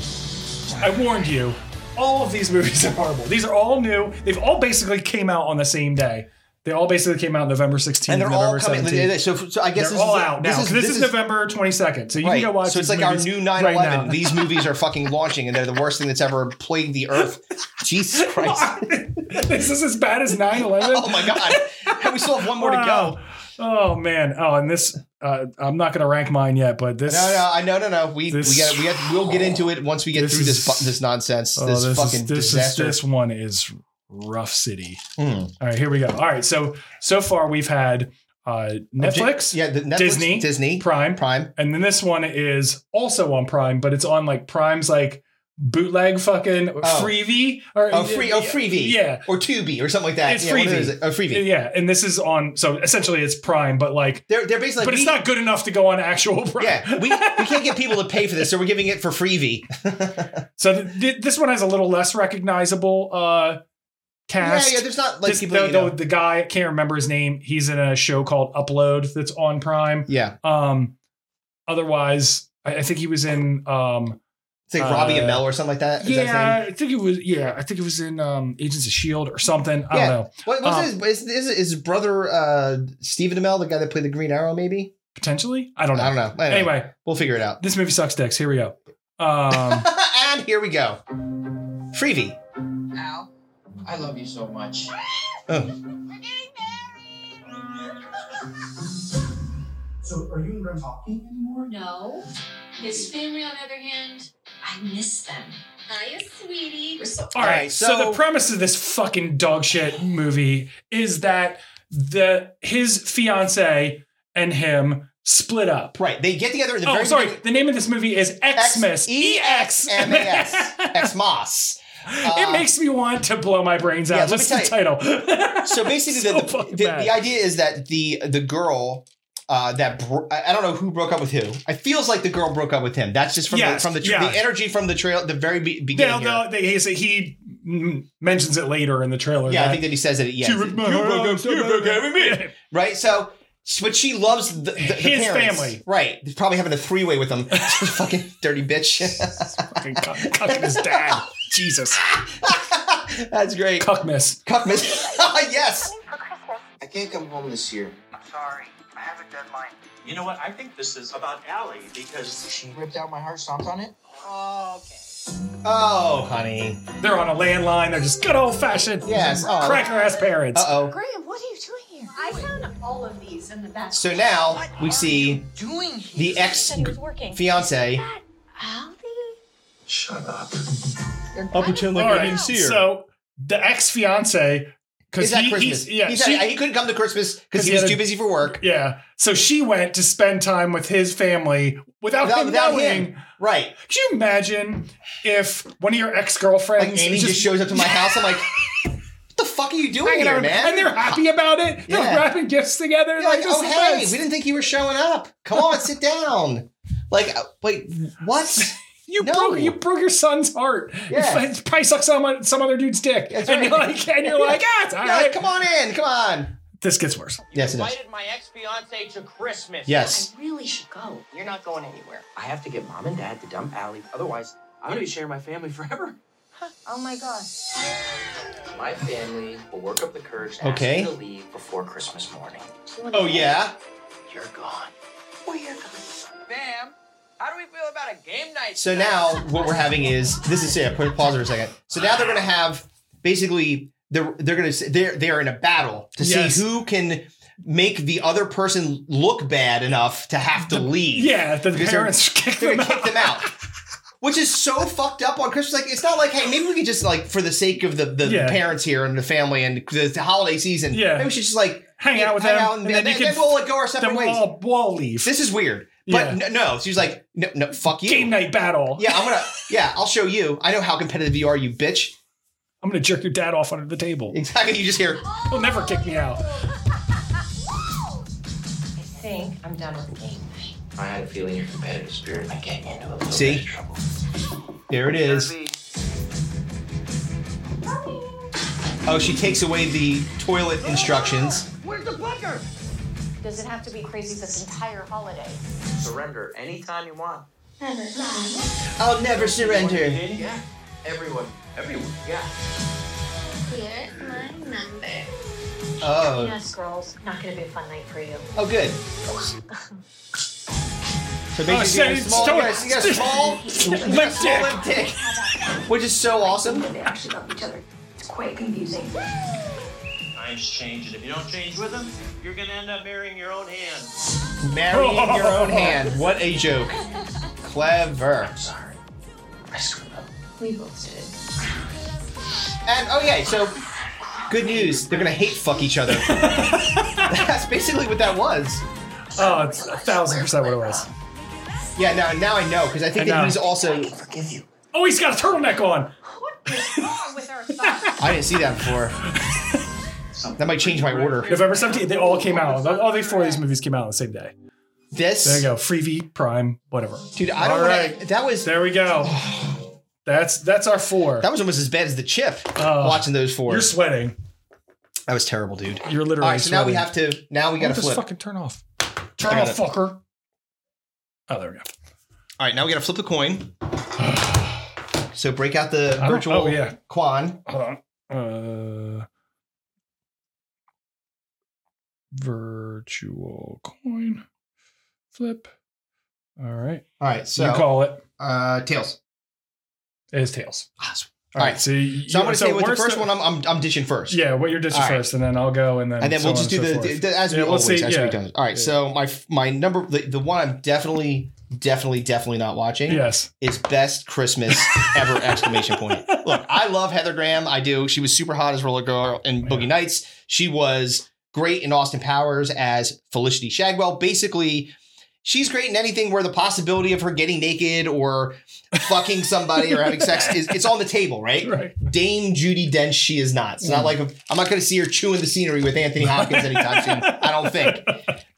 [SPEAKER 3] I warned you. All of these movies are horrible. These are all new. They've all basically came out on the same day. They all basically came out November 16th,
[SPEAKER 2] And they're all coming-
[SPEAKER 3] November 17th.
[SPEAKER 2] so- so I guess this
[SPEAKER 3] they're
[SPEAKER 2] is
[SPEAKER 3] all
[SPEAKER 2] the-
[SPEAKER 3] out
[SPEAKER 2] this
[SPEAKER 3] now.
[SPEAKER 2] is-
[SPEAKER 3] 'cause This,
[SPEAKER 2] this
[SPEAKER 3] is,
[SPEAKER 2] is-
[SPEAKER 3] November 22nd, so you
[SPEAKER 2] right.
[SPEAKER 3] can go watch.
[SPEAKER 2] so it's
[SPEAKER 3] these
[SPEAKER 2] like our
[SPEAKER 3] movies
[SPEAKER 2] new 9
[SPEAKER 3] right
[SPEAKER 2] 11.
[SPEAKER 3] now.
[SPEAKER 2] These movies are fucking launching and they're the worst thing that's ever plagued the earth. Jesus Christ.
[SPEAKER 3] Is this as bad as 9 11? Oh
[SPEAKER 2] my God. We still have one more to go.
[SPEAKER 3] Oh, man. Oh, and this, uh, I'm not going to rank mine yet, but this.
[SPEAKER 2] No, no, I no, no, no. We
[SPEAKER 3] This-
[SPEAKER 2] we got we got we'll get into it once we get through this bu- this nonsense,
[SPEAKER 3] Oh,
[SPEAKER 2] this,
[SPEAKER 3] is-
[SPEAKER 2] fucking
[SPEAKER 3] this is-
[SPEAKER 2] disaster.
[SPEAKER 3] this one is rough city.
[SPEAKER 2] Mm.
[SPEAKER 3] All right, here we go. All right, so so far we've had uh, Netflix,
[SPEAKER 2] yeah, the Netflix,
[SPEAKER 3] Disney,
[SPEAKER 2] Disney,
[SPEAKER 3] Prime,
[SPEAKER 2] Prime,
[SPEAKER 3] and then this one is also on Prime, but it's on like Prime's like bootleg fucking
[SPEAKER 2] Oh.
[SPEAKER 3] freebie or
[SPEAKER 2] Oh, free, oh, freebie,
[SPEAKER 3] yeah.
[SPEAKER 2] or Tubi or something like that.
[SPEAKER 3] It's
[SPEAKER 2] yeah, one of
[SPEAKER 3] freebie.
[SPEAKER 2] those- oh, freebie.
[SPEAKER 3] Yeah, and this is on. So essentially, it's Prime, but like
[SPEAKER 2] they're they're basically.
[SPEAKER 3] But it's not good enough to go on actual Prime.
[SPEAKER 2] Yeah, we, we can't get people to pay for this, so we're giving it for freebie.
[SPEAKER 3] So th- th- this one has a little less recognizable uh cast.
[SPEAKER 2] Yeah, yeah, there's not, like,
[SPEAKER 3] This-
[SPEAKER 2] people
[SPEAKER 3] the,
[SPEAKER 2] you know.
[SPEAKER 3] the- the guy I can't remember his name. He's in a show called Upload that's on Prime.
[SPEAKER 2] Yeah.
[SPEAKER 3] Um. Otherwise, I, I think he was in um.
[SPEAKER 2] It's like Robbie and Mel or something like that. Is that his
[SPEAKER 3] yeah,
[SPEAKER 2] name?
[SPEAKER 3] I think it was. Yeah, I think it was in um Agents of Shield or something. I
[SPEAKER 2] yeah.
[SPEAKER 3] don't know.
[SPEAKER 2] What, what's
[SPEAKER 3] Um,
[SPEAKER 2] his, is, is, is his brother uh, Stephen Amell, the guy that played the Green Arrow, maybe?
[SPEAKER 3] Potentially? I don't know.
[SPEAKER 2] I don't know.
[SPEAKER 3] Anyway.
[SPEAKER 2] we'll figure it out.
[SPEAKER 3] This movie sucks dicks. Here we go. Um.
[SPEAKER 2] and here we go. Freebie.
[SPEAKER 14] Al, I love you so much.
[SPEAKER 2] Oh.
[SPEAKER 15] So are you and Ren talking
[SPEAKER 14] Oh,
[SPEAKER 15] anymore?
[SPEAKER 16] No. His family, on the other hand, I miss them. Hiya, sweetie. We're so
[SPEAKER 3] All right. So, the premise of this fucking dog shit movie is that the his fiance and him split up.
[SPEAKER 2] Right. They get together at the
[SPEAKER 3] oh,
[SPEAKER 2] very
[SPEAKER 3] sorry.
[SPEAKER 2] beginning-
[SPEAKER 3] The name of this movie is Xmas. E X M A S.
[SPEAKER 2] Xmas.
[SPEAKER 3] It makes me want to blow my brains out.
[SPEAKER 2] Uh, Yeah, let me
[SPEAKER 3] That's the
[SPEAKER 2] tell
[SPEAKER 3] title.
[SPEAKER 2] so basically, the, the, the,
[SPEAKER 3] bad.
[SPEAKER 2] the idea is that the the girl uh, that bro- I I don't know who broke up with who. It feels like the girl broke up with him. That's just from
[SPEAKER 3] Yes,
[SPEAKER 2] the, from the, tra-
[SPEAKER 3] yeah.
[SPEAKER 2] the energy from the trail, the very be- beginning.
[SPEAKER 3] They'll-
[SPEAKER 2] here.
[SPEAKER 3] they'll- they- he say- he mm, mentions it later in the trailer.
[SPEAKER 2] Yeah, I think that he says it. Yeah,
[SPEAKER 3] You broke my heart out, so bad.
[SPEAKER 2] me, right? So, but she loves the, the, the
[SPEAKER 3] His
[SPEAKER 2] parents.
[SPEAKER 3] family.
[SPEAKER 2] right? They're probably having a three way with them. fucking dirty bitch.
[SPEAKER 3] fucking cuck, cucking his dad. Jesus,
[SPEAKER 2] that's great.
[SPEAKER 3] Cuckmas.
[SPEAKER 2] Cuckmas. yes.
[SPEAKER 14] I can't come home this year.
[SPEAKER 17] I'm sorry. I have a deadline. You know what? I think this is about Allie because she
[SPEAKER 14] Ripped out my heart, stomped on it.
[SPEAKER 2] Oh, honey.
[SPEAKER 3] They're on a landline. They're just good old fashioned.
[SPEAKER 2] Yes. Oh.
[SPEAKER 3] Cracker ass parents.
[SPEAKER 2] Uh oh.
[SPEAKER 12] Graham, what are you doing here? I found all of these in the back.
[SPEAKER 2] So now we see
[SPEAKER 12] doing here?
[SPEAKER 2] the ex
[SPEAKER 12] Said he was working.
[SPEAKER 2] fiance.
[SPEAKER 15] Shut up.
[SPEAKER 2] I'll pretend
[SPEAKER 3] All right, So the ex fiance,
[SPEAKER 2] He's
[SPEAKER 3] because
[SPEAKER 2] at
[SPEAKER 3] he,
[SPEAKER 2] Christmas.
[SPEAKER 3] he's, yeah,
[SPEAKER 2] He's
[SPEAKER 3] she-
[SPEAKER 2] at- he couldn't come to Christmas
[SPEAKER 3] 'cause
[SPEAKER 2] because he
[SPEAKER 3] he
[SPEAKER 2] was
[SPEAKER 3] had a-
[SPEAKER 2] too busy for work.
[SPEAKER 3] yeah. So she went to spend time with his family without,
[SPEAKER 2] Without-
[SPEAKER 3] him
[SPEAKER 2] without
[SPEAKER 3] knowing.
[SPEAKER 2] him. Right?
[SPEAKER 3] Could you imagine if one of your ex girlfriends
[SPEAKER 2] Like Amy just, shows up to my house. I'm like, what the fuck are you doing
[SPEAKER 3] Hanging
[SPEAKER 2] here,
[SPEAKER 3] out with-
[SPEAKER 2] man?
[SPEAKER 3] and they're happy about it. They're
[SPEAKER 2] Yeah.
[SPEAKER 3] wrapping gifts together.
[SPEAKER 2] You're like,
[SPEAKER 3] this
[SPEAKER 2] oh
[SPEAKER 3] is
[SPEAKER 2] hey,
[SPEAKER 3] nice."
[SPEAKER 2] we didn't think you were showing up. Come on, sit down. Like, uh, wait, what?
[SPEAKER 3] You broke you broke your son's heart.
[SPEAKER 2] Yeah.
[SPEAKER 3] It probably sucked some some other dude's dick.
[SPEAKER 2] That's
[SPEAKER 3] and you're
[SPEAKER 2] right.
[SPEAKER 3] like, and you're like, ah, it's all
[SPEAKER 2] You're like,
[SPEAKER 3] right."
[SPEAKER 2] come on in, come on.
[SPEAKER 3] This gets worse.
[SPEAKER 2] Yes, it is.
[SPEAKER 14] my ex fiance to Christmas.
[SPEAKER 2] Yes.
[SPEAKER 14] I really should go. You're not going anywhere. I have to get mom and dad to dump Allie. Otherwise, I'm gonna be sharing my family forever.
[SPEAKER 12] Oh my god.
[SPEAKER 14] My family will work up the courage to
[SPEAKER 2] Okay.
[SPEAKER 14] ask me to leave before Christmas morning.
[SPEAKER 2] Oh yeah.
[SPEAKER 14] You're gone. Well, you're gone. Bam. How do we feel about a game night?
[SPEAKER 2] So now what we're having is this is yeah. put- Pause for a second. So now they're gonna have basically they're they're gonna s- they're they're in a battle to
[SPEAKER 3] Yes.
[SPEAKER 2] see who can make the other person look bad enough to have to leave.
[SPEAKER 3] Yeah, the
[SPEAKER 2] Because they're-
[SPEAKER 3] parents kicked
[SPEAKER 2] they're
[SPEAKER 3] them
[SPEAKER 2] gonna
[SPEAKER 3] out.
[SPEAKER 2] kick them out. Which is so fucked up on Christmas. Like, it's not like, hey, maybe we could just like, for the sake of the, the
[SPEAKER 3] Yeah.
[SPEAKER 2] parents here and the family and the, the holiday season,
[SPEAKER 3] Yeah.
[SPEAKER 2] maybe we should just like
[SPEAKER 3] Hang out with
[SPEAKER 2] hang
[SPEAKER 3] them,
[SPEAKER 2] out and,
[SPEAKER 3] and then you
[SPEAKER 2] then,
[SPEAKER 3] can-
[SPEAKER 2] then we'll like, go our separate
[SPEAKER 3] then we'll
[SPEAKER 2] ways.
[SPEAKER 3] all, we'll all leave.
[SPEAKER 2] This is weird, but
[SPEAKER 3] Yeah.
[SPEAKER 2] no, no. She's like, no, no, fuck you.
[SPEAKER 3] Game night battle.
[SPEAKER 2] Yeah, I'm gonna. Yeah, I'll show you. I know how competitive you are, you bitch.
[SPEAKER 3] I'm gonna jerk your dad off under the table.
[SPEAKER 2] Exactly. You just hear.
[SPEAKER 3] He'll never kick me out.
[SPEAKER 12] I think I'm done with the game.
[SPEAKER 14] I had a feeling your competitive spirit might get you into a little
[SPEAKER 2] See?
[SPEAKER 14] bit of trouble.
[SPEAKER 2] There it is. Oh, she takes away the toilet instructions.
[SPEAKER 12] Where's the butler? Does it have to be crazy this entire holiday?
[SPEAKER 14] Surrender anytime you want.
[SPEAKER 5] Never lie.
[SPEAKER 2] I'll never surrender.
[SPEAKER 14] Yeah, everyone. Everyone. Yeah.
[SPEAKER 5] Here's my number.
[SPEAKER 2] Oh.
[SPEAKER 18] Yes, girls. Not gonna be a fun night for you.
[SPEAKER 2] Oh, good.
[SPEAKER 3] Uh,
[SPEAKER 2] So
[SPEAKER 18] Oh,
[SPEAKER 2] basically, you got a
[SPEAKER 18] shit,
[SPEAKER 2] small, you
[SPEAKER 18] it's
[SPEAKER 2] got, you got a small, you got a small limp dick, which is so awesome.
[SPEAKER 12] They actually love each other. It's quite confusing.
[SPEAKER 17] Times change, and if you don't change with them, you're gonna end up marrying your own hand.
[SPEAKER 2] Marrying your own hand. What a joke. Clever.
[SPEAKER 12] We both did it.
[SPEAKER 2] And okay, so good news. They're gonna hate fuck each other. That's basically what that was.
[SPEAKER 3] Oh, it's a thousand percent what it was.
[SPEAKER 2] Yeah, now now I know because I think
[SPEAKER 3] I
[SPEAKER 2] that
[SPEAKER 3] know.
[SPEAKER 2] he's also.
[SPEAKER 3] Oh, he's got a turtleneck on.
[SPEAKER 2] I didn't see that before. That might change my order.
[SPEAKER 3] November 17th, they all came out. All the four of these movies came out on the same day.
[SPEAKER 2] This.
[SPEAKER 3] There you go. Freebie, Prime, whatever.
[SPEAKER 2] Dude, I don't
[SPEAKER 3] All
[SPEAKER 2] wanna- That was.
[SPEAKER 3] There we go. That's that's our four.
[SPEAKER 2] That was almost as bad as the chip. watching those four.
[SPEAKER 3] Oh. You're sweating.
[SPEAKER 2] That was terrible, dude.
[SPEAKER 3] You're literally.
[SPEAKER 2] All right, so now we
[SPEAKER 3] sweating.
[SPEAKER 2] have to. Now we
[SPEAKER 3] Why
[SPEAKER 2] got
[SPEAKER 3] don't
[SPEAKER 2] to
[SPEAKER 3] this
[SPEAKER 2] flip.
[SPEAKER 3] fucking turn off. Turn
[SPEAKER 2] I
[SPEAKER 3] off,
[SPEAKER 2] got it.
[SPEAKER 3] fucker. Oh, there we go.
[SPEAKER 2] All right, now we got to flip the coin. So break out the
[SPEAKER 3] I don't-
[SPEAKER 2] virtual
[SPEAKER 3] oh, yeah.
[SPEAKER 2] Quan.
[SPEAKER 3] Hold on. Uh, virtual coin flip. All right.
[SPEAKER 2] All right, so
[SPEAKER 3] you call it.
[SPEAKER 2] Uh, tails.
[SPEAKER 3] It is tails.
[SPEAKER 2] All right,
[SPEAKER 3] So,
[SPEAKER 2] so,
[SPEAKER 3] you,
[SPEAKER 2] I'm going to
[SPEAKER 3] so
[SPEAKER 2] say with the
[SPEAKER 3] worst
[SPEAKER 2] first
[SPEAKER 3] of-
[SPEAKER 2] one, I'm, I'm I'm ditching first.
[SPEAKER 3] Yeah, what you're ditching
[SPEAKER 2] All right.
[SPEAKER 3] first, and then I'll go, and then
[SPEAKER 2] and then
[SPEAKER 3] so
[SPEAKER 2] we'll
[SPEAKER 3] on
[SPEAKER 2] just do
[SPEAKER 3] and so
[SPEAKER 2] the,
[SPEAKER 3] forth.
[SPEAKER 2] the- as we
[SPEAKER 3] Yeah, we'll
[SPEAKER 2] always
[SPEAKER 3] see,
[SPEAKER 2] as
[SPEAKER 3] yeah.
[SPEAKER 2] we do. All right, so my my number the, the one I'm definitely definitely definitely not watching.
[SPEAKER 3] Yes.
[SPEAKER 2] is best Christmas ever exclamation point. Look, I love Heather Graham. I do. She was super hot as Roller Girl in Boogie Nights. She was great in Austin Powers as Felicity Shagwell. Basically, she's great in anything where the possibility of her getting naked or fucking somebody or having sex is it's on the table, right?
[SPEAKER 3] Right.
[SPEAKER 2] Dame Judy Dench, she is not. It's
[SPEAKER 3] Mm.
[SPEAKER 2] not like I'm not going to see her chewing the scenery with Anthony Hopkins anytime soon. I don't think.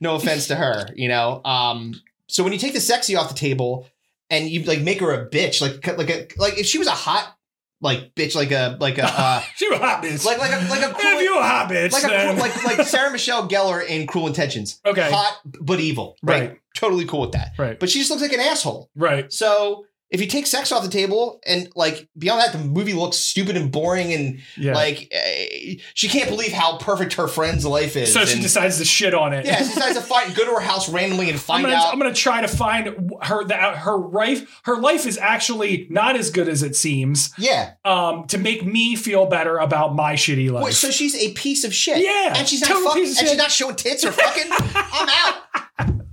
[SPEAKER 2] No offense to her, you know. Um, so when you take the sexy off the table and you like make her a bitch, like like a like if she was a hot like bitch, like a like a uh,
[SPEAKER 3] she was a hot bitch,
[SPEAKER 2] like like a like a
[SPEAKER 3] If you a hot bitch,
[SPEAKER 2] like a
[SPEAKER 3] then-
[SPEAKER 2] cruel- like like Sarah Michelle Gellar in Cruel Intentions.
[SPEAKER 3] Okay.
[SPEAKER 2] hot but evil,
[SPEAKER 3] Right.
[SPEAKER 2] Like, totally cool with that.
[SPEAKER 3] Right.
[SPEAKER 2] But she just looks like an asshole.
[SPEAKER 3] Right.
[SPEAKER 2] So if you take sex off the table and like beyond that, the movie looks stupid and boring and
[SPEAKER 3] Yeah.
[SPEAKER 2] like eh, she can't believe how perfect her friend's life is.
[SPEAKER 3] So she
[SPEAKER 2] and-
[SPEAKER 3] decides to shit on it.
[SPEAKER 2] Yeah, she decides to find go to her house randomly and
[SPEAKER 3] I'm
[SPEAKER 2] find
[SPEAKER 3] gonna,
[SPEAKER 2] out.
[SPEAKER 3] I'm gonna try to find her that her life her life is actually not as good as it seems.
[SPEAKER 2] Yeah.
[SPEAKER 3] Um, to make me feel better about my shitty life.
[SPEAKER 2] Wait, so she's a piece of shit.
[SPEAKER 3] Yeah,
[SPEAKER 2] and she's not
[SPEAKER 3] total
[SPEAKER 2] fucking, and
[SPEAKER 3] piece of
[SPEAKER 2] she's
[SPEAKER 3] shit.
[SPEAKER 2] not showing tits or fucking. I'm out.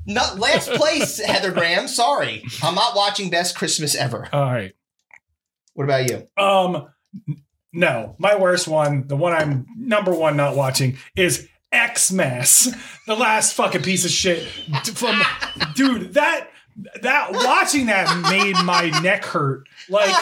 [SPEAKER 2] Not last place, Heather Graham. Sorry, I'm not watching Best Christmas Ever.
[SPEAKER 3] All right.
[SPEAKER 2] What about you?
[SPEAKER 3] Um, n- no, my worst one, the one I'm number one not watching is Xmas, the last fucking piece of shit d- from dude that that watching that made my neck hurt. Like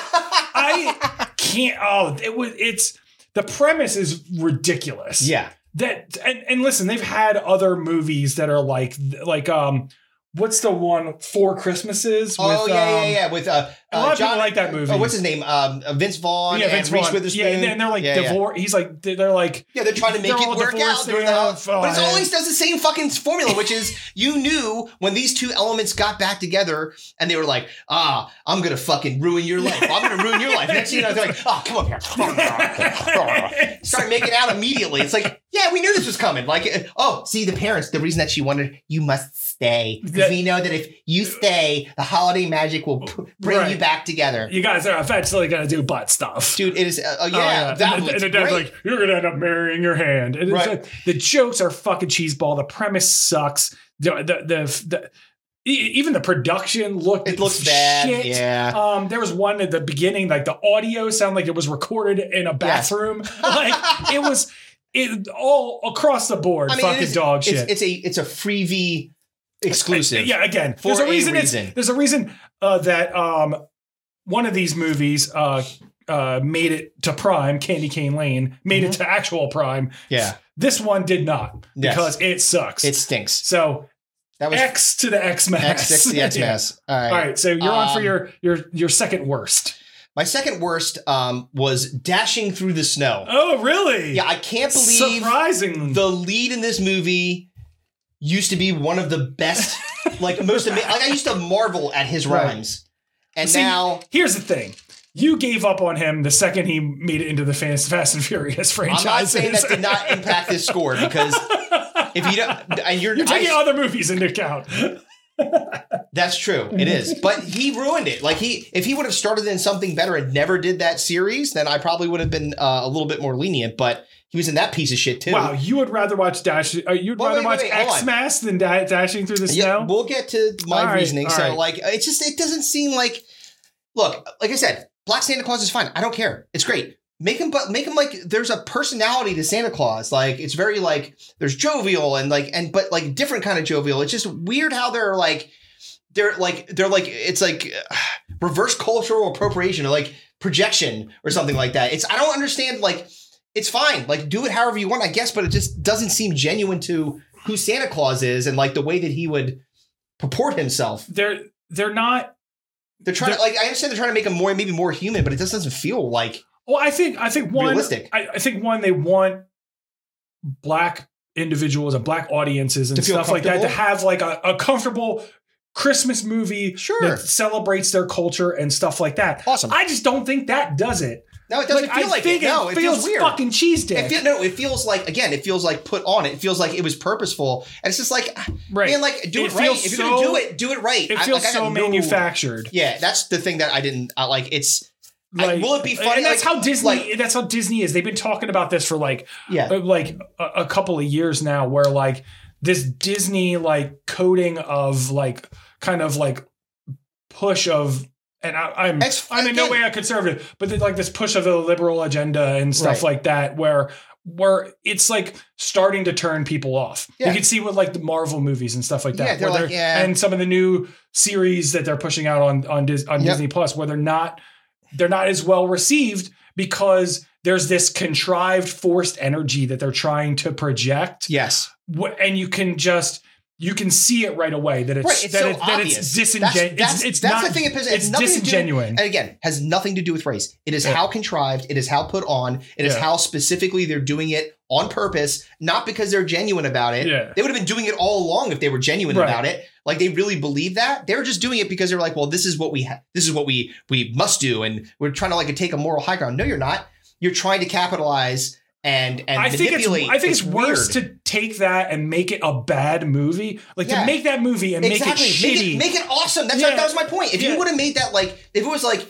[SPEAKER 3] I can't. Oh, it was. It's the premise is ridiculous.
[SPEAKER 2] Yeah.
[SPEAKER 3] That and and listen, they've had other movies that are like like um. What's the one Four Christmases?
[SPEAKER 2] Oh
[SPEAKER 3] with,
[SPEAKER 2] yeah,
[SPEAKER 3] um,
[SPEAKER 2] yeah, yeah. With uh,
[SPEAKER 3] a lot
[SPEAKER 2] uh,
[SPEAKER 3] of people
[SPEAKER 2] John-
[SPEAKER 3] like that movie.
[SPEAKER 2] Oh, what's his name? Um, uh, Vince Vaughn.
[SPEAKER 3] Yeah,
[SPEAKER 2] and
[SPEAKER 3] Vince
[SPEAKER 2] Reese
[SPEAKER 3] Vaughn.
[SPEAKER 2] Witherspoon.
[SPEAKER 3] Yeah, and they're, and they're like
[SPEAKER 2] Yeah, yeah.
[SPEAKER 3] divorced. He's like they're- they're like
[SPEAKER 2] Yeah, they're trying to make
[SPEAKER 3] They're
[SPEAKER 2] it
[SPEAKER 3] all
[SPEAKER 2] work out.
[SPEAKER 3] divorced,
[SPEAKER 2] During
[SPEAKER 3] they
[SPEAKER 2] the,
[SPEAKER 3] all-
[SPEAKER 2] but it
[SPEAKER 3] oh,
[SPEAKER 2] always does the same fucking formula, which is you knew when these two elements got back together and they were like, ah, I'm gonna fucking ruin your life. I'm gonna ruin your life. Next thing you know, they're like, oh, come up here. Start making out immediately. It's like, yeah, we knew this was coming. Like, eh, oh, see, the parents, the reason that she wanted, you must stay. Because we know that if you stay, the holiday magic will p- bring you
[SPEAKER 3] Right.
[SPEAKER 2] back together.
[SPEAKER 3] you guys are eventually gonna do butt stuff.
[SPEAKER 2] Dude, it is. Uh, oh, yeah, that
[SPEAKER 3] and,
[SPEAKER 2] was
[SPEAKER 3] and the dad's
[SPEAKER 2] great.
[SPEAKER 3] like, "You're gonna end up marrying your hand." And it's
[SPEAKER 2] Right.
[SPEAKER 3] like, the jokes are fucking cheeseball. The premise sucks. The the the, the- e- even the production looked it
[SPEAKER 2] looks bad, yeah.
[SPEAKER 3] Um, there was one at the beginning, like the audio sounded like it was recorded in a bathroom. like it was it all across the board. fucking
[SPEAKER 2] it is-
[SPEAKER 3] dog shit.
[SPEAKER 2] it's- It's a it's a freebie exclusive.
[SPEAKER 3] Yeah, again,
[SPEAKER 2] for
[SPEAKER 3] there's a reason. it's-
[SPEAKER 2] reason.
[SPEAKER 3] There's a reason uh, that um, one of these movies uh, uh, made it to Prime, Candy Cane Lane, made it to actual Prime.
[SPEAKER 2] Mm-hmm. Yeah.
[SPEAKER 3] This one did not
[SPEAKER 2] Yes.
[SPEAKER 3] because it sucks.
[SPEAKER 2] It stinks.
[SPEAKER 3] So
[SPEAKER 2] That was
[SPEAKER 3] X to the X mass.
[SPEAKER 2] X to the X mass. All right.
[SPEAKER 3] All right. So you're on for
[SPEAKER 2] Um,
[SPEAKER 3] your your your second worst.
[SPEAKER 2] My second worst um, was dashing through the snow.
[SPEAKER 3] Oh, really?
[SPEAKER 2] Yeah, I can't believe
[SPEAKER 3] surprising
[SPEAKER 2] the lead in this movie used to be one of the best like most ama- like I used to marvel at his
[SPEAKER 3] Right.
[SPEAKER 2] rhymes, and
[SPEAKER 3] See,
[SPEAKER 2] now
[SPEAKER 3] here's the thing. You gave up on him the second he made it into the Fast, Fast and Furious
[SPEAKER 2] I'm
[SPEAKER 3] franchise.
[SPEAKER 2] not saying that did not impact his score because if you don't, and you're,
[SPEAKER 3] You're taking
[SPEAKER 2] I-
[SPEAKER 3] other movies into account.
[SPEAKER 2] That's true. It is. But he ruined it. Like he if he would have started in something better and never did that series, then I probably would have been uh, a little bit more lenient, but he was in that piece of shit too.
[SPEAKER 3] Wow, you would rather watch Dash? Uh, you'd
[SPEAKER 2] Well,
[SPEAKER 3] rather
[SPEAKER 2] wait,
[SPEAKER 3] watch
[SPEAKER 2] wait, wait, hold on.
[SPEAKER 3] X Mass than da- dashing through the
[SPEAKER 2] Yeah,
[SPEAKER 3] snow?
[SPEAKER 2] we'll get to my
[SPEAKER 3] All right,
[SPEAKER 2] reasoning.
[SPEAKER 3] all
[SPEAKER 2] so
[SPEAKER 3] right.
[SPEAKER 2] like it's just it doesn't seem like look, like I said, Black Santa Claus is fine. I don't care. It's great. Make him but make him like there's a personality to Santa Claus. Like it's very like there's jovial and like and but like different kind of jovial. It's just weird how they're like they're like they're like it's like uh, reverse cultural appropriation or like projection or something like that. It's I don't understand like it's fine. Like do it however you want, I guess, but it just doesn't seem genuine to who Santa Claus is and like the way that he would purport himself.
[SPEAKER 3] They're they're not
[SPEAKER 2] they're trying to like I understand they're trying to make him more maybe more human, but it just doesn't feel like
[SPEAKER 3] Well, I think I think one
[SPEAKER 2] Realistic.
[SPEAKER 3] I, I think one they want black individuals and black audiences and
[SPEAKER 2] To feel
[SPEAKER 3] stuff like that to
[SPEAKER 2] comfortable?
[SPEAKER 3] have like a, a comfortable Christmas movie that celebrates their culture and stuff like that. Awesome. I just don't think that does it.
[SPEAKER 2] No, it doesn't
[SPEAKER 3] Like,
[SPEAKER 2] feel
[SPEAKER 3] I
[SPEAKER 2] like
[SPEAKER 3] think
[SPEAKER 2] it. No, it,
[SPEAKER 3] feels,
[SPEAKER 2] feels weird.
[SPEAKER 3] fucking cheese dick.
[SPEAKER 2] It feel, no, it feels like again, it feels like put on. It feels like it was purposeful, and it's just like,
[SPEAKER 3] Right.
[SPEAKER 2] man, like do
[SPEAKER 3] It
[SPEAKER 2] it, right.
[SPEAKER 3] feels
[SPEAKER 2] If you're gonna
[SPEAKER 3] so-
[SPEAKER 2] do it, do it right.
[SPEAKER 3] it
[SPEAKER 2] I-
[SPEAKER 3] feels
[SPEAKER 2] like, I
[SPEAKER 3] so
[SPEAKER 2] got no-
[SPEAKER 3] manufactured.
[SPEAKER 2] Yeah, that's the thing that I didn't I, like. It's I-
[SPEAKER 3] Like,
[SPEAKER 2] will it be funny?
[SPEAKER 3] And that's
[SPEAKER 2] Like-
[SPEAKER 3] how Disney.
[SPEAKER 2] like-
[SPEAKER 3] that's how Disney is. They've been talking about this for like
[SPEAKER 2] Yeah.
[SPEAKER 3] uh, like a, a couple of years now, where like this Disney like coding of like kind of like push of. And I, I'm I'm in no way a conservative, but then, like this push of the liberal agenda and stuff
[SPEAKER 2] Right.
[SPEAKER 3] like that, where where it's like starting to turn people off.
[SPEAKER 2] Yeah.
[SPEAKER 3] You can see with like the Marvel movies and stuff like that,
[SPEAKER 2] Yeah, they're
[SPEAKER 3] where
[SPEAKER 2] like, yeah.
[SPEAKER 3] and some of the new series that they're pushing out on on, Dis- on
[SPEAKER 2] Yep.
[SPEAKER 3] Disney Plus, where they're not they're not as well received because there's this contrived forced energy that they're trying to project
[SPEAKER 2] yes
[SPEAKER 3] Wh- and you can just you can see it right away that it's
[SPEAKER 2] right, it's
[SPEAKER 3] that,
[SPEAKER 2] so
[SPEAKER 3] it- that
[SPEAKER 2] obvious.
[SPEAKER 3] it's
[SPEAKER 2] That's,
[SPEAKER 3] disingenuous
[SPEAKER 2] that's,
[SPEAKER 3] it's, it's
[SPEAKER 2] that's
[SPEAKER 3] not
[SPEAKER 2] the thing. It pisses.
[SPEAKER 3] it's
[SPEAKER 2] nothing to do-
[SPEAKER 3] disingenuine
[SPEAKER 2] and again, has nothing to do with race. It is how contrived. It is how put on. It is
[SPEAKER 3] Yeah.
[SPEAKER 2] how specifically they're doing it on purpose, not because they're genuine about it.
[SPEAKER 3] Yeah.
[SPEAKER 2] They would have been doing it all along if they were genuine
[SPEAKER 3] Right.
[SPEAKER 2] about it. Like they really believe that. They were just doing it because they're like, well, this is what we ha- this is what we we must do, and we're trying to like take a moral high ground. No, you're not. You're trying to capitalize and and
[SPEAKER 3] I think it's
[SPEAKER 2] manipulate.
[SPEAKER 3] I think it's, worse
[SPEAKER 2] weird.
[SPEAKER 3] to take that and make it a bad movie, like
[SPEAKER 2] Yeah.
[SPEAKER 3] to make that movie and
[SPEAKER 2] exactly.
[SPEAKER 3] make it shitty,
[SPEAKER 2] Make it, awesome. That's
[SPEAKER 3] Yeah.
[SPEAKER 2] that was my point. If
[SPEAKER 3] Yeah.
[SPEAKER 2] you would have made that like, if it was like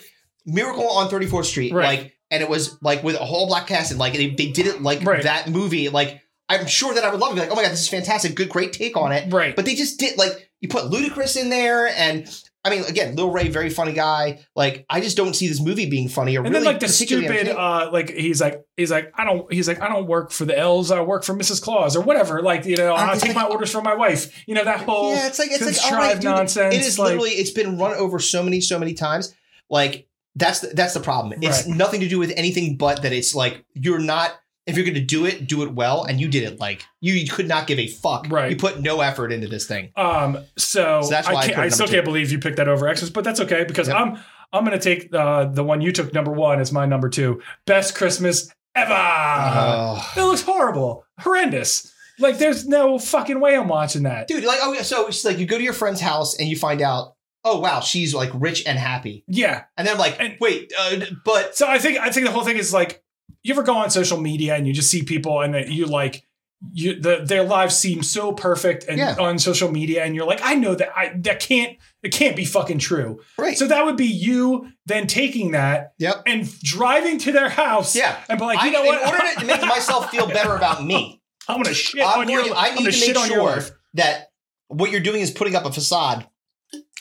[SPEAKER 2] Miracle on 34th Street, like, and it was like with a whole black cast and like they, they did it like that movie, like I'm sure that I would love it. Be Like, oh my god, this is fantastic. Good, great take on it.
[SPEAKER 3] Right.
[SPEAKER 2] But they just did like you put Ludacris in there and. I mean, again, Lil Ray, very funny guy. Like, I just don't see this movie being funny or
[SPEAKER 3] and
[SPEAKER 2] really
[SPEAKER 3] then like the
[SPEAKER 2] particularly
[SPEAKER 3] stupid
[SPEAKER 2] entertaining.
[SPEAKER 3] uh like he's like he's like i don't he's like i don't work for the l's i work for mrs claus or whatever like you
[SPEAKER 2] Uh,
[SPEAKER 3] know i take my orders from my wife you know that whole
[SPEAKER 2] yeah, it's like it's like all
[SPEAKER 3] contrived
[SPEAKER 2] right, dude,
[SPEAKER 3] nonsense
[SPEAKER 2] It is
[SPEAKER 3] like,
[SPEAKER 2] literally it's been run over so many so many times. Like that's the, that's the problem. It's
[SPEAKER 3] Right.
[SPEAKER 2] nothing to do with anything but that it's like you're not if you're going to do it, do it well, and you did it like you could not give a fuck. Right, you put no effort into this thing.
[SPEAKER 3] um so,
[SPEAKER 2] So that's why I
[SPEAKER 3] i can't
[SPEAKER 2] put it
[SPEAKER 3] i, still
[SPEAKER 2] number two.
[SPEAKER 3] can't believe you picked that over xmas but that's okay because i'm i'm gonna take uh the one you took number one as my number two best christmas ever
[SPEAKER 2] Uh-huh.
[SPEAKER 3] it looks horrible horrendous like there's no fucking way i'm watching that
[SPEAKER 2] dude. Like oh yeah, so it's like you go to your friend's house and you find out oh wow she's like rich and happy.
[SPEAKER 3] Yeah.
[SPEAKER 2] And then I'm like, wait, uh, but
[SPEAKER 3] so I think I think the whole thing is like, you ever go on social media and you just see people and that you like, you the, their lives seem so perfect and
[SPEAKER 2] Yeah.
[SPEAKER 3] on social media and you're like, I know that I that can't it can't be fucking true.
[SPEAKER 2] Right.
[SPEAKER 3] So that would be you then taking that
[SPEAKER 2] yep.
[SPEAKER 3] and driving to their house. Yeah. And be like, you
[SPEAKER 2] I-
[SPEAKER 3] know
[SPEAKER 2] in
[SPEAKER 3] what?
[SPEAKER 2] order to make myself feel better about me,
[SPEAKER 3] I'm gonna shit
[SPEAKER 2] I'm
[SPEAKER 3] on your-
[SPEAKER 2] going-
[SPEAKER 3] I'm
[SPEAKER 2] I need
[SPEAKER 3] gonna
[SPEAKER 2] to
[SPEAKER 3] shit
[SPEAKER 2] make
[SPEAKER 3] on your
[SPEAKER 2] sure
[SPEAKER 3] life.
[SPEAKER 2] that what you're doing is putting up a facade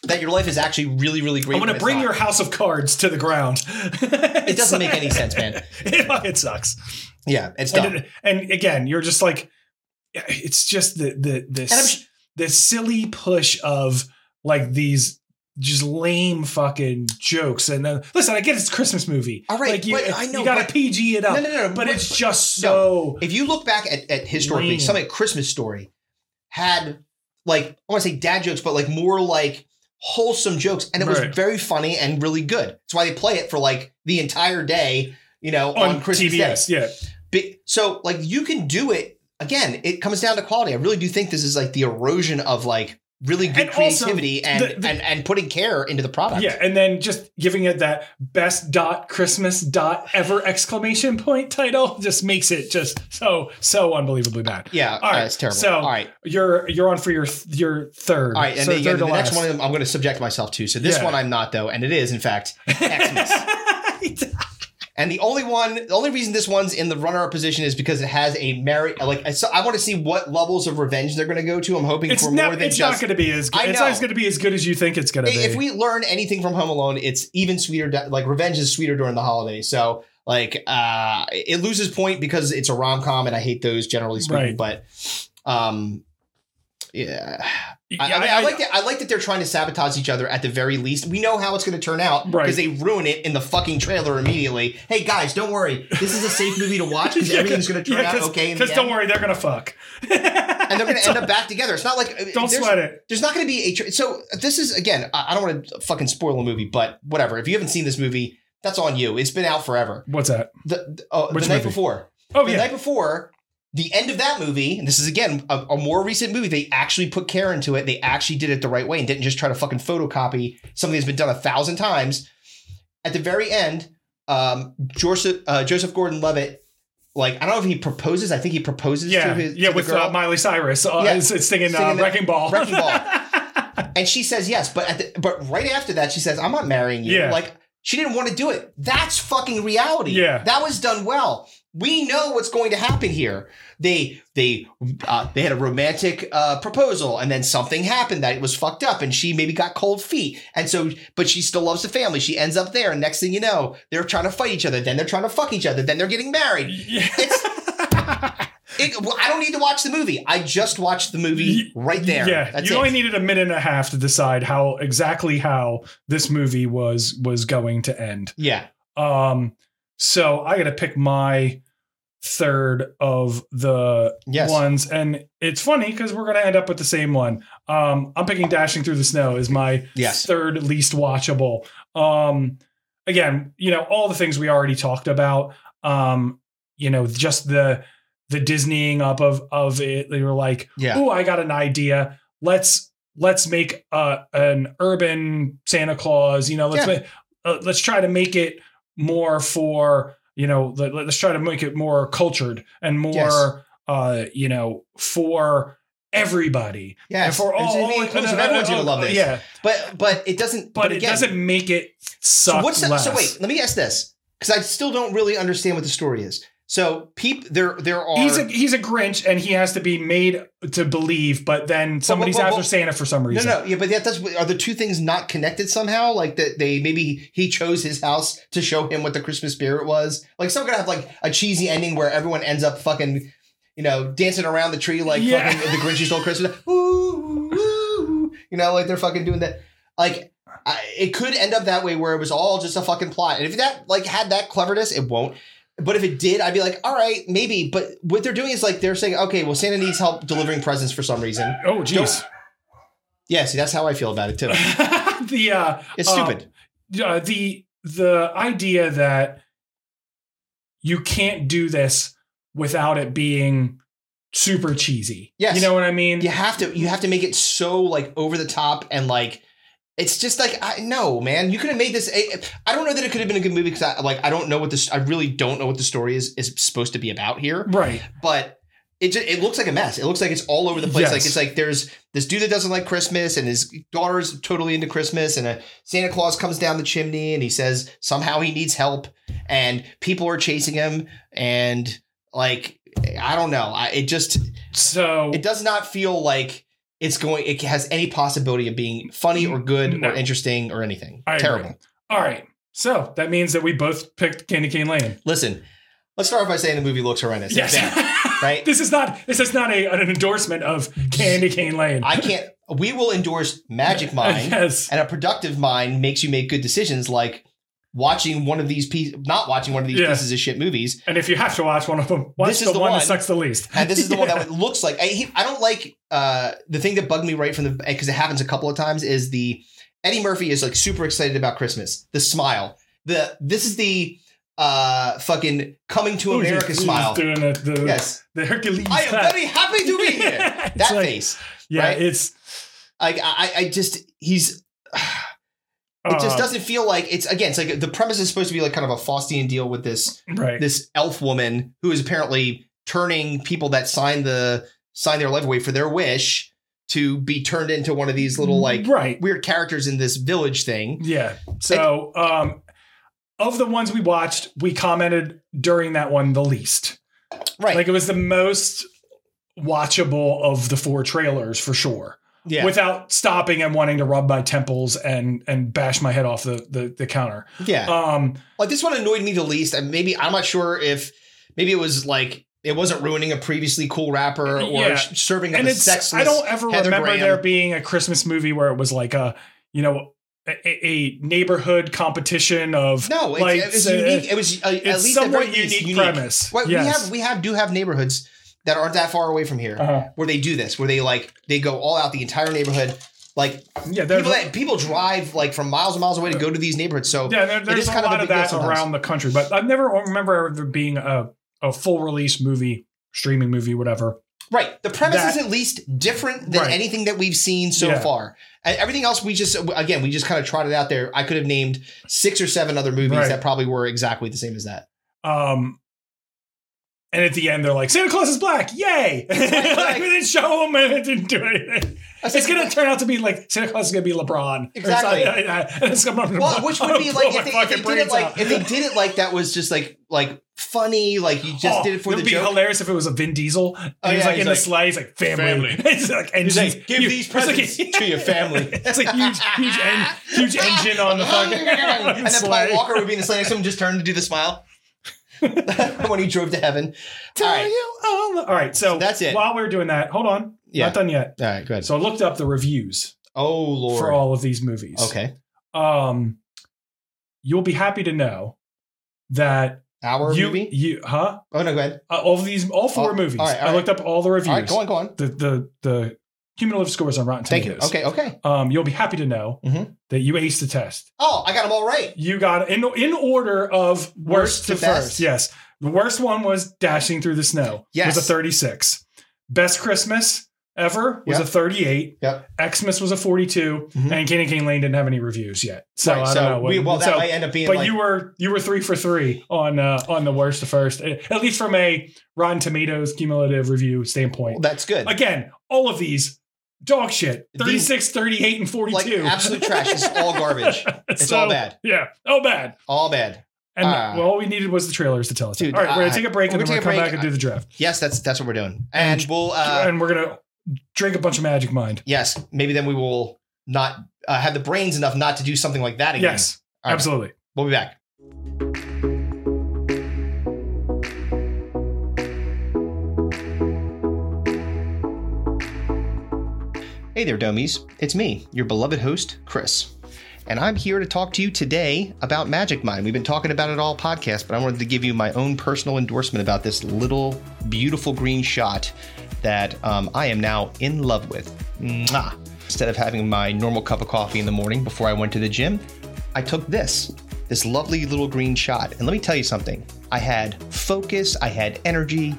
[SPEAKER 2] that your life is actually really, really great.
[SPEAKER 3] I'm
[SPEAKER 2] when
[SPEAKER 3] gonna
[SPEAKER 2] it's
[SPEAKER 3] bring
[SPEAKER 2] not.
[SPEAKER 3] your house of cards to the ground.
[SPEAKER 2] It doesn't make any sense, man.
[SPEAKER 3] it fucking sucks.
[SPEAKER 2] Yeah, it's
[SPEAKER 3] and,
[SPEAKER 2] dumb.
[SPEAKER 3] it- and again, you're just like, it's just the the
[SPEAKER 2] And I'm
[SPEAKER 3] this
[SPEAKER 2] sh-
[SPEAKER 3] this silly push of like these just lame fucking jokes. And then listen, I get it's a Christmas movie.
[SPEAKER 2] All right,
[SPEAKER 3] like you,
[SPEAKER 2] but I know,
[SPEAKER 3] you gotta
[SPEAKER 2] but-
[SPEAKER 3] PG it up.
[SPEAKER 2] No, no, no, no,
[SPEAKER 3] But
[SPEAKER 2] but-
[SPEAKER 3] it's just so.
[SPEAKER 2] If you look back at, at historically,
[SPEAKER 3] Lame.
[SPEAKER 2] something like Christmas Story had like I want to say dad jokes, but like more like wholesome jokes, and it
[SPEAKER 3] Right.
[SPEAKER 2] was very funny and really good. That's why they play it for like the entire day, you know, on,
[SPEAKER 3] On
[SPEAKER 2] Christmas
[SPEAKER 3] TBS,
[SPEAKER 2] Day.
[SPEAKER 3] yeah.
[SPEAKER 2] Be- so like you can do it again. It comes down to quality. I really do think this is like the erosion of like really good
[SPEAKER 3] And also,
[SPEAKER 2] creativity and,
[SPEAKER 3] the- the-
[SPEAKER 2] and and putting care into the product.
[SPEAKER 3] Yeah, and then just giving it that best dot Christmas dot ever exclamation point title just makes it just so so unbelievably bad.
[SPEAKER 2] Yeah,
[SPEAKER 3] all right,
[SPEAKER 2] uh, it's terrible.
[SPEAKER 3] So
[SPEAKER 2] All right.
[SPEAKER 3] you're you're on for your your third.
[SPEAKER 2] All right, and
[SPEAKER 3] so
[SPEAKER 2] then, yeah,
[SPEAKER 3] third
[SPEAKER 2] the
[SPEAKER 3] to
[SPEAKER 2] next
[SPEAKER 3] last.
[SPEAKER 2] one I'm going to subject myself to. So this
[SPEAKER 3] Yeah.
[SPEAKER 2] one I'm not though, and it is in fact Xmas. and the only one, the only reason this one's in the runner-up position is because it has a merit. Like I, so I want to see what levels of revenge they're going to go to. I'm hoping
[SPEAKER 3] It's
[SPEAKER 2] for
[SPEAKER 3] not.
[SPEAKER 2] more than
[SPEAKER 3] it's
[SPEAKER 2] just.
[SPEAKER 3] not going to be as. good.
[SPEAKER 2] I
[SPEAKER 3] It's
[SPEAKER 2] know.
[SPEAKER 3] always going to be as good as you think it's going to be.
[SPEAKER 2] if we learn anything from Home Alone, it's even sweeter. Like revenge is sweeter during the holidays. So like uh it loses point because it's a rom com, and I hate those generally speaking.
[SPEAKER 3] Right.
[SPEAKER 2] But um, yeah. I,
[SPEAKER 3] Yeah,
[SPEAKER 2] I, mean,
[SPEAKER 3] I-
[SPEAKER 2] I, like that. I like that they're trying to sabotage each other at the very least. We know how it's going to turn out because
[SPEAKER 3] Right.
[SPEAKER 2] they ruin it in the fucking trailer immediately. Hey guys, don't worry. This is a safe movie to watch because
[SPEAKER 3] Yeah,
[SPEAKER 2] everything's going to turn
[SPEAKER 3] yeah,
[SPEAKER 2] out okay. in the
[SPEAKER 3] Because don't
[SPEAKER 2] end.
[SPEAKER 3] worry, they're going to fuck.
[SPEAKER 2] and they're going to end up back together. It's not like uh,
[SPEAKER 3] Don't
[SPEAKER 2] there's-
[SPEAKER 3] sweat it.
[SPEAKER 2] There's not going to be a tra- so this is again. I I don't want to fucking spoil a movie, but whatever. If you haven't seen this movie, that's on you. It's been out forever.
[SPEAKER 3] What's that?
[SPEAKER 2] The the, oh,
[SPEAKER 3] Which
[SPEAKER 2] the night
[SPEAKER 3] movie?
[SPEAKER 2] before.
[SPEAKER 3] Oh,
[SPEAKER 2] the
[SPEAKER 3] yeah.
[SPEAKER 2] night before. The end of that movie, and this is again a, a more recent movie. They actually put care into it. They actually did it the right way and didn't just try to fucking photocopy something that's been done a thousand times. At the very end, um, Joseph uh, Joseph Gordon Levitt, like I don't know if he proposes. I think he proposes. to
[SPEAKER 3] Yeah,
[SPEAKER 2] his,
[SPEAKER 3] yeah,
[SPEAKER 2] to the
[SPEAKER 3] with
[SPEAKER 2] girl
[SPEAKER 3] uh, Miley Cyrus. Uh,
[SPEAKER 2] Yeah.
[SPEAKER 3] it's, it's singing,
[SPEAKER 2] Singing
[SPEAKER 3] uh,
[SPEAKER 2] the-
[SPEAKER 3] "Wrecking Ball."
[SPEAKER 2] wrecking ball. and she says yes, but at the, but right after that, she says, "I'm not marrying you."
[SPEAKER 3] Yeah.
[SPEAKER 2] Like she didn't want to do it. That's fucking reality.
[SPEAKER 3] Yeah.
[SPEAKER 2] that was done well. We know what's going to happen here. They they uh, they had a romantic uh, proposal, and then something happened that it was fucked up, and she maybe got cold feet, and so but she still loves the family. She ends up there, and next thing you know, they're trying to fight each other. Then they're trying to fuck each other. Then they're getting married. It's, it, well, I don't need to watch the movie. I just watched the movie right there.
[SPEAKER 3] Yeah,
[SPEAKER 2] That's
[SPEAKER 3] you
[SPEAKER 2] it.
[SPEAKER 3] only needed a minute and a half to decide how exactly how this movie was was going to end.
[SPEAKER 2] Yeah.
[SPEAKER 3] Um. So I got to pick my third of the
[SPEAKER 2] Yes.
[SPEAKER 3] ones, and it's funny because we're going to end up with the same one. Um, I'm picking "Dashing Through the Snow" is my
[SPEAKER 2] Yes.
[SPEAKER 3] third least watchable. Um, again, you know all the things we already talked about. Um, you know, just the the Disneying up of of it. They were like,
[SPEAKER 2] Yeah.
[SPEAKER 3] "Oh, I got an idea. Let's let's make uh, an urban Santa Claus. You know, let's
[SPEAKER 2] Yeah.
[SPEAKER 3] ma- uh, let's try to make it more for you know. Let, us try to make it more cultured and more
[SPEAKER 2] Yes.
[SPEAKER 3] uh, you know for everybody.
[SPEAKER 2] Yes.
[SPEAKER 3] and for all,
[SPEAKER 2] It's
[SPEAKER 3] all
[SPEAKER 2] inclusive. Everyone's gonna love this.
[SPEAKER 3] Yeah,
[SPEAKER 2] But but it doesn't.
[SPEAKER 3] but, it
[SPEAKER 2] again-
[SPEAKER 3] doesn't make it suck.
[SPEAKER 2] So what's the,
[SPEAKER 3] less.
[SPEAKER 2] so? Wait, let me ask this because I still don't really understand what the story is. So peep, there there are.
[SPEAKER 3] He's a he's a Grinch and he has to be made to believe, but then somebody's
[SPEAKER 2] but- but-
[SPEAKER 3] after Santa for some
[SPEAKER 2] no,
[SPEAKER 3] reason.
[SPEAKER 2] no, yeah, but that, that's are the two things not connected somehow? Like that they maybe he chose his house to show him what the Christmas spirit was. Like some gonna have like a cheesy ending where everyone ends up fucking, you know, dancing around the tree like
[SPEAKER 3] Yeah.
[SPEAKER 2] fucking the Grinch who stole Christmas. Ooh, ooh, you know, like they're fucking doing that. Like I, it could end up that way where it was all just a fucking plot. And if that like had that cleverness, it won't. But if it did, I'd be like, all right, maybe. But what they're doing is like they're saying, okay, well, Santa needs help delivering presents for some reason.
[SPEAKER 3] Oh, jeez.
[SPEAKER 2] Yeah, see, that's how I feel about it too.
[SPEAKER 3] the uh,
[SPEAKER 2] It's
[SPEAKER 3] uh,
[SPEAKER 2] stupid.
[SPEAKER 3] uh, the the idea that you can't do this without it being super cheesy.
[SPEAKER 2] Yes.
[SPEAKER 3] you know what I mean.
[SPEAKER 2] You have to you have to make it so like over the top and like it's just like I no man. You could have made this. I, I don't know that it could have been a good movie because I like I don't know what this. I really don't know what the story is is supposed to be about here.
[SPEAKER 3] Right.
[SPEAKER 2] But it just, it looks like a mess. It looks like it's all over the place.
[SPEAKER 3] Yes.
[SPEAKER 2] Like it's like there's this dude that doesn't like Christmas and his daughter's totally into Christmas and a Santa Claus comes down the chimney and he says somehow he needs help and people are chasing him and like I don't know. I, it just
[SPEAKER 3] So
[SPEAKER 2] it does not feel like it's going it has any possibility of being funny or good
[SPEAKER 3] No.
[SPEAKER 2] or interesting or anything
[SPEAKER 3] I agree.
[SPEAKER 2] terrible
[SPEAKER 3] all right. So that means that we both picked Candy Cane Lane.
[SPEAKER 2] listen let's start off by saying the movie looks horrendous It's
[SPEAKER 3] Yes.
[SPEAKER 2] bad, right
[SPEAKER 3] This is not this is not a, an endorsement of Candy Cane Lane.
[SPEAKER 2] i can't we will endorse magic mind
[SPEAKER 3] Yes.
[SPEAKER 2] and a productive mind makes you make good decisions like watching one of these pieces not watching one of these
[SPEAKER 3] Yeah.
[SPEAKER 2] pieces of shit movies
[SPEAKER 3] And if you have to watch one of them, watch
[SPEAKER 2] This is
[SPEAKER 3] the,
[SPEAKER 2] the
[SPEAKER 3] one,
[SPEAKER 2] one.
[SPEAKER 3] that sucks the least.
[SPEAKER 2] and Uh, this is the one that looks like I, he- I don't like uh, the thing that bugged me right from the because it happens a couple of times is the Eddie Murphy is like super excited about Christmas. The smile. The this is the uh fucking coming to
[SPEAKER 3] Ooh, he's-
[SPEAKER 2] America
[SPEAKER 3] he's
[SPEAKER 2] smile.
[SPEAKER 3] Doing the, the,
[SPEAKER 2] Yes.
[SPEAKER 3] the Hercules.
[SPEAKER 2] I am
[SPEAKER 3] clap.
[SPEAKER 2] very happy to be here.
[SPEAKER 3] It's
[SPEAKER 2] That
[SPEAKER 3] like-
[SPEAKER 2] face.
[SPEAKER 3] Yeah,
[SPEAKER 2] right?
[SPEAKER 3] it's
[SPEAKER 2] Like I, I just he's. It just
[SPEAKER 3] Uh,
[SPEAKER 2] doesn't feel like it's again. It's like the premise is supposed to be like kind of a Faustian deal with this
[SPEAKER 3] Right.
[SPEAKER 2] this elf woman who is apparently turning people that sign the sign their life away for their wish to be turned into one of these little like
[SPEAKER 3] Right.
[SPEAKER 2] weird characters in this village thing.
[SPEAKER 3] Yeah. So, um, of the ones we watched, we commented during that one the least.
[SPEAKER 2] Right.
[SPEAKER 3] Like it was the most watchable of the four trailers for sure.
[SPEAKER 2] Yeah.
[SPEAKER 3] Without stopping and wanting to rub my temples and and bash my head off the the, the counter.
[SPEAKER 2] Yeah.
[SPEAKER 3] Um
[SPEAKER 2] like this one annoyed me the least. And maybe I'm not sure if maybe it was like it wasn't ruining a previously cool rapper or
[SPEAKER 3] Yeah.
[SPEAKER 2] sh- serving up
[SPEAKER 3] and
[SPEAKER 2] a
[SPEAKER 3] it's
[SPEAKER 2] sexless.
[SPEAKER 3] I don't ever
[SPEAKER 2] Heather
[SPEAKER 3] remember
[SPEAKER 2] Graham.
[SPEAKER 3] there being a Christmas movie where it was like a you know a, a- a neighborhood competition of
[SPEAKER 2] No, it's,
[SPEAKER 3] like
[SPEAKER 2] it was
[SPEAKER 3] uh,
[SPEAKER 2] unique. It was uh,
[SPEAKER 3] it's
[SPEAKER 2] at least at
[SPEAKER 3] somewhat
[SPEAKER 2] very least,
[SPEAKER 3] unique, premise.
[SPEAKER 2] Well,
[SPEAKER 3] Yes.
[SPEAKER 2] We have we have do have neighborhoods that aren't that far away from here
[SPEAKER 3] Uh-huh.
[SPEAKER 2] where they do this, where they like they go all out the entire neighborhood. Like
[SPEAKER 3] yeah,
[SPEAKER 2] people, that, people drive like from miles and miles away to go to these neighborhoods. So
[SPEAKER 3] Yeah, there,
[SPEAKER 2] it
[SPEAKER 3] there's
[SPEAKER 2] is
[SPEAKER 3] a
[SPEAKER 2] kind
[SPEAKER 3] lot
[SPEAKER 2] of, a
[SPEAKER 3] of
[SPEAKER 2] big deal
[SPEAKER 3] that
[SPEAKER 2] sometimes.
[SPEAKER 3] around the country, but I've never I remember there being a, a full release movie, streaming movie, whatever.
[SPEAKER 2] Right. The premise
[SPEAKER 3] That-
[SPEAKER 2] is at least different than
[SPEAKER 3] Right.
[SPEAKER 2] anything that we've seen so
[SPEAKER 3] Yeah.
[SPEAKER 2] far. And everything else we just again we just kind of trotted out there. I could have named six or seven other movies
[SPEAKER 3] Right.
[SPEAKER 2] that probably were exactly the same as that.
[SPEAKER 3] Um, and at the end, they're like, Santa Claus is black. Yay.
[SPEAKER 2] Right.
[SPEAKER 3] we didn't show him and it didn't do anything. It's going to turn out to be like Santa Claus is going to be LeBron. or
[SPEAKER 2] Exactly.
[SPEAKER 3] something like that. And it's gonna-
[SPEAKER 2] Well, which would be
[SPEAKER 3] blow
[SPEAKER 2] like
[SPEAKER 3] my
[SPEAKER 2] if they, if
[SPEAKER 3] fucking
[SPEAKER 2] they did
[SPEAKER 3] brains
[SPEAKER 2] it like
[SPEAKER 3] out.
[SPEAKER 2] if they did it like that was just like like funny, like you just
[SPEAKER 3] Oh,
[SPEAKER 2] did it for the
[SPEAKER 3] it would be
[SPEAKER 2] joke.
[SPEAKER 3] hilarious if it was a Vin Diesel. And
[SPEAKER 2] Oh,
[SPEAKER 3] he was
[SPEAKER 2] yeah,
[SPEAKER 3] like
[SPEAKER 2] he's
[SPEAKER 3] in
[SPEAKER 2] like,
[SPEAKER 3] the slide, he's like family.
[SPEAKER 2] family.
[SPEAKER 3] it's like engines.
[SPEAKER 2] like, give these
[SPEAKER 3] it's like a-
[SPEAKER 2] presents to your family. Oh,
[SPEAKER 3] it's like huge, huge, en- huge engine on the fucking.
[SPEAKER 2] and then
[SPEAKER 3] slide.
[SPEAKER 2] Paul Walker would be in the slide next to him, just turned to do the smile when he drove to heaven.
[SPEAKER 3] Tell you all. All right, so
[SPEAKER 2] that's it.
[SPEAKER 3] While we're doing that, hold on,
[SPEAKER 2] Yeah.
[SPEAKER 3] not done yet.
[SPEAKER 2] All right, good.
[SPEAKER 3] So I looked up the reviews
[SPEAKER 2] Oh lord.
[SPEAKER 3] for all of these movies.
[SPEAKER 2] okay.
[SPEAKER 3] Um, you'll be happy to know that
[SPEAKER 2] Our
[SPEAKER 3] you,
[SPEAKER 2] movie?
[SPEAKER 3] you, huh?
[SPEAKER 2] Oh no, go ahead.
[SPEAKER 3] Uh, all of these, all four
[SPEAKER 2] Oh,
[SPEAKER 3] movies.
[SPEAKER 2] all right, all
[SPEAKER 3] I looked up all the reviews.
[SPEAKER 2] All right, go on, go on.
[SPEAKER 3] The the the cumulative scores on Rotten
[SPEAKER 2] Thank you.
[SPEAKER 3] Tomatoes.
[SPEAKER 2] Okay, Mm-hmm. okay.
[SPEAKER 3] Um, you'll be happy to know that you aced the test.
[SPEAKER 2] Oh, I got them all right.
[SPEAKER 3] You got in in order of worst,
[SPEAKER 2] Worst
[SPEAKER 3] to,
[SPEAKER 2] to best.
[SPEAKER 3] first. Yes, the worst one was dashing through the snow.
[SPEAKER 2] Yes.
[SPEAKER 3] was a thirty six. Best Christmas ever was
[SPEAKER 2] Yep.
[SPEAKER 3] a thirty eight.
[SPEAKER 2] Yep. Mm-hmm.
[SPEAKER 3] Xmas was a forty and Candy Cane Lane didn't have any reviews yet. So
[SPEAKER 2] Right,
[SPEAKER 3] I don't
[SPEAKER 2] so
[SPEAKER 3] know.
[SPEAKER 2] we- well, that
[SPEAKER 3] so-
[SPEAKER 2] might end up being
[SPEAKER 3] But
[SPEAKER 2] like-
[SPEAKER 3] you were you were three for three on uh, on the worst to first, at least from a Rotten Tomatoes cumulative review standpoint.
[SPEAKER 2] That's good.
[SPEAKER 3] Again, all of these dog shit. 36, 38, and 42.
[SPEAKER 2] Like absolute trash. It's all garbage. It's
[SPEAKER 3] So,
[SPEAKER 2] all bad.
[SPEAKER 3] Yeah. Oh, bad.
[SPEAKER 2] All bad.
[SPEAKER 3] And
[SPEAKER 2] Ah.
[SPEAKER 3] well, all we needed was the trailers to tell us. that.
[SPEAKER 2] Dude,
[SPEAKER 3] all right, we're
[SPEAKER 2] I-
[SPEAKER 3] gonna take a break
[SPEAKER 2] we're
[SPEAKER 3] and then
[SPEAKER 2] gonna
[SPEAKER 3] we're
[SPEAKER 2] take
[SPEAKER 3] gonna
[SPEAKER 2] a
[SPEAKER 3] come
[SPEAKER 2] break.
[SPEAKER 3] back and do the draft.
[SPEAKER 2] Yes, that's that's what we're doing. And, we'll uh
[SPEAKER 3] and we're gonna drink a bunch of magic mind.
[SPEAKER 2] yes, maybe then we will not uh, have the brains enough not to do something like that again.
[SPEAKER 3] Yes,
[SPEAKER 2] All right.
[SPEAKER 3] absolutely.
[SPEAKER 2] We'll be back. Hey there, dummies. It's me, your beloved host, Chris. And I'm here to talk to you today about Magic Mind. We've been talking about it all podcast, but I wanted to give you my own personal endorsement about this little beautiful green shot that um, I am now in love with. Mwah. Instead of having my normal cup of coffee in the morning before I went to the gym, I took this, this lovely little green shot. And let me tell you something I had focus, I had energy.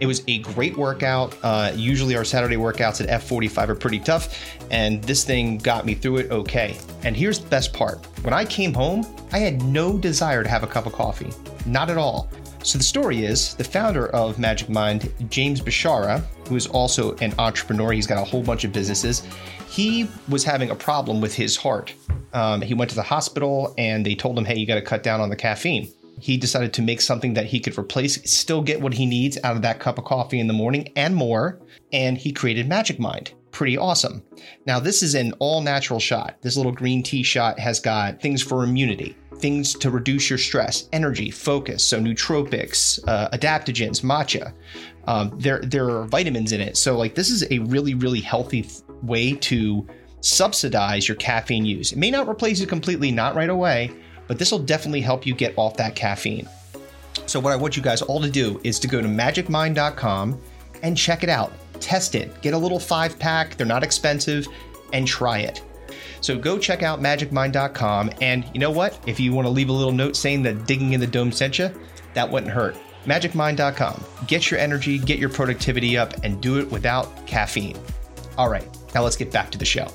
[SPEAKER 2] It was a great workout. Uh, usually, our Saturday workouts at F45 are pretty tough, and this thing got me through it okay. And here's the best part when I came home, I had no desire to have a cup of coffee, not at all. So, the story is the founder of Magic Mind, James Bishara, who is also an entrepreneur, he's got a whole bunch of businesses. He was having a problem with his heart. Um, he went to the hospital and they told him, hey, you got to cut down on the caffeine. He decided to make something that he could replace, still get what he needs out of that cup of coffee in the morning and more. And he created Magic Mind. Pretty awesome. Now, this is an all natural shot. This little green tea shot has got things for immunity, things to reduce your stress, energy, focus. So, nootropics, uh, adaptogens, matcha. Um, there, there are vitamins in it. So, like, this is a really, really healthy th- way to subsidize your caffeine use. It may not replace it completely, not right away, but this will definitely help you get off that caffeine. So, what I want you guys all to do is to go to magicmind.com and check it out. Test it. Get a little five pack, they're not expensive, and try it. So, go check out magicmind.com. And you know what? If you want to leave a little note saying that digging in the dome sent you, that wouldn't hurt. Magicmind.com. Get your energy, get your productivity up, and do it without caffeine. All right, now let's get back to the show.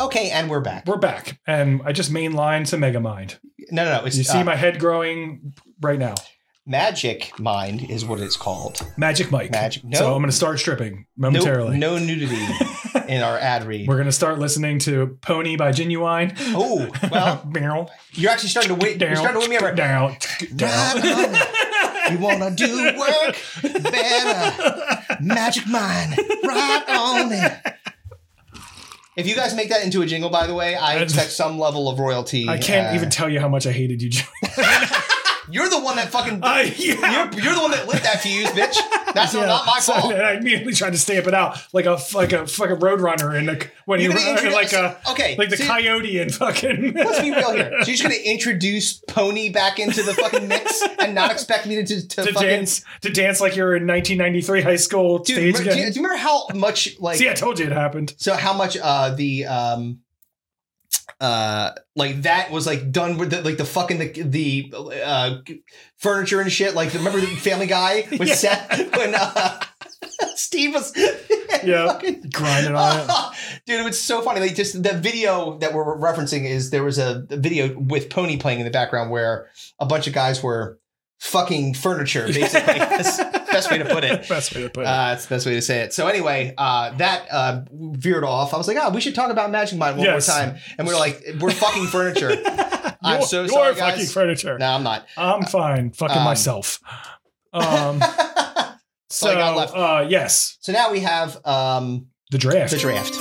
[SPEAKER 2] Okay, and we're back.
[SPEAKER 3] We're back, and I just mainlined to Megamind.
[SPEAKER 2] No, no, no. It's,
[SPEAKER 3] you see
[SPEAKER 2] uh,
[SPEAKER 3] my head growing right now.
[SPEAKER 2] Magic Mind is what it's called.
[SPEAKER 3] Magic Mike.
[SPEAKER 2] Magic. No,
[SPEAKER 3] So I'm going to start stripping momentarily.
[SPEAKER 2] No, no nudity in our ad read.
[SPEAKER 3] We're going to start listening to Pony by Genuine.
[SPEAKER 2] Oh, well,
[SPEAKER 3] Meryl.
[SPEAKER 2] you're actually starting to win. You're starting to win me over.
[SPEAKER 3] Down.
[SPEAKER 2] Down. You wanna do work better? Magic Mind, right on it. If you guys make that into a jingle, by the way, I expect some level of royalty.
[SPEAKER 3] I can't
[SPEAKER 2] uh,
[SPEAKER 3] even tell you how much I hated you, Joey.
[SPEAKER 2] You're the one that fucking. you're, you're the one that lit that fuse, bitch. That's
[SPEAKER 3] Yeah,
[SPEAKER 2] not my
[SPEAKER 3] so
[SPEAKER 2] fault.
[SPEAKER 3] I immediately tried to stamp it out like a like a fucking roadrunner in the when
[SPEAKER 2] You're
[SPEAKER 3] he
[SPEAKER 2] gonna introduce-
[SPEAKER 3] like a
[SPEAKER 2] okay,
[SPEAKER 3] like the
[SPEAKER 2] so-
[SPEAKER 3] coyote and fucking.
[SPEAKER 2] Let's be real here. So you're just gonna introduce Pony back into the fucking mix and not expect me to to,
[SPEAKER 3] to
[SPEAKER 2] fucking
[SPEAKER 3] dance to dance like you're in 1993 high school stage
[SPEAKER 2] remember- do you-
[SPEAKER 3] again.
[SPEAKER 2] do you remember how much like?
[SPEAKER 3] See, I told you it happened.
[SPEAKER 2] So how much uh the um uh like that was like done with the, like the fucking the, the uh furniture and shit like remember the Family Guy with
[SPEAKER 3] Yeah.
[SPEAKER 2] Seth when uh Steve was
[SPEAKER 3] Yeah, grinding on it.
[SPEAKER 2] dude it's so funny like just the video that we're referencing is there was a video with Pony playing in the background where a bunch of guys were fucking furniture basically That's the best way to put it
[SPEAKER 3] Best way to put it.
[SPEAKER 2] uh, that's the best way to say it. So anyway, uh, that uh, veered off. I was like, oh, we should talk about Magic Mind one
[SPEAKER 3] Yes.
[SPEAKER 2] more time. And we are like, we're fucking furniture. I'm
[SPEAKER 3] You're-
[SPEAKER 2] so
[SPEAKER 3] you're
[SPEAKER 2] sorry,
[SPEAKER 3] fucking
[SPEAKER 2] guys.
[SPEAKER 3] furniture.
[SPEAKER 2] No, I'm not.
[SPEAKER 3] I'm fine. Fucking
[SPEAKER 2] um,
[SPEAKER 3] myself. Um. so
[SPEAKER 2] all I got left.
[SPEAKER 3] uh, yes,
[SPEAKER 2] So now we have um,
[SPEAKER 3] the draft.
[SPEAKER 2] the draft.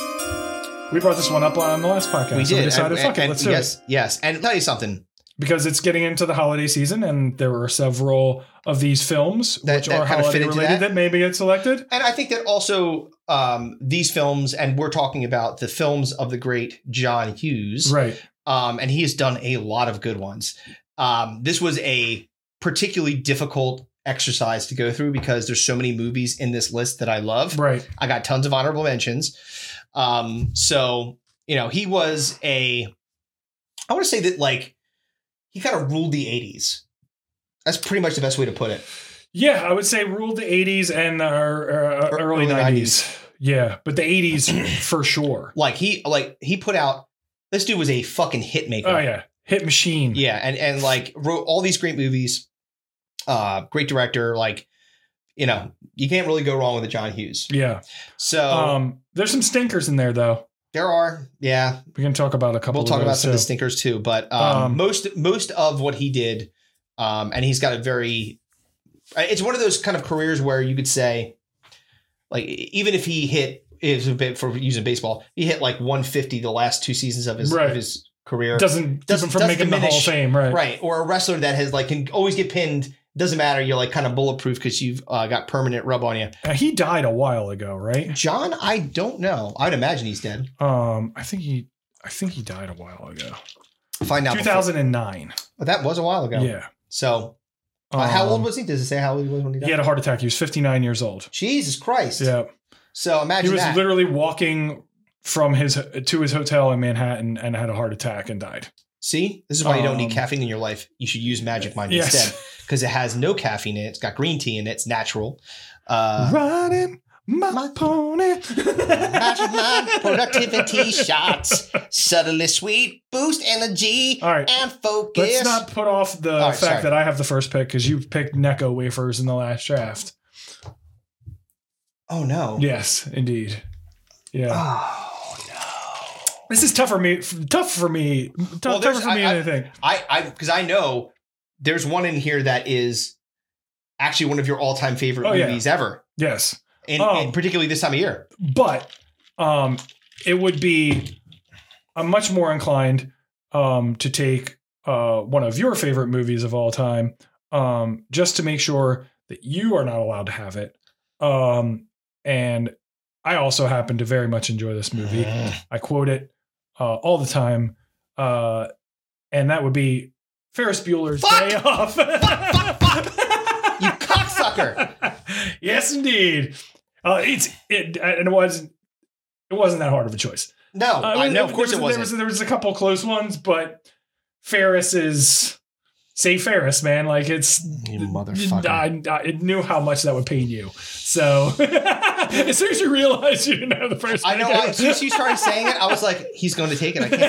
[SPEAKER 3] We brought this one up on the last podcast.
[SPEAKER 2] we
[SPEAKER 3] so
[SPEAKER 2] did.
[SPEAKER 3] We decided,
[SPEAKER 2] and-
[SPEAKER 3] fuck it,
[SPEAKER 2] and-
[SPEAKER 3] let's do
[SPEAKER 2] yes,
[SPEAKER 3] it
[SPEAKER 2] yes. And I'll tell you something.
[SPEAKER 3] because it's getting into the holiday season, and there were several of these films
[SPEAKER 2] That-
[SPEAKER 3] which
[SPEAKER 2] that
[SPEAKER 3] are
[SPEAKER 2] kind of fit
[SPEAKER 3] holiday
[SPEAKER 2] into
[SPEAKER 3] related
[SPEAKER 2] that.
[SPEAKER 3] that. maybe get selected.
[SPEAKER 2] And I think that also um, these films, and we're talking about the films of the great John Hughes.
[SPEAKER 3] Right.
[SPEAKER 2] um, and he has done a lot of good ones. Um, this was a particularly difficult exercise to go through because there's so many movies in this list that I love.
[SPEAKER 3] Right.
[SPEAKER 2] I got tons of honorable mentions. Um, so you know, he was a. I want to say that like he kind of ruled the '80s. That's pretty much the best way to put it.
[SPEAKER 3] Yeah, I would say ruled the 80s and our, uh,
[SPEAKER 2] early
[SPEAKER 3] early, 90s.
[SPEAKER 2] 90s.
[SPEAKER 3] Yeah, but the 80s for sure.
[SPEAKER 2] Like he like he put out. This dude was a fucking hit maker.
[SPEAKER 3] Oh yeah, Hit Machine.
[SPEAKER 2] Yeah, and and like wrote all these great movies. Uh, great director. Like, you know, you can't really go wrong with a John Hughes.
[SPEAKER 3] Yeah.
[SPEAKER 2] So
[SPEAKER 3] Um, there's some stinkers in there though.
[SPEAKER 2] there are, yeah.
[SPEAKER 3] We can talk about a couple.
[SPEAKER 2] We'll
[SPEAKER 3] of
[SPEAKER 2] talk about
[SPEAKER 3] those,
[SPEAKER 2] some of the
[SPEAKER 3] too.
[SPEAKER 2] stinkers too, but um,
[SPEAKER 3] Um,
[SPEAKER 2] most most of what he did, um, and he's got a very. It's one of those kind of careers where you could say, like, e, even if he hit is a bit for using baseball, he hit like 150 the last two seasons of his
[SPEAKER 3] Right.
[SPEAKER 2] of his career.
[SPEAKER 3] Doesn't keep him from making the Hall of
[SPEAKER 2] diminish-
[SPEAKER 3] Fame, right?
[SPEAKER 2] right or a wrestler that has like can always get pinned doesn't matter you're like kind of bulletproof because you've uh, got permanent rub on you
[SPEAKER 3] Uh, he died a while ago, right?
[SPEAKER 2] john i don't know i'd imagine he's dead
[SPEAKER 3] Um, I think he, I think he died a while ago.
[SPEAKER 2] find out before-
[SPEAKER 3] 2009.
[SPEAKER 2] but that was a while ago
[SPEAKER 3] Yeah.
[SPEAKER 2] so uh, how
[SPEAKER 3] Um,
[SPEAKER 2] old was he does it say how old he was when he died
[SPEAKER 3] He had a heart attack. He was 59 years old.
[SPEAKER 2] jesus christ
[SPEAKER 3] Yeah.
[SPEAKER 2] so
[SPEAKER 3] he
[SPEAKER 2] imagine
[SPEAKER 3] was
[SPEAKER 2] that
[SPEAKER 3] literally walking from his to his hotel in Manhattan and had a heart attack and died.
[SPEAKER 2] see this is why you don't need
[SPEAKER 3] Um,
[SPEAKER 2] caffeine in your life you should use magic mind
[SPEAKER 3] Yes.
[SPEAKER 2] instead because it has no caffeine in it it's got green tea in it it's natural uh,
[SPEAKER 3] Riding my, pony.
[SPEAKER 2] Magic Mind productivity shots. Subtly sweet, boost energy
[SPEAKER 3] All right.
[SPEAKER 2] and focus.
[SPEAKER 3] Let's not put off the
[SPEAKER 2] All right,
[SPEAKER 3] fact
[SPEAKER 2] sorry.
[SPEAKER 3] that I have the first pick because you picked Necco wafers in the last draft.
[SPEAKER 2] oh no.
[SPEAKER 3] Yes, indeed. Yeah.
[SPEAKER 2] Oh,
[SPEAKER 3] This is tough for me. Tough for me. Tough,
[SPEAKER 2] Well,
[SPEAKER 3] tougher
[SPEAKER 2] there's-
[SPEAKER 3] for me
[SPEAKER 2] I-
[SPEAKER 3] than anything.
[SPEAKER 2] I I because I know there's one in here that is actually one of your all-time favorite
[SPEAKER 3] Oh, yeah.
[SPEAKER 2] movies ever.
[SPEAKER 3] Yes,
[SPEAKER 2] And,
[SPEAKER 3] Um,
[SPEAKER 2] and particularly this time of year.
[SPEAKER 3] but um, it would be. I'm much more inclined um, to take uh, one of your favorite movies of all time, um, just to make sure that you are not allowed to have it. Um, and I also happen to very much enjoy this movie.
[SPEAKER 2] Mm-hmm.
[SPEAKER 3] I quote it uh, all the time, uh, and that would be Ferris Bueller's
[SPEAKER 2] Fuck!
[SPEAKER 3] Day Off.
[SPEAKER 2] You cocksucker.
[SPEAKER 3] yes, indeed. Uh, it's it, and it wasn't. It wasn't that hard of a choice.
[SPEAKER 2] No,
[SPEAKER 3] Uh,
[SPEAKER 2] I know, of course
[SPEAKER 3] there
[SPEAKER 2] it
[SPEAKER 3] was,
[SPEAKER 2] wasn't.
[SPEAKER 3] There was, there was a couple close ones, but Ferris is Say Ferris, man. Like it's
[SPEAKER 2] You motherfucker.
[SPEAKER 3] I, I knew how much that would pain you. So as soon as you realize you didn't have the first,
[SPEAKER 2] I know. I, as soon as you started saying it, I was like, "He's going to take it." I can't.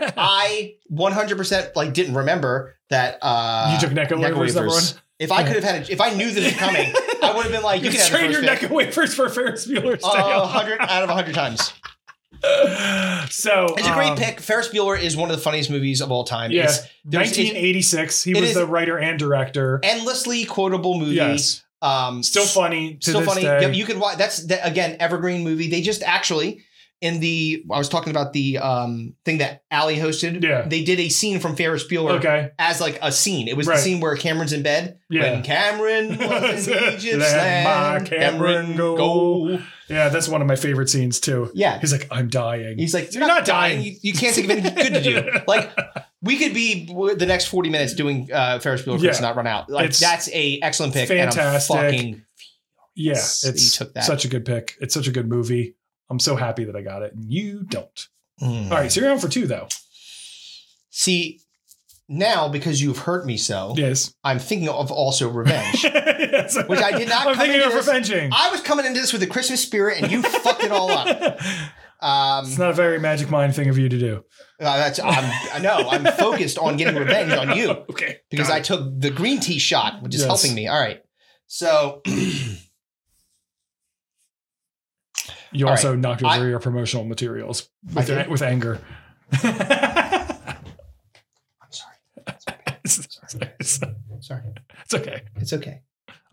[SPEAKER 2] believe- I 100 percent like didn't remember that. uh
[SPEAKER 3] You took Necco Wafers, number one?
[SPEAKER 2] If I could have had, it, if I knew this was coming, I would have been like, "You can have the
[SPEAKER 3] trade your
[SPEAKER 2] first pick."
[SPEAKER 3] neck away first for Ferris Bueller's Day
[SPEAKER 2] Uh,
[SPEAKER 3] Off.
[SPEAKER 2] 100 out of 100 times.
[SPEAKER 3] So
[SPEAKER 2] It's a great
[SPEAKER 3] um,
[SPEAKER 2] pick. Ferris Bueller is one of the funniest movies of all time.
[SPEAKER 3] Yeah,
[SPEAKER 2] It's- there's- it's-
[SPEAKER 3] 1986. He
[SPEAKER 2] it
[SPEAKER 3] was
[SPEAKER 2] is-
[SPEAKER 3] the writer and director.
[SPEAKER 2] endlessly quotable movie.
[SPEAKER 3] Yes.
[SPEAKER 2] Um,
[SPEAKER 3] Still funny. To
[SPEAKER 2] still
[SPEAKER 3] this
[SPEAKER 2] funny.
[SPEAKER 3] day.
[SPEAKER 2] Yep, you could watch. That's that, again evergreen movie. They just actually in the I was talking about the um thing that Ali hosted.
[SPEAKER 3] Yeah.
[SPEAKER 2] they did a scene from Ferris Bueller.
[SPEAKER 3] Okay.
[SPEAKER 2] as like a scene. It was
[SPEAKER 3] Right.
[SPEAKER 2] the scene where Cameron's in bed.
[SPEAKER 3] Yeah.
[SPEAKER 2] when Cameron was in Egypt.
[SPEAKER 3] Let my
[SPEAKER 2] land,
[SPEAKER 3] Cameron go. Yeah, that's one of my favorite scenes too.
[SPEAKER 2] Yeah.
[SPEAKER 3] he's like, I'm dying.
[SPEAKER 2] He's like, you're, not, dying. You, you can't think of anything good to do. Like, we could be w- the next 40 minutes doing uh, Ferris Bueller
[SPEAKER 3] Yeah.
[SPEAKER 2] Chris not run out. Like,
[SPEAKER 3] It's
[SPEAKER 2] that's a excellent pick.
[SPEAKER 3] fantastic.
[SPEAKER 2] And I'm fucking
[SPEAKER 3] yeah,
[SPEAKER 2] Yes, that
[SPEAKER 3] it's
[SPEAKER 2] you took that.
[SPEAKER 3] such a good pick. It's such a good movie. I'm so happy that I got it, and you don't.
[SPEAKER 2] mm.
[SPEAKER 3] All right, so you're on for two though.
[SPEAKER 2] See, now because you've hurt me so,
[SPEAKER 3] yes,
[SPEAKER 2] I'm thinking of also revenge,
[SPEAKER 3] Yes.
[SPEAKER 2] Oh. which I did not.
[SPEAKER 3] I'm
[SPEAKER 2] come
[SPEAKER 3] thinking
[SPEAKER 2] into
[SPEAKER 3] of
[SPEAKER 2] this-
[SPEAKER 3] revenging.
[SPEAKER 2] I was coming into this with a Christmas spirit, and you fucked it all up. Um,
[SPEAKER 3] It's not a very magic mind thing of you to do.
[SPEAKER 2] Uh, that's I'm, I know I'm focused on getting revenge on you.
[SPEAKER 3] Okay.
[SPEAKER 2] Because I took the green tea shot, which is
[SPEAKER 3] Yes.
[SPEAKER 2] helping me. All right. So
[SPEAKER 3] You
[SPEAKER 2] All
[SPEAKER 3] also
[SPEAKER 2] right.
[SPEAKER 3] knocked over your promotional materials
[SPEAKER 2] I
[SPEAKER 3] with,
[SPEAKER 2] did?
[SPEAKER 3] with anger. I'm sorry. sorry.
[SPEAKER 2] Sorry.
[SPEAKER 3] It's okay.
[SPEAKER 2] It's okay.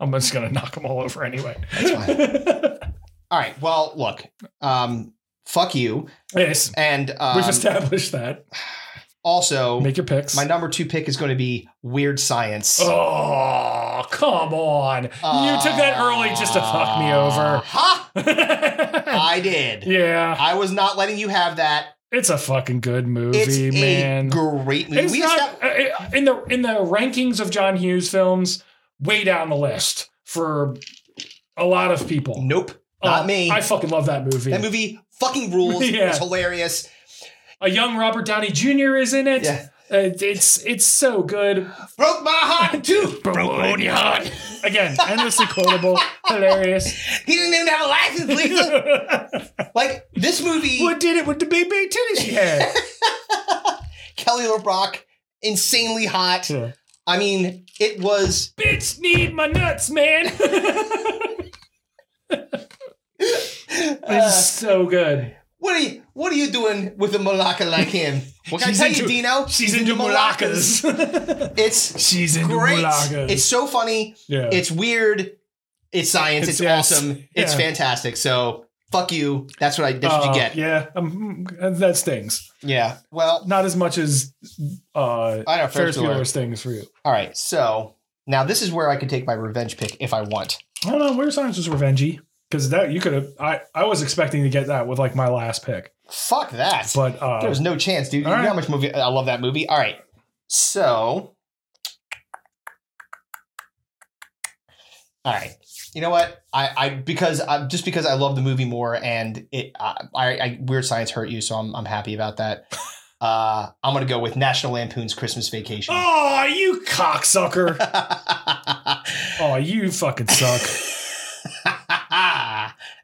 [SPEAKER 3] I'm just gonna knock them all over anyway.
[SPEAKER 2] All right. Well, look. Um, fuck you.
[SPEAKER 3] Yes.
[SPEAKER 2] And um,
[SPEAKER 3] We've established that.
[SPEAKER 2] also
[SPEAKER 3] Make your picks.
[SPEAKER 2] My number two pick is going to be Weird Science.
[SPEAKER 3] Oh, come on. Oh, you took that early just to fuck me
[SPEAKER 2] Uh,
[SPEAKER 3] over.
[SPEAKER 2] Ha! I did.
[SPEAKER 3] Yeah.
[SPEAKER 2] I was not letting you have that.
[SPEAKER 3] It's a fucking good movie,
[SPEAKER 2] It's a
[SPEAKER 3] man.
[SPEAKER 2] great movie.
[SPEAKER 3] It's
[SPEAKER 2] We
[SPEAKER 3] not, uh, in the in the rankings of John Hughes films, way down the list for a lot of people.
[SPEAKER 2] Nope. Not
[SPEAKER 3] Uh,
[SPEAKER 2] me.
[SPEAKER 3] I fucking love that movie.
[SPEAKER 2] That movie fucking rules.
[SPEAKER 3] Yeah.
[SPEAKER 2] It's hilarious.
[SPEAKER 3] A young Robert Downey Jr. is in it.
[SPEAKER 2] Yeah.
[SPEAKER 3] Uh, it's it's so good.
[SPEAKER 2] Broke my heart in two.
[SPEAKER 3] Again, endlessly quotable, hilarious.
[SPEAKER 2] He didn't even have a license, Lisa. like this movie.
[SPEAKER 3] What did it with the big big titties she had?
[SPEAKER 2] Kelly LeBrock, insanely hot. I mean, it was.
[SPEAKER 3] Bitch need my nuts, man. it's so good.
[SPEAKER 2] What are you? What are you doing with a malacca like him? What can
[SPEAKER 3] She's
[SPEAKER 2] I tell you,
[SPEAKER 3] into-
[SPEAKER 2] Dino?
[SPEAKER 3] she's into
[SPEAKER 2] malaccas. it's
[SPEAKER 3] she's into
[SPEAKER 2] great.
[SPEAKER 3] malaccas.
[SPEAKER 2] It's so funny.
[SPEAKER 3] Yeah.
[SPEAKER 2] It's weird. It's science. It's,
[SPEAKER 3] It's- yes.
[SPEAKER 2] awesome. It's
[SPEAKER 3] Yeah.
[SPEAKER 2] fantastic. So fuck you. That's what I. That's what
[SPEAKER 3] Uh,
[SPEAKER 2] you get.
[SPEAKER 3] Yeah, um, that stings.
[SPEAKER 2] Yeah. Well,
[SPEAKER 3] Not as much as uh,
[SPEAKER 2] I know, Ferris
[SPEAKER 3] Ferris
[SPEAKER 2] Bueller.
[SPEAKER 3] Bueller's things for you.
[SPEAKER 2] all right. So now this is where I could take my revenge pick if I want.
[SPEAKER 3] I don't know. Where Science was revengey because that you could have. I I was expecting to get that with like my last pick,
[SPEAKER 2] Fuck that.
[SPEAKER 3] but uh,
[SPEAKER 2] There was no chance, dude. You
[SPEAKER 3] all
[SPEAKER 2] know how
[SPEAKER 3] right.
[SPEAKER 2] much movie I love that movie. All right. So All right. You know what? I, I because I just because I love the movie more and it I, I, I Weird Science hurt you, so I'm I'm happy about that. Uh, I'm gonna go with National Lampoon's Christmas Vacation.
[SPEAKER 3] Oh, you cocksucker! oh, you fucking suck.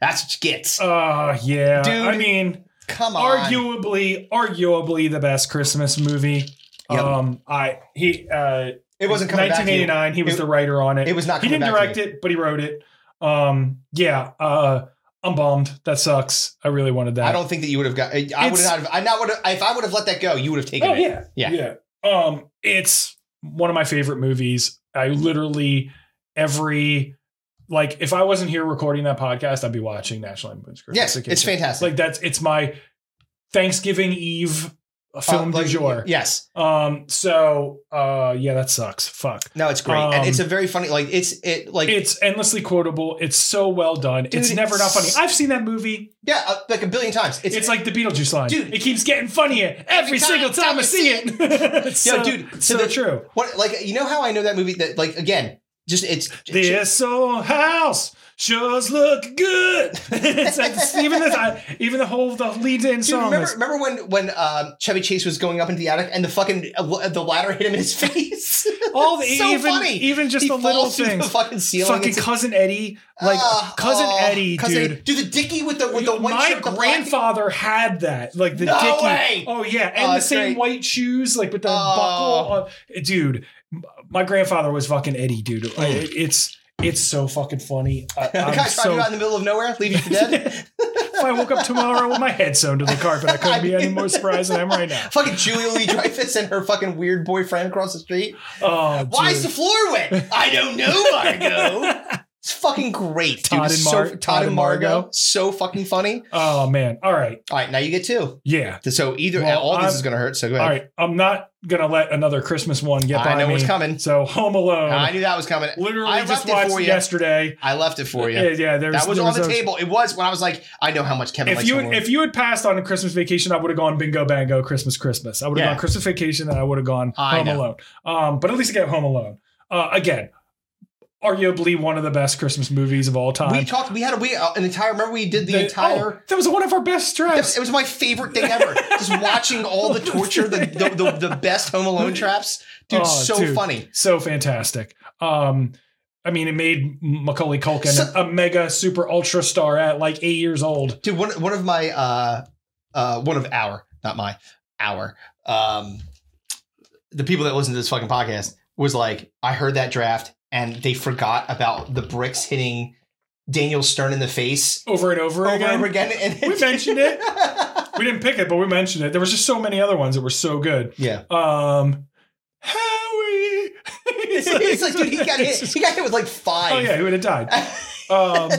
[SPEAKER 2] That's what you get.
[SPEAKER 3] Uh yeah.
[SPEAKER 2] Dude,
[SPEAKER 3] I mean,
[SPEAKER 2] Come on.
[SPEAKER 3] arguably, arguably the best Christmas movie.
[SPEAKER 2] Yep.
[SPEAKER 3] Um, I he uh,
[SPEAKER 2] It wasn't coming back to you.
[SPEAKER 3] 1989. He was
[SPEAKER 2] It-
[SPEAKER 3] the writer on it.
[SPEAKER 2] it was not
[SPEAKER 3] He
[SPEAKER 2] coming
[SPEAKER 3] didn't
[SPEAKER 2] back to
[SPEAKER 3] direct
[SPEAKER 2] you.
[SPEAKER 3] it, but he wrote it. Um, yeah. Uh, I'm bummed. That sucks. I really wanted that.
[SPEAKER 2] I don't think that you would have got. I would
[SPEAKER 3] It's-
[SPEAKER 2] not have. I not would. If I would have let that go, you would have taken
[SPEAKER 3] Oh
[SPEAKER 2] it.
[SPEAKER 3] yeah,
[SPEAKER 2] Yeah.
[SPEAKER 3] yeah. Um, it's one of my favorite movies. I literally every like if I wasn't here recording that podcast, I'd be watching National Lampoon's Christmas
[SPEAKER 2] Yes, it's
[SPEAKER 3] Vacation.
[SPEAKER 2] fantastic.
[SPEAKER 3] Like that's it's my Thanksgiving Eve film
[SPEAKER 2] Uh, like,
[SPEAKER 3] du jour.
[SPEAKER 2] Yes.
[SPEAKER 3] Um. So, uh, yeah, that sucks. Fuck.
[SPEAKER 2] No, it's great, and
[SPEAKER 3] Um,
[SPEAKER 2] it's a very funny. Like it's it like
[SPEAKER 3] it's endlessly quotable. It's so well done. it's
[SPEAKER 2] Dude,
[SPEAKER 3] never not funny.
[SPEAKER 2] it's-
[SPEAKER 3] I've seen that movie.
[SPEAKER 2] yeah, uh, like a billion times. It's,
[SPEAKER 3] It's, like the Beetlejuice line.
[SPEAKER 2] Dude.
[SPEAKER 3] it keeps getting funnier every single time, I see it. It's
[SPEAKER 2] yeah,
[SPEAKER 3] so-
[SPEAKER 2] dude.
[SPEAKER 3] so
[SPEAKER 2] the-
[SPEAKER 3] true.
[SPEAKER 2] What like you know how I know that movie that like again just it's
[SPEAKER 3] This old house Shaw's look good. it's like even the I- even the whole the lead in
[SPEAKER 2] Dude,
[SPEAKER 3] song.
[SPEAKER 2] remember,
[SPEAKER 3] is-
[SPEAKER 2] remember when when um, Chevy Chase was going up into the attic and the fucking uh, the ladder hit him in his face?
[SPEAKER 3] all the
[SPEAKER 2] so
[SPEAKER 3] even
[SPEAKER 2] funny.
[SPEAKER 3] even just
[SPEAKER 2] He
[SPEAKER 3] the little
[SPEAKER 2] falls through the
[SPEAKER 3] things.
[SPEAKER 2] fucking ceiling.
[SPEAKER 3] Fucking
[SPEAKER 2] It's-
[SPEAKER 3] cousin Eddie, like
[SPEAKER 2] Ah,
[SPEAKER 3] cousin
[SPEAKER 2] oh,
[SPEAKER 3] Eddie,
[SPEAKER 2] cousin
[SPEAKER 3] dude.
[SPEAKER 2] Eddie. Dude, the Dickie with the with the white
[SPEAKER 3] My
[SPEAKER 2] shirt, the black-
[SPEAKER 3] grandfather had that, like the
[SPEAKER 2] No
[SPEAKER 3] Dickie.
[SPEAKER 2] way!
[SPEAKER 3] Oh yeah, and
[SPEAKER 2] Oh,
[SPEAKER 3] the
[SPEAKER 2] it's
[SPEAKER 3] same
[SPEAKER 2] great. Oh.
[SPEAKER 3] white shoes, like with the buckle. on- dude, m- my grandfather was fucking Eddie, dude. I- it's it's so fucking funny. I,
[SPEAKER 2] Hmm. The
[SPEAKER 3] am
[SPEAKER 2] guy
[SPEAKER 3] so
[SPEAKER 2] so... you out in the middle of nowhere, leave you for dead.
[SPEAKER 3] if I woke up tomorrow with my head sewn to the carpet, I couldn't be any more surprised than I am right now.
[SPEAKER 2] fucking Julia Lee Dreyfus and her fucking weird boyfriend across the street.
[SPEAKER 3] Oh,
[SPEAKER 2] Why
[SPEAKER 3] dude.
[SPEAKER 2] is the floor wet? I don't know, Margo. It's fucking great, dude.
[SPEAKER 3] Todd
[SPEAKER 2] It's
[SPEAKER 3] and
[SPEAKER 2] so-
[SPEAKER 3] Mar-
[SPEAKER 2] Todd, and Margo. so fucking funny.
[SPEAKER 3] Oh man! All right,
[SPEAKER 2] all right. Now you get two.
[SPEAKER 3] Yeah.
[SPEAKER 2] So either
[SPEAKER 3] Well,
[SPEAKER 2] all this
[SPEAKER 3] I'm-
[SPEAKER 2] is gonna hurt. So go
[SPEAKER 3] All
[SPEAKER 2] ahead.
[SPEAKER 3] right, I'm not gonna let another Christmas one get by
[SPEAKER 2] I know
[SPEAKER 3] me.
[SPEAKER 2] what's coming.
[SPEAKER 3] So Home Alone.
[SPEAKER 2] I knew that was coming.
[SPEAKER 3] Literally
[SPEAKER 2] I
[SPEAKER 3] just
[SPEAKER 2] left it
[SPEAKER 3] watched
[SPEAKER 2] for you.
[SPEAKER 3] yesterday.
[SPEAKER 2] I left it for you.
[SPEAKER 3] Yeah, yeah, there was-
[SPEAKER 2] that was
[SPEAKER 3] there
[SPEAKER 2] on
[SPEAKER 3] was
[SPEAKER 2] the
[SPEAKER 3] those-
[SPEAKER 2] table. It was when I was like, I know how much Kevin
[SPEAKER 3] If
[SPEAKER 2] likes
[SPEAKER 3] you
[SPEAKER 2] Home
[SPEAKER 3] had,
[SPEAKER 2] Alone.
[SPEAKER 3] if you had passed on a Christmas vacation, I would have gone bingo bango Christmas Christmas. I would have
[SPEAKER 2] Yeah.
[SPEAKER 3] gone Christmas vacation, and I would have gone
[SPEAKER 2] I
[SPEAKER 3] Home
[SPEAKER 2] know.
[SPEAKER 3] Alone. Um, but at least I got Home Alone uh, again. Arguably one of the best Christmas movies of all time.
[SPEAKER 2] we talked. We had a, we uh, an entire. Remember, we did the,
[SPEAKER 3] The- oh,
[SPEAKER 2] entire.
[SPEAKER 3] that was one of our best
[SPEAKER 2] That-
[SPEAKER 3] drafts.
[SPEAKER 2] It was my favorite thing ever. Just watching all the torture, the the, the, the best Home Alone traps, dude.
[SPEAKER 3] Oh,
[SPEAKER 2] so
[SPEAKER 3] dude,
[SPEAKER 2] funny.
[SPEAKER 3] so fantastic. Um, I mean, it made Macaulay Culkin
[SPEAKER 2] So-
[SPEAKER 3] a mega super ultra star at like eight years old.
[SPEAKER 2] dude. One one of my uh, uh, one of our not my our um, the people that listen to this fucking podcast was like, I heard that draft and they forgot about the bricks hitting Daniel Stern in the face
[SPEAKER 3] Over and over,
[SPEAKER 2] over
[SPEAKER 3] again.
[SPEAKER 2] and over again. And
[SPEAKER 3] we mentioned it. We didn't pick it, but we mentioned it. There was just so many other ones that were so good.
[SPEAKER 2] Yeah.
[SPEAKER 3] Um, Howie.
[SPEAKER 2] it's like, dude, he got hit. He got hit with like five.
[SPEAKER 3] Oh yeah, he would have died. um,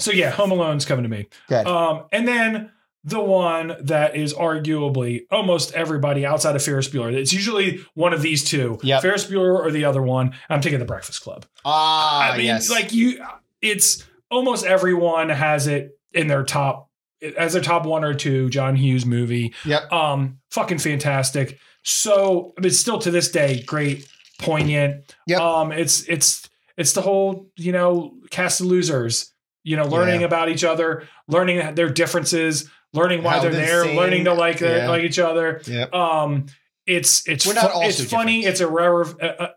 [SPEAKER 3] so yeah, Home Alone's coming to me.
[SPEAKER 2] Good.
[SPEAKER 3] Um, and then the one that is arguably almost everybody outside of Ferris Bueller. It's usually one of these two.
[SPEAKER 2] Yep.
[SPEAKER 3] Ferris Bueller or the other one. I'm taking the Breakfast Club.
[SPEAKER 2] Ah,
[SPEAKER 3] I mean,
[SPEAKER 2] yes.
[SPEAKER 3] like you, it's almost everyone has it in their top as their top one or two John Hughes movie.
[SPEAKER 2] Yep.
[SPEAKER 3] Um, fucking fantastic. So, I mean, still to this day, great, poignant.
[SPEAKER 2] Yep.
[SPEAKER 3] Um, it's it's it's the whole you know cast of losers. You know, learning
[SPEAKER 2] Yeah.
[SPEAKER 3] about each other, learning their differences, learning why
[SPEAKER 2] How
[SPEAKER 3] they're
[SPEAKER 2] the
[SPEAKER 3] there,
[SPEAKER 2] same-
[SPEAKER 3] learning to like the-
[SPEAKER 2] Yeah.
[SPEAKER 3] like each other.
[SPEAKER 2] Yep.
[SPEAKER 3] Um, it's it's
[SPEAKER 2] We're not
[SPEAKER 3] fu-
[SPEAKER 2] all
[SPEAKER 3] it's
[SPEAKER 2] so
[SPEAKER 3] funny. It's irrever- uh, uh,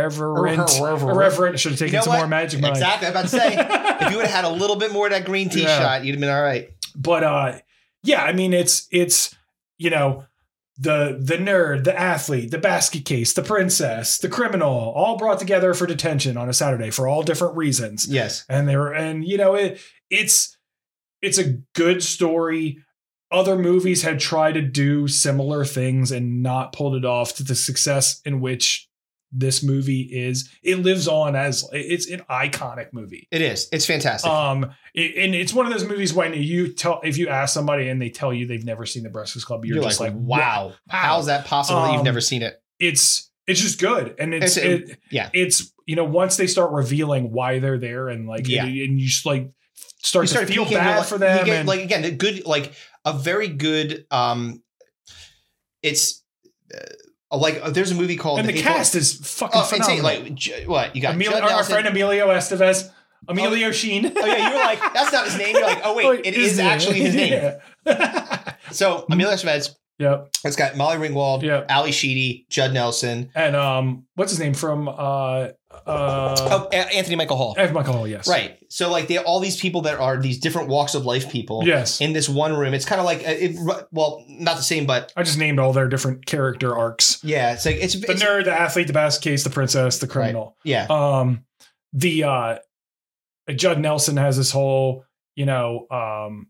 [SPEAKER 3] irreverent,
[SPEAKER 2] Irreverent.
[SPEAKER 3] irreverent. I should have taken
[SPEAKER 2] You know
[SPEAKER 3] some
[SPEAKER 2] what?
[SPEAKER 3] more magic. Mike.
[SPEAKER 2] Exactly. I'm about to say, if you would have had a little bit more of that green tea
[SPEAKER 3] Yeah.
[SPEAKER 2] shot, you'd have been all right.
[SPEAKER 3] but uh yeah i mean it's it's you know the the nerd the athlete the basket case the princess the criminal all brought together for detention on a saturday for all different reasons
[SPEAKER 2] Yes.
[SPEAKER 3] and they were and you know it it's it's a good story other movies had tried to do similar things and not pulled it off to the success in which this movie is it lives on as it's an iconic movie
[SPEAKER 2] It is. It's fantastic.
[SPEAKER 3] um, it- and it's one of those movies when you tell if you ask somebody and they tell you they've never seen The Breakfast Club, you're,
[SPEAKER 2] You're
[SPEAKER 3] just
[SPEAKER 2] like,
[SPEAKER 3] like,
[SPEAKER 2] wow, How's that possible that you've
[SPEAKER 3] Um,
[SPEAKER 2] never seen it?
[SPEAKER 3] It's it's just good, and it's,
[SPEAKER 2] It's-
[SPEAKER 3] it,
[SPEAKER 2] yeah.
[SPEAKER 3] it's you know once they start revealing why they're there and like
[SPEAKER 2] Yeah.
[SPEAKER 3] and, and you just like start,
[SPEAKER 2] You start
[SPEAKER 3] to feel
[SPEAKER 2] peeking, you're
[SPEAKER 3] bad
[SPEAKER 2] like-
[SPEAKER 3] for them
[SPEAKER 2] you get,
[SPEAKER 3] and
[SPEAKER 2] like again, the good, like a very good. um It's uh, like uh, there's a movie called
[SPEAKER 3] and the
[SPEAKER 2] Hateful-
[SPEAKER 3] cast is fucking
[SPEAKER 2] Oh, insane.
[SPEAKER 3] phenomenal.
[SPEAKER 2] Like J- what you got?
[SPEAKER 3] Emil-
[SPEAKER 2] Judd
[SPEAKER 3] our, our
[SPEAKER 2] Nelson.
[SPEAKER 3] friend Emilio Estevez, Emilio Sheen.
[SPEAKER 2] Oh yeah, you were like, that's not his name. You're like, oh wait, it is actually his name. So Emilio Estevez.
[SPEAKER 3] Yep.
[SPEAKER 2] It's got Molly Ringwald,
[SPEAKER 3] Yep.
[SPEAKER 2] Ali Sheedy, Judd Nelson,
[SPEAKER 3] And um, what's his name from uh uh?
[SPEAKER 2] oh, A- Anthony Michael Hall.
[SPEAKER 3] F. Michael Hall, yes.
[SPEAKER 2] Right. So like they all these people that are these different walks of life people.
[SPEAKER 3] Yes.
[SPEAKER 2] In this one room, it's kind of like uh, it, well, not the same, but
[SPEAKER 3] I just named all their different character arcs.
[SPEAKER 2] yeah, it's like it's,
[SPEAKER 3] The
[SPEAKER 2] it's
[SPEAKER 3] nerd, the athlete, the basket case, the princess, the criminal.
[SPEAKER 2] yeah.
[SPEAKER 3] Um the uh Judd Nelson has this whole, you know, um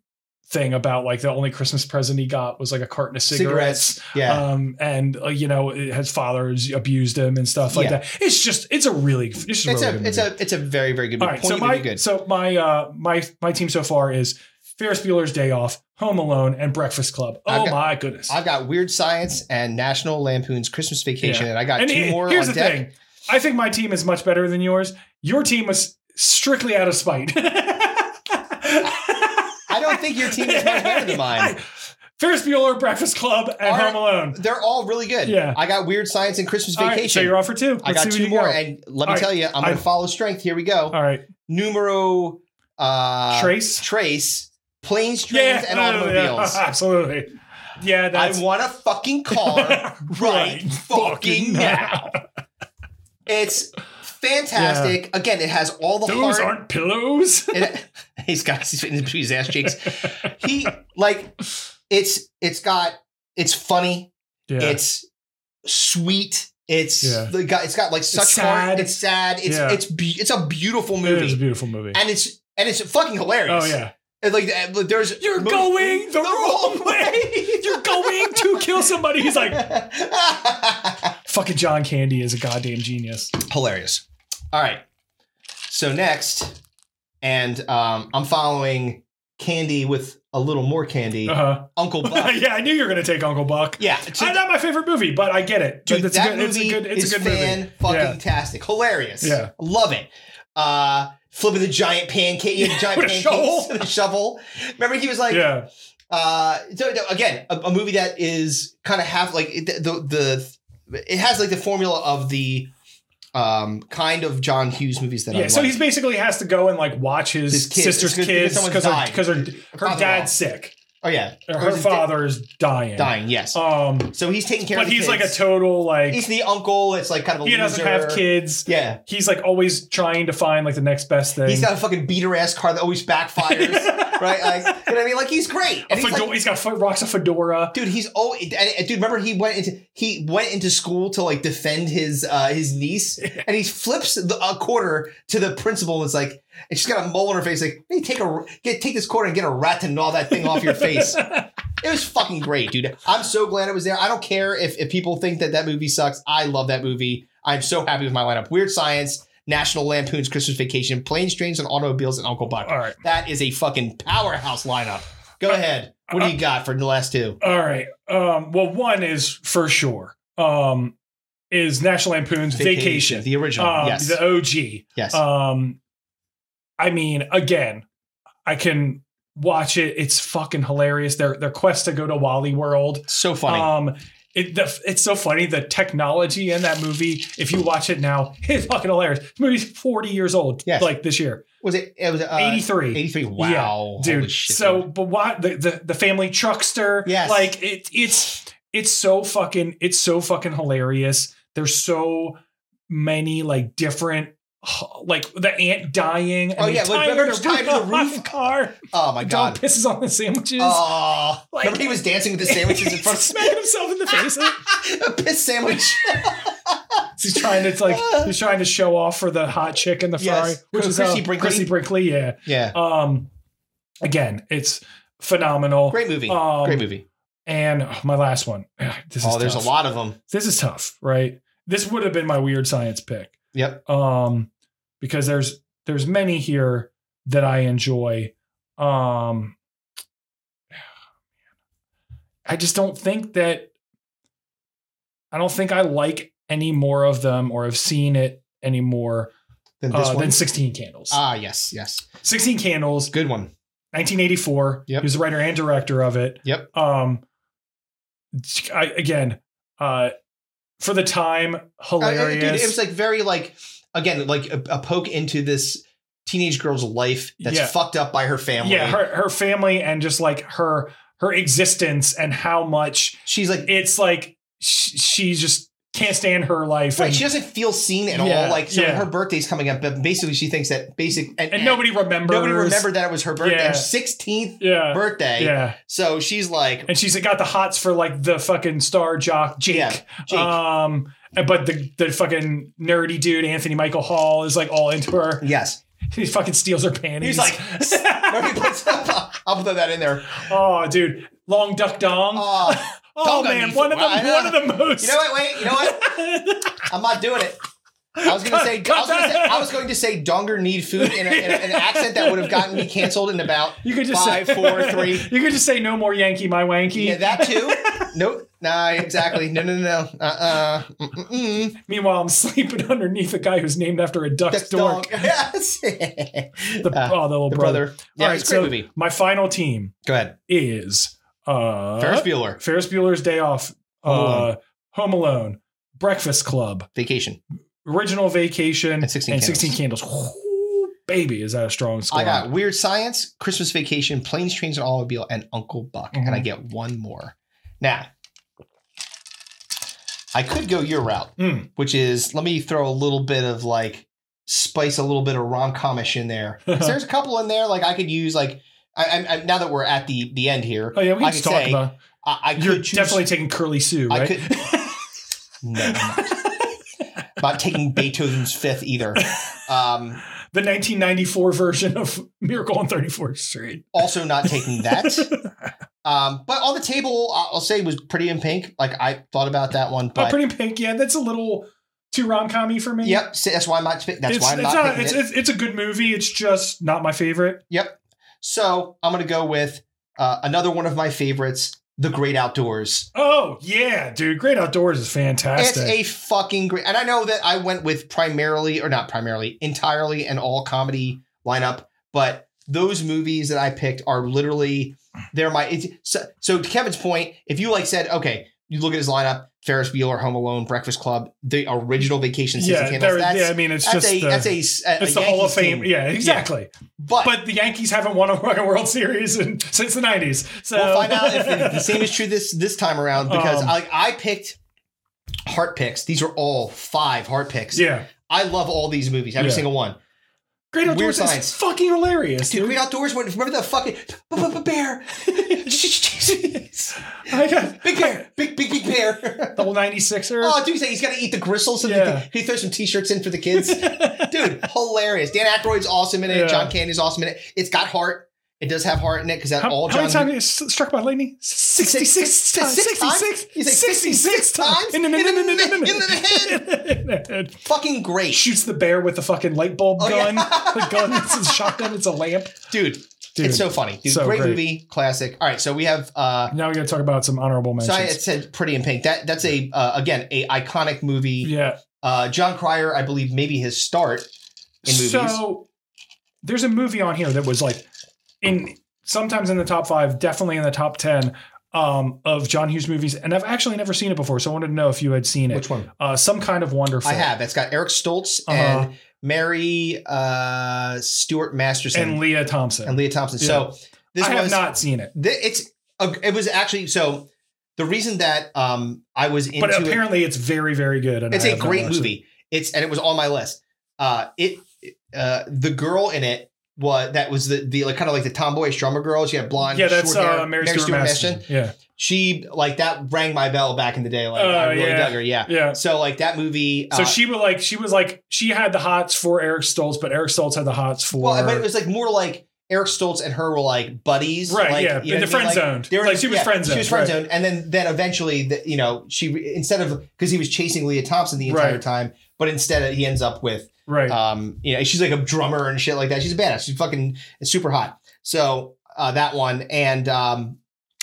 [SPEAKER 3] thing about like the only Christmas present he got was like a carton of cigarettes.
[SPEAKER 2] Cigarettes, yeah.
[SPEAKER 3] Um and uh, you know, it- his father's abused him and stuff like
[SPEAKER 2] Yeah.
[SPEAKER 3] that. It's just it's a really it's, just
[SPEAKER 2] It's
[SPEAKER 3] really
[SPEAKER 2] a
[SPEAKER 3] good
[SPEAKER 2] it's
[SPEAKER 3] movie.
[SPEAKER 2] a it's a very very good
[SPEAKER 3] All
[SPEAKER 2] movie.
[SPEAKER 3] right, so
[SPEAKER 2] Poignant
[SPEAKER 3] my
[SPEAKER 2] and good.
[SPEAKER 3] so my uh my my team so far is Ferris Bueller's Day Off, Home Alone, and Breakfast Club.
[SPEAKER 2] I've
[SPEAKER 3] Oh
[SPEAKER 2] got-
[SPEAKER 3] my goodness!
[SPEAKER 2] I've got Weird Science and National Lampoon's Christmas Vacation,
[SPEAKER 3] Yeah.
[SPEAKER 2] and I got two
[SPEAKER 3] he-
[SPEAKER 2] more
[SPEAKER 3] Here's
[SPEAKER 2] on
[SPEAKER 3] the
[SPEAKER 2] deck.
[SPEAKER 3] thing: I think my team is much better than yours. Your team was strictly out of spite.
[SPEAKER 2] I don't think your team is much better than mine.
[SPEAKER 3] Ferris Bueller, Breakfast Club, and
[SPEAKER 2] Are-
[SPEAKER 3] Home Alone.
[SPEAKER 2] They're all really good.
[SPEAKER 3] Yeah.
[SPEAKER 2] I got Weird Science and Christmas
[SPEAKER 3] All
[SPEAKER 2] Vacation.
[SPEAKER 3] right, so you're off for two.
[SPEAKER 2] I
[SPEAKER 3] Let's
[SPEAKER 2] got
[SPEAKER 3] see
[SPEAKER 2] two
[SPEAKER 3] where
[SPEAKER 2] more,
[SPEAKER 3] you go.
[SPEAKER 2] and let me
[SPEAKER 3] All right,
[SPEAKER 2] tell you, I'm
[SPEAKER 3] I-
[SPEAKER 2] going to follow strength. Here we go.
[SPEAKER 3] All right.
[SPEAKER 2] numero uh,
[SPEAKER 3] Trace?
[SPEAKER 2] Trace planes, trains, and automobiles.
[SPEAKER 3] absolutely. Yeah, Oh, that's
[SPEAKER 2] I want a fucking car right, fucking now. it's fantastic. Again, it has all the
[SPEAKER 3] Those
[SPEAKER 2] heart.
[SPEAKER 3] aren't pillows.
[SPEAKER 2] It- he's got his in between his ass cheeks. He like it's it's got it's funny.
[SPEAKER 3] Yeah.
[SPEAKER 2] It's sweet. It's
[SPEAKER 3] Yeah.
[SPEAKER 2] the guy. It's got like such heart.
[SPEAKER 3] sad.
[SPEAKER 2] It's sad. It's
[SPEAKER 3] Yeah.
[SPEAKER 2] it's be- it's a beautiful
[SPEAKER 3] It
[SPEAKER 2] movie,
[SPEAKER 3] is a beautiful movie.
[SPEAKER 2] and it's and it's fucking hilarious.
[SPEAKER 3] Oh, yeah.
[SPEAKER 2] And, like uh, but there's
[SPEAKER 3] You're
[SPEAKER 2] mo-
[SPEAKER 3] going the wrong way. You're going to kill somebody. He's like, fucking John Candy is a goddamn genius.
[SPEAKER 2] hilarious. All right. So next, and um, I'm following Candy with a little more candy.
[SPEAKER 3] Uh-huh.
[SPEAKER 2] Uncle Buck.
[SPEAKER 3] yeah, I knew you were going to take Uncle Buck.
[SPEAKER 2] Yeah,
[SPEAKER 3] It's not my favorite movie, but I get it.
[SPEAKER 2] dude,
[SPEAKER 3] It's a
[SPEAKER 2] that
[SPEAKER 3] good-
[SPEAKER 2] movie
[SPEAKER 3] it's a good- it's a
[SPEAKER 2] is
[SPEAKER 3] good movie.
[SPEAKER 2] fan
[SPEAKER 3] Yeah.
[SPEAKER 2] fucking tastic, hilarious.
[SPEAKER 3] Yeah.
[SPEAKER 2] love it. Uh, flipping the giant pancake, yeah, the giant
[SPEAKER 3] With a
[SPEAKER 2] pancakes
[SPEAKER 3] shovel.
[SPEAKER 2] with a shovel. Remember, he was like,
[SPEAKER 3] Yeah.
[SPEAKER 2] uh, so, no, again, a, a movie that is kind of half like it- the, the it has like the formula of the um kind of John Hughes movies that I
[SPEAKER 3] Yeah, so
[SPEAKER 2] like.
[SPEAKER 3] he's basically has to go and like watch his,
[SPEAKER 2] His kids. It's
[SPEAKER 3] sister's
[SPEAKER 2] 'cause-
[SPEAKER 3] kids
[SPEAKER 2] because
[SPEAKER 3] because her,
[SPEAKER 2] someone's
[SPEAKER 3] 'cause her, her
[SPEAKER 2] father-in-law.
[SPEAKER 3] dad's sick.
[SPEAKER 2] oh yeah, Or
[SPEAKER 3] Her,
[SPEAKER 2] is it-
[SPEAKER 3] father is dying.
[SPEAKER 2] dying. Yes.
[SPEAKER 3] Um,
[SPEAKER 2] so he's taking care
[SPEAKER 3] but
[SPEAKER 2] of. the
[SPEAKER 3] he's like a
[SPEAKER 2] kids.
[SPEAKER 3] total like
[SPEAKER 2] he's the uncle. It's like kind of a
[SPEAKER 3] he doesn't
[SPEAKER 2] loser.
[SPEAKER 3] have kids.
[SPEAKER 2] Yeah.
[SPEAKER 3] He's like always trying to find like the next best thing.
[SPEAKER 2] He's got a fucking beater ass car that always backfires, right? Like, you know what I mean? Like he's great.
[SPEAKER 3] a
[SPEAKER 2] And he's
[SPEAKER 3] fedora.
[SPEAKER 2] like,
[SPEAKER 3] he's got fe- rocks a fedora.
[SPEAKER 2] dude, he's oh, and, and dude, remember he went into he went into school to like defend his uh his niece, and he flips the, a quarter to the principal and it's like, and she's got a mole on her face. Like, hey, take a get take this quarter and get a rat to gnaw that thing off your face. It was fucking great, dude. I'm so glad it was there. I don't care if, if people think that that movie sucks. I love that movie. I'm so happy with my lineup. Weird Science, National Lampoon's Christmas Vacation, Planes, Trains, and Automobiles, and Uncle Buck.
[SPEAKER 3] All right. Uh,
[SPEAKER 2] That is a fucking powerhouse lineup. Go ahead. What do you got for the last two?
[SPEAKER 3] All right. Um, well, one is for sure. Um, is National Lampoon's Vacation,
[SPEAKER 2] Vacation, the original,
[SPEAKER 3] um,
[SPEAKER 2] yes.
[SPEAKER 3] the OG.
[SPEAKER 2] Yes.
[SPEAKER 3] Um, I mean, again, I can watch it. It's fucking hilarious. Their their quest to go to Wally World.
[SPEAKER 2] So funny.
[SPEAKER 3] Um, it, the, it's so funny the technology in that movie. If you watch it now, it's fucking hilarious. The movie's forty years old.
[SPEAKER 2] Yes.
[SPEAKER 3] like this year.
[SPEAKER 2] was it? It was uh,
[SPEAKER 3] 83.
[SPEAKER 2] 83. Wow, Holy
[SPEAKER 3] dude.
[SPEAKER 2] shit,
[SPEAKER 3] so,
[SPEAKER 2] dude.
[SPEAKER 3] but why the, the the family truckster?
[SPEAKER 2] Yes.
[SPEAKER 3] like it, it's it's so fucking it's so fucking hilarious. There's so many like different like the aunt dying and
[SPEAKER 2] Oh,
[SPEAKER 3] they
[SPEAKER 2] yeah, like,
[SPEAKER 3] tie her
[SPEAKER 2] remember
[SPEAKER 3] to
[SPEAKER 2] tied to the
[SPEAKER 3] Rudolph's
[SPEAKER 2] roof?
[SPEAKER 3] car.
[SPEAKER 2] Oh my
[SPEAKER 3] The
[SPEAKER 2] god.
[SPEAKER 3] dog pisses on the sandwiches.
[SPEAKER 2] Oh,
[SPEAKER 3] Like-
[SPEAKER 2] remember he was dancing with the sandwiches in front
[SPEAKER 3] smacking himself in the face.
[SPEAKER 2] of a piss sandwich.
[SPEAKER 3] he's trying to it's like he's trying to show off for the hot chick in the
[SPEAKER 2] Yes.
[SPEAKER 3] Ferrari, which is
[SPEAKER 2] Chrissy
[SPEAKER 3] uh,
[SPEAKER 2] Brinkley?
[SPEAKER 3] Chrissy Brinkley. Yeah.
[SPEAKER 2] Yeah,
[SPEAKER 3] Um, again, it's phenomenal.
[SPEAKER 2] great movie.
[SPEAKER 3] Um,
[SPEAKER 2] great movie.
[SPEAKER 3] And oh, my last one. Ugh, This is
[SPEAKER 2] Oh, there's
[SPEAKER 3] tough.
[SPEAKER 2] a lot of them.
[SPEAKER 3] This is tough, right? This would have been my weird science pick.
[SPEAKER 2] Yep.
[SPEAKER 3] Um, because there's there's many here that I enjoy. Um, I just don't think that I don't think I like any more of them or have seen it anymore
[SPEAKER 2] Then this
[SPEAKER 3] uh,
[SPEAKER 2] one.
[SPEAKER 3] than 16 Candles.
[SPEAKER 2] Ah, yes, yes.
[SPEAKER 3] 16 Candles,
[SPEAKER 2] Good one.
[SPEAKER 3] 1984.
[SPEAKER 2] Yep.
[SPEAKER 3] He was the writer and director of it.
[SPEAKER 2] Yep.
[SPEAKER 3] Um, I, again, uh, for the time,
[SPEAKER 2] Uh,
[SPEAKER 3] hilarious.
[SPEAKER 2] dude, it was like very like again like a, a poke into this teenage girl's life that's
[SPEAKER 3] Yeah.
[SPEAKER 2] fucked up by her family.
[SPEAKER 3] yeah, her her family and just like her her existence and how much
[SPEAKER 2] she's like
[SPEAKER 3] it's like sh- she just can't stand her life.
[SPEAKER 2] right.
[SPEAKER 3] and,
[SPEAKER 2] She doesn't feel seen at
[SPEAKER 3] Yeah,
[SPEAKER 2] all. Like so
[SPEAKER 3] yeah.
[SPEAKER 2] her birthday's coming up, but basically she thinks that basic and,
[SPEAKER 3] and nobody remembers.
[SPEAKER 2] nobody remembered that it was her birthday,
[SPEAKER 3] Yeah.
[SPEAKER 2] her sixteenth
[SPEAKER 3] Yeah.
[SPEAKER 2] birthday.
[SPEAKER 3] Yeah.
[SPEAKER 2] So she's like,
[SPEAKER 3] and she's got the hots for like the fucking star jock Jake.
[SPEAKER 2] Yeah, Jake.
[SPEAKER 3] Um, but the the fucking nerdy dude Anthony Michael Hall is like all into her.
[SPEAKER 2] yes.
[SPEAKER 3] He fucking steals her panties.
[SPEAKER 2] He's like, Nobody puts- I'll put that in there.
[SPEAKER 3] oh, dude, long duck dong.
[SPEAKER 2] Oh,
[SPEAKER 3] oh
[SPEAKER 2] dong on
[SPEAKER 3] man,
[SPEAKER 2] me.
[SPEAKER 3] one of the
[SPEAKER 2] I know.
[SPEAKER 3] one of the most.
[SPEAKER 2] You know what? Wait. You know what? I'm not doing it. I was gonna say I was gonna say I was going to say donger need food in, a, in a- an accent that would have gotten me canceled in about
[SPEAKER 3] You could just
[SPEAKER 2] five,
[SPEAKER 3] say,
[SPEAKER 2] four, three.
[SPEAKER 3] You could just say no more Yankee, my wanky.
[SPEAKER 2] Yeah, that too. nope. Nah, exactly. No, no, no. Uh, uh Mm-mm.
[SPEAKER 3] Meanwhile, I'm sleeping underneath a guy who's named after a duck's dork.
[SPEAKER 2] Yes.
[SPEAKER 3] The, oh, the little
[SPEAKER 2] the
[SPEAKER 3] brother.
[SPEAKER 2] brother. Yeah,
[SPEAKER 3] All right,
[SPEAKER 2] it's a great
[SPEAKER 3] so
[SPEAKER 2] movie.
[SPEAKER 3] My final team
[SPEAKER 2] Go ahead.
[SPEAKER 3] is uh,
[SPEAKER 2] Ferris Bueller.
[SPEAKER 3] Ferris Bueller's Day Off,
[SPEAKER 2] Home
[SPEAKER 3] uh,
[SPEAKER 2] Alone.
[SPEAKER 3] Home Alone, Breakfast Club,
[SPEAKER 2] Vacation.
[SPEAKER 3] Original Vacation,
[SPEAKER 2] And 16
[SPEAKER 3] Candles. Ooh, baby, is that a strong score?
[SPEAKER 2] I got Weird Science, Christmas Vacation, Planes, Trains, and Automobile, and Uncle Buck. And
[SPEAKER 3] Mm-hmm.
[SPEAKER 2] I get one more. Now, I could go your route,
[SPEAKER 3] Mm.
[SPEAKER 2] which is let me throw a little bit of like spice, a little bit of rom comish in there. 'Cause there's a couple in there like I could use like. I, I, I, now that we're at the the end here,
[SPEAKER 3] Oh yeah, we
[SPEAKER 2] I
[SPEAKER 3] can
[SPEAKER 2] could
[SPEAKER 3] talk
[SPEAKER 2] say,
[SPEAKER 3] about.
[SPEAKER 2] I, I could
[SPEAKER 3] You're
[SPEAKER 2] choose-
[SPEAKER 3] definitely taking Curly Sue,
[SPEAKER 2] I
[SPEAKER 3] right?
[SPEAKER 2] could- No, I'm not. Not taking Beethoven's Fifth either. Um,
[SPEAKER 3] the 1994 version of Miracle on 34th Street.
[SPEAKER 2] also not taking that. Um, but on the table, I- I'll say was Pretty in Pink. Like I thought about that one, but
[SPEAKER 3] oh, Pretty in Pink, yeah, that's a little too rom com for me.
[SPEAKER 2] yep. so that's why I'm not. That's
[SPEAKER 3] it's,
[SPEAKER 2] why I'm
[SPEAKER 3] it's
[SPEAKER 2] not. picking
[SPEAKER 3] it's,
[SPEAKER 2] it.
[SPEAKER 3] it's, it's a good movie. It's just not my favorite.
[SPEAKER 2] Yep. So I'm gonna go with uh, another one of my favorites, The Great Outdoors.
[SPEAKER 3] Oh yeah, dude, Great Outdoors is
[SPEAKER 2] It's
[SPEAKER 3] fantastic.
[SPEAKER 2] a fucking great, and I know that I went with primarily or not primarily, entirely an all comedy lineup, but those movies that I picked are literally they're my. It's, so, so to Kevin's point, if you like said, okay, you look at his lineup: Ferris Bueller, Home Alone, Breakfast Club, the original Vacation, Sixteen
[SPEAKER 3] yeah,
[SPEAKER 2] Candles.
[SPEAKER 3] there-
[SPEAKER 2] That's,
[SPEAKER 3] yeah, I mean, it's
[SPEAKER 2] that's
[SPEAKER 3] just
[SPEAKER 2] a,
[SPEAKER 3] the,
[SPEAKER 2] that's a,
[SPEAKER 3] it's
[SPEAKER 2] a
[SPEAKER 3] the Hall of
[SPEAKER 2] Yankees
[SPEAKER 3] Fame.
[SPEAKER 2] team.
[SPEAKER 3] Yeah, exactly.
[SPEAKER 2] But-
[SPEAKER 3] the Yankees haven't won a fucking World Series in, since the 90s. So
[SPEAKER 2] We'll find out if the, the same is true this this time around because
[SPEAKER 3] Um,
[SPEAKER 2] I, I picked heart picks. These are all five heart picks.
[SPEAKER 3] Yeah.
[SPEAKER 2] I love all these movies, every
[SPEAKER 3] Yeah.
[SPEAKER 2] single one.
[SPEAKER 3] Great
[SPEAKER 2] Weird
[SPEAKER 3] Outdoors
[SPEAKER 2] Science.
[SPEAKER 3] is fucking hilarious,
[SPEAKER 2] Dude, Great Outdoors. When, remember the fucking bear,
[SPEAKER 3] I got,
[SPEAKER 2] big bear, big big big bear.
[SPEAKER 3] the whole 96er.
[SPEAKER 2] Oh, dude, he's, he's got to eat the gristles. And
[SPEAKER 3] Yeah.
[SPEAKER 2] he throws some t-shirts in for the kids. dude, hilarious. Dan Aykroyd's awesome in it.
[SPEAKER 3] Yeah.
[SPEAKER 2] John Candy's awesome in it. It's got heart. It does have heart in it because that
[SPEAKER 3] how,
[SPEAKER 2] all
[SPEAKER 3] how
[SPEAKER 2] John
[SPEAKER 3] many times is it struck by lightning? 66 times.
[SPEAKER 2] six times?
[SPEAKER 3] 66
[SPEAKER 2] You say
[SPEAKER 3] 66 times. In the- in the- in the- in the- in the- in the head.
[SPEAKER 2] Fucking great.
[SPEAKER 3] Shoots the bear with the fucking light bulb
[SPEAKER 2] Oh, yeah.
[SPEAKER 3] gun. The gun. It's a shotgun. It's a lamp.
[SPEAKER 2] dude,
[SPEAKER 3] Dude,
[SPEAKER 2] It's so funny. Dude,
[SPEAKER 3] so
[SPEAKER 2] great,
[SPEAKER 3] great.
[SPEAKER 2] movie, classic. All right, so we have. uh
[SPEAKER 3] Now we got to talk about some honorable
[SPEAKER 2] So
[SPEAKER 3] mentions.
[SPEAKER 2] I had said Pretty in Pink. That that's a uh, again a iconic movie.
[SPEAKER 3] yeah.
[SPEAKER 2] Uh, John Cryer, I believe, maybe his start in movies.
[SPEAKER 3] So there's a movie on here that was like in sometimes in the top five, definitely in the top ten um, of John Hughes movies, and I've actually never seen it before. So I wanted to know if you had seen it.
[SPEAKER 2] Which one?
[SPEAKER 3] Uh, some kind of wonderful.
[SPEAKER 2] I have. It's got Eric Stoltz
[SPEAKER 3] Uh-huh.
[SPEAKER 2] and Mary uh, Stewart Masterson
[SPEAKER 3] And Leah Thompson.
[SPEAKER 2] and Leah Thompson.
[SPEAKER 3] Yeah.
[SPEAKER 2] So this
[SPEAKER 3] I have
[SPEAKER 2] was
[SPEAKER 3] not seen it,
[SPEAKER 2] thi- it's a, it was actually so the reason that um I was into
[SPEAKER 3] but
[SPEAKER 2] it,
[SPEAKER 3] apparently it's very, very good. And
[SPEAKER 2] it's
[SPEAKER 3] I
[SPEAKER 2] a
[SPEAKER 3] have not
[SPEAKER 2] great
[SPEAKER 3] watched it.
[SPEAKER 2] movie. It's and it was on my list. Uh, it uh, the girl in it was that was the the like kind of like the tomboyish drummer girl. She had blonde.
[SPEAKER 3] Yeah, that's
[SPEAKER 2] short hair,
[SPEAKER 3] uh, Mary, Stuart, Masterson. Yeah,
[SPEAKER 2] She like that rang my bell back in the day. Like
[SPEAKER 3] Oh,
[SPEAKER 2] I really
[SPEAKER 3] yeah.
[SPEAKER 2] dug her. Yeah,
[SPEAKER 3] Yeah.
[SPEAKER 2] So like that movie.
[SPEAKER 3] so
[SPEAKER 2] uh,
[SPEAKER 3] she was like, she was like, she had the hots for Eric Stoltz, but Eric Stoltz had the hots for.
[SPEAKER 2] Well, but it was like more like Eric Stoltz and her were like buddies,
[SPEAKER 3] Right,
[SPEAKER 2] Like,
[SPEAKER 3] yeah,
[SPEAKER 2] you know
[SPEAKER 3] in the
[SPEAKER 2] what I mean?
[SPEAKER 3] friend zoned.
[SPEAKER 2] they
[SPEAKER 3] Like, she was friend
[SPEAKER 2] She was friend
[SPEAKER 3] zoned, right.
[SPEAKER 2] zoned, and then then eventually, the, you know, she instead of because he was chasing Leah Thompson the entire
[SPEAKER 3] Right.
[SPEAKER 2] time, but instead he ends up with
[SPEAKER 3] right.
[SPEAKER 2] Um, you know, she's like a drummer and shit like that. She's a badass. She's fucking super hot. So uh, that one, and um,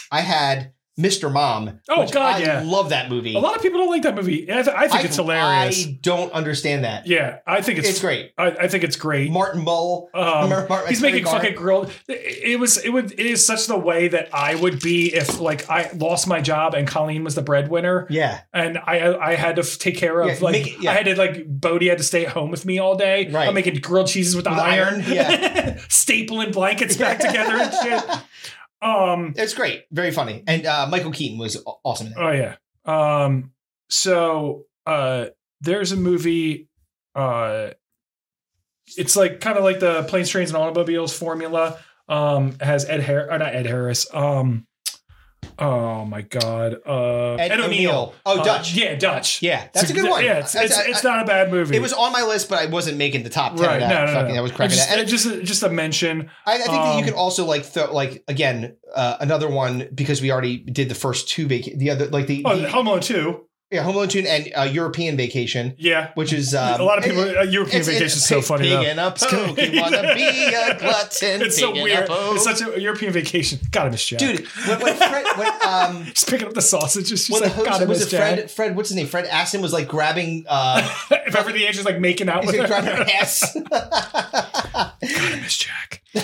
[SPEAKER 2] I had Mr. Mom.
[SPEAKER 3] Oh,
[SPEAKER 2] which
[SPEAKER 3] God,
[SPEAKER 2] I
[SPEAKER 3] yeah.
[SPEAKER 2] love that movie.
[SPEAKER 3] a lot of people don't like that movie. I, th- I think it's hilarious.
[SPEAKER 2] I don't understand that.
[SPEAKER 3] yeah, I think
[SPEAKER 2] It's,
[SPEAKER 3] it's,
[SPEAKER 2] great.
[SPEAKER 3] I, I think it's great.
[SPEAKER 2] Martin Mull.
[SPEAKER 3] Um,
[SPEAKER 2] Mar- Mar-
[SPEAKER 3] he's
[SPEAKER 2] Terry
[SPEAKER 3] making
[SPEAKER 2] Garr.
[SPEAKER 3] fucking grill. It was it would it is such the way that I would be if like I lost my job and Colleen was the breadwinner
[SPEAKER 2] Yeah,
[SPEAKER 3] and I I had to f- take care of
[SPEAKER 2] Yeah,
[SPEAKER 3] like
[SPEAKER 2] make it- yeah.
[SPEAKER 3] I had to like Bodie had to stay at home with me all day.
[SPEAKER 2] Right.
[SPEAKER 3] I'm making grilled cheeses with the
[SPEAKER 2] With
[SPEAKER 3] iron,
[SPEAKER 2] iron, yeah.
[SPEAKER 3] stapling blankets back together and shit. Um.
[SPEAKER 2] it's great. Very funny. And uh, Michael Keaton was aw- awesome. In that.
[SPEAKER 3] Oh yeah. Um. So uh, there's a movie. Uh, it's like kind of like the planes, trains, and automobiles formula. Um, it has Ed Harris, or not Ed Harris. Um, oh my God, uh,
[SPEAKER 2] Ed
[SPEAKER 3] Ed,
[SPEAKER 2] O'Neill.
[SPEAKER 3] O'Neill.
[SPEAKER 2] Oh,
[SPEAKER 3] Uh,
[SPEAKER 2] Dutch.
[SPEAKER 3] yeah, Dutch.
[SPEAKER 2] Yeah, that's a
[SPEAKER 3] It's-
[SPEAKER 2] good one.
[SPEAKER 3] Yeah, it's
[SPEAKER 2] That's-
[SPEAKER 3] it's,
[SPEAKER 2] I-
[SPEAKER 3] it's
[SPEAKER 2] I-
[SPEAKER 3] not a bad movie.
[SPEAKER 2] It was on my list, but I wasn't making the top ten.
[SPEAKER 3] right.
[SPEAKER 2] of
[SPEAKER 3] No,
[SPEAKER 2] that.
[SPEAKER 3] no, no,
[SPEAKER 2] Fucking-
[SPEAKER 3] no.
[SPEAKER 2] I was cracking.
[SPEAKER 3] It's
[SPEAKER 2] that.
[SPEAKER 3] just,
[SPEAKER 2] And-
[SPEAKER 3] it's just, just a mention.
[SPEAKER 2] I, I think that you
[SPEAKER 3] Um,
[SPEAKER 2] could also like throw like again uh, another one because we already did the first two vac the other like the,
[SPEAKER 3] Oh,
[SPEAKER 2] the-
[SPEAKER 3] Home Alone Two.
[SPEAKER 2] yeah Home Alone two and uh, European Vacation,
[SPEAKER 3] Yeah.
[SPEAKER 2] which is um,
[SPEAKER 3] a lot of people.
[SPEAKER 2] it-
[SPEAKER 3] uh, European
[SPEAKER 2] it's- it's
[SPEAKER 3] vacation is so
[SPEAKER 2] pig-
[SPEAKER 3] funny. though.
[SPEAKER 2] Pigging up smoke, you wanna be a glutton.
[SPEAKER 3] Oh, It's so
[SPEAKER 2] pigging
[SPEAKER 3] weird.
[SPEAKER 2] up, oh.
[SPEAKER 3] It's such a European vacation. Gotta miss Jack.
[SPEAKER 2] dude. When, when Fred, when um,
[SPEAKER 3] She's picking up the sausages. She's
[SPEAKER 2] when the
[SPEAKER 3] like,
[SPEAKER 2] host
[SPEAKER 3] gotta
[SPEAKER 2] was
[SPEAKER 3] miss
[SPEAKER 2] it
[SPEAKER 3] Jack.
[SPEAKER 2] Fred? Fred, what's his name? Fred Aston was like grabbing. uh
[SPEAKER 3] if ever the age is like making out
[SPEAKER 2] He's
[SPEAKER 3] with
[SPEAKER 2] gonna
[SPEAKER 3] her.
[SPEAKER 2] grab her ass.
[SPEAKER 3] Gotta miss Jack.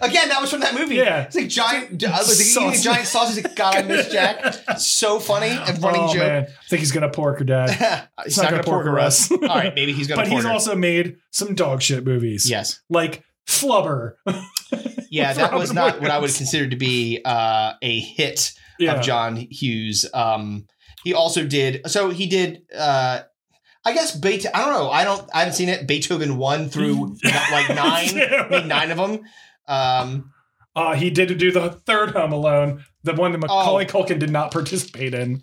[SPEAKER 2] Again, that was from that movie.
[SPEAKER 3] Yeah.
[SPEAKER 2] It's like giant, I was like eating a giant sausage. Like, God, I miss Jack. So funny and running
[SPEAKER 3] oh,
[SPEAKER 2] joke.
[SPEAKER 3] man. I think he's gonna pork her dad.
[SPEAKER 2] He's not gonna pork her us. All right, maybe he's gonna
[SPEAKER 3] But
[SPEAKER 2] pork
[SPEAKER 3] he's
[SPEAKER 2] her.
[SPEAKER 3] also made some dog shit movies.
[SPEAKER 2] Yes.
[SPEAKER 3] Like Flubber.
[SPEAKER 2] Yeah, that was not what I would
[SPEAKER 3] Words.
[SPEAKER 2] consider to be uh, a hit
[SPEAKER 3] Yeah.
[SPEAKER 2] of John Hughes. Um, he also did so he did uh, I guess Beethoven. I don't know. I don't. I haven't seen it. Beethoven one through like nine, maybe nine of them. Um,
[SPEAKER 3] Uh, he did do the third Home Alone, the one
[SPEAKER 2] Oh.
[SPEAKER 3] that Macaulay Culkin did not participate in.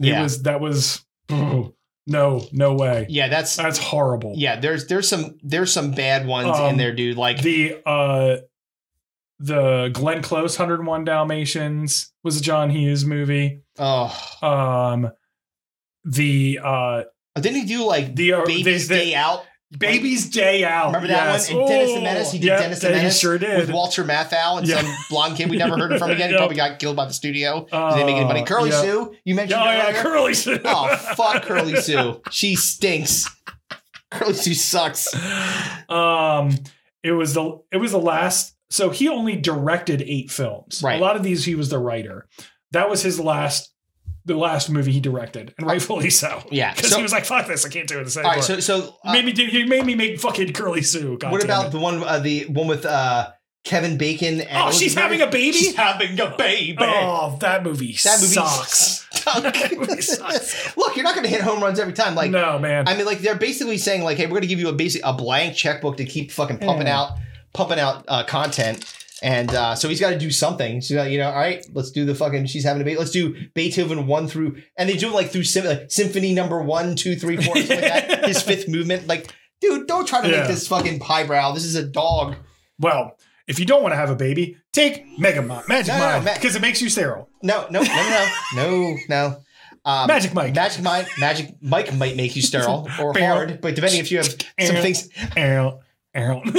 [SPEAKER 3] It
[SPEAKER 2] Yeah.
[SPEAKER 3] was that was oh, no, no way.
[SPEAKER 2] Yeah, that's
[SPEAKER 3] that's horrible.
[SPEAKER 2] Yeah, there's there's some there's some bad ones
[SPEAKER 3] Um,
[SPEAKER 2] in there, dude. Like
[SPEAKER 3] the uh the Glenn Close 101 Dalmatians was a John Hughes movie.
[SPEAKER 2] Oh.
[SPEAKER 3] Um the uh
[SPEAKER 2] didn't he do like
[SPEAKER 3] the uh,
[SPEAKER 2] Baby's Day Out?
[SPEAKER 3] Baby's Day Out.
[SPEAKER 2] Remember that
[SPEAKER 3] Oh, yes.
[SPEAKER 2] one? And Dennis the
[SPEAKER 3] Oh,
[SPEAKER 2] Menace. He did
[SPEAKER 3] yeah,
[SPEAKER 2] Dennis the
[SPEAKER 3] that he
[SPEAKER 2] Menace
[SPEAKER 3] sure did.
[SPEAKER 2] with Walter Matthau and
[SPEAKER 3] Yeah.
[SPEAKER 2] some blonde kid we never heard from again. He
[SPEAKER 3] Yep.
[SPEAKER 2] probably got killed by the studio. Did they make any money?
[SPEAKER 3] Uh,
[SPEAKER 2] Curly
[SPEAKER 3] yeah.
[SPEAKER 2] Sue. You mentioned
[SPEAKER 3] Oh,
[SPEAKER 2] her
[SPEAKER 3] yeah,
[SPEAKER 2] earlier?
[SPEAKER 3] Curly Sue.
[SPEAKER 2] Oh fuck, Curly Sue. She stinks. Curly Sue sucks.
[SPEAKER 3] um it was the it was the last so he only directed eight films
[SPEAKER 2] Right.
[SPEAKER 3] a lot of these he was the writer that was his last the last movie he directed and rightfully so
[SPEAKER 2] Yeah,
[SPEAKER 3] because
[SPEAKER 2] so-
[SPEAKER 3] he was like fuck this i can't do this
[SPEAKER 2] All
[SPEAKER 3] anymore
[SPEAKER 2] right, so so uh,
[SPEAKER 3] You made me do you made me make fucking curly sue God
[SPEAKER 2] what
[SPEAKER 3] damn
[SPEAKER 2] about
[SPEAKER 3] it.
[SPEAKER 2] the one uh, the one with uh, Kevin Bacon? And
[SPEAKER 3] oh she's having a baby
[SPEAKER 2] She's having a baby.
[SPEAKER 3] oh that movie
[SPEAKER 2] That movie
[SPEAKER 3] sucks
[SPEAKER 2] Look, you're not going to hit home runs every time. Like,
[SPEAKER 3] no, man.
[SPEAKER 2] I mean, like they're basically saying, like, hey, we're going to give you a basic a blank checkbook to keep fucking pumping
[SPEAKER 3] Yeah.
[SPEAKER 2] out, pumping out uh, content. And uh, so he's got to do something. So you know, all right, let's do the fucking. She's having a baby. Let's do Beethoven one through, and they do it like through sym- like, symphony number one, two, three, four, something like that. His fifth movement. Like, dude, don't try to
[SPEAKER 3] Yeah.
[SPEAKER 2] make this fucking highbrow. This is a dog.
[SPEAKER 3] well if you don't want to have a baby take mega Mind- magic
[SPEAKER 2] No, no, no,
[SPEAKER 3] mind
[SPEAKER 2] Ma-
[SPEAKER 3] because it makes you sterile
[SPEAKER 2] No, no, no, no, no, no. no. Um,
[SPEAKER 3] Magic Mike.
[SPEAKER 2] Magic Mike. Magic Mike might make you sterile or hard, but depending if you have some things.
[SPEAKER 3] Errol, Errol.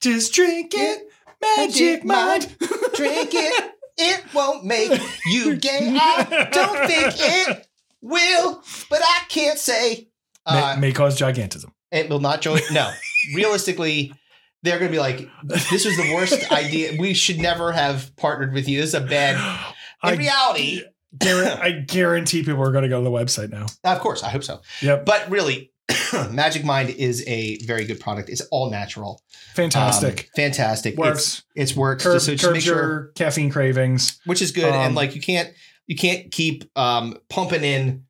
[SPEAKER 3] just drink it magic mind
[SPEAKER 2] Drink it. It won't make you gay. I don't think it will, but I can't say.
[SPEAKER 3] may,
[SPEAKER 2] Uh,
[SPEAKER 3] may cause gigantism.
[SPEAKER 2] it will not join. No. Realistically, they're going to be like, this was the worst idea. We should never have partnered with you. This is a bad. In
[SPEAKER 3] I-
[SPEAKER 2] reality,
[SPEAKER 3] Guar- I guarantee people are going to go to the website now.
[SPEAKER 2] Of course, I hope so.
[SPEAKER 3] Yep.
[SPEAKER 2] But really, Magic Mind is a very good product. It's all natural.
[SPEAKER 3] Fantastic.
[SPEAKER 2] Um, fantastic.
[SPEAKER 3] Works.
[SPEAKER 2] It's, it's works.
[SPEAKER 3] Curb,
[SPEAKER 2] so just
[SPEAKER 3] curbs
[SPEAKER 2] make sure-
[SPEAKER 3] your caffeine cravings.
[SPEAKER 2] which is good.
[SPEAKER 3] Um,
[SPEAKER 2] and like you can't you can't keep um pumping in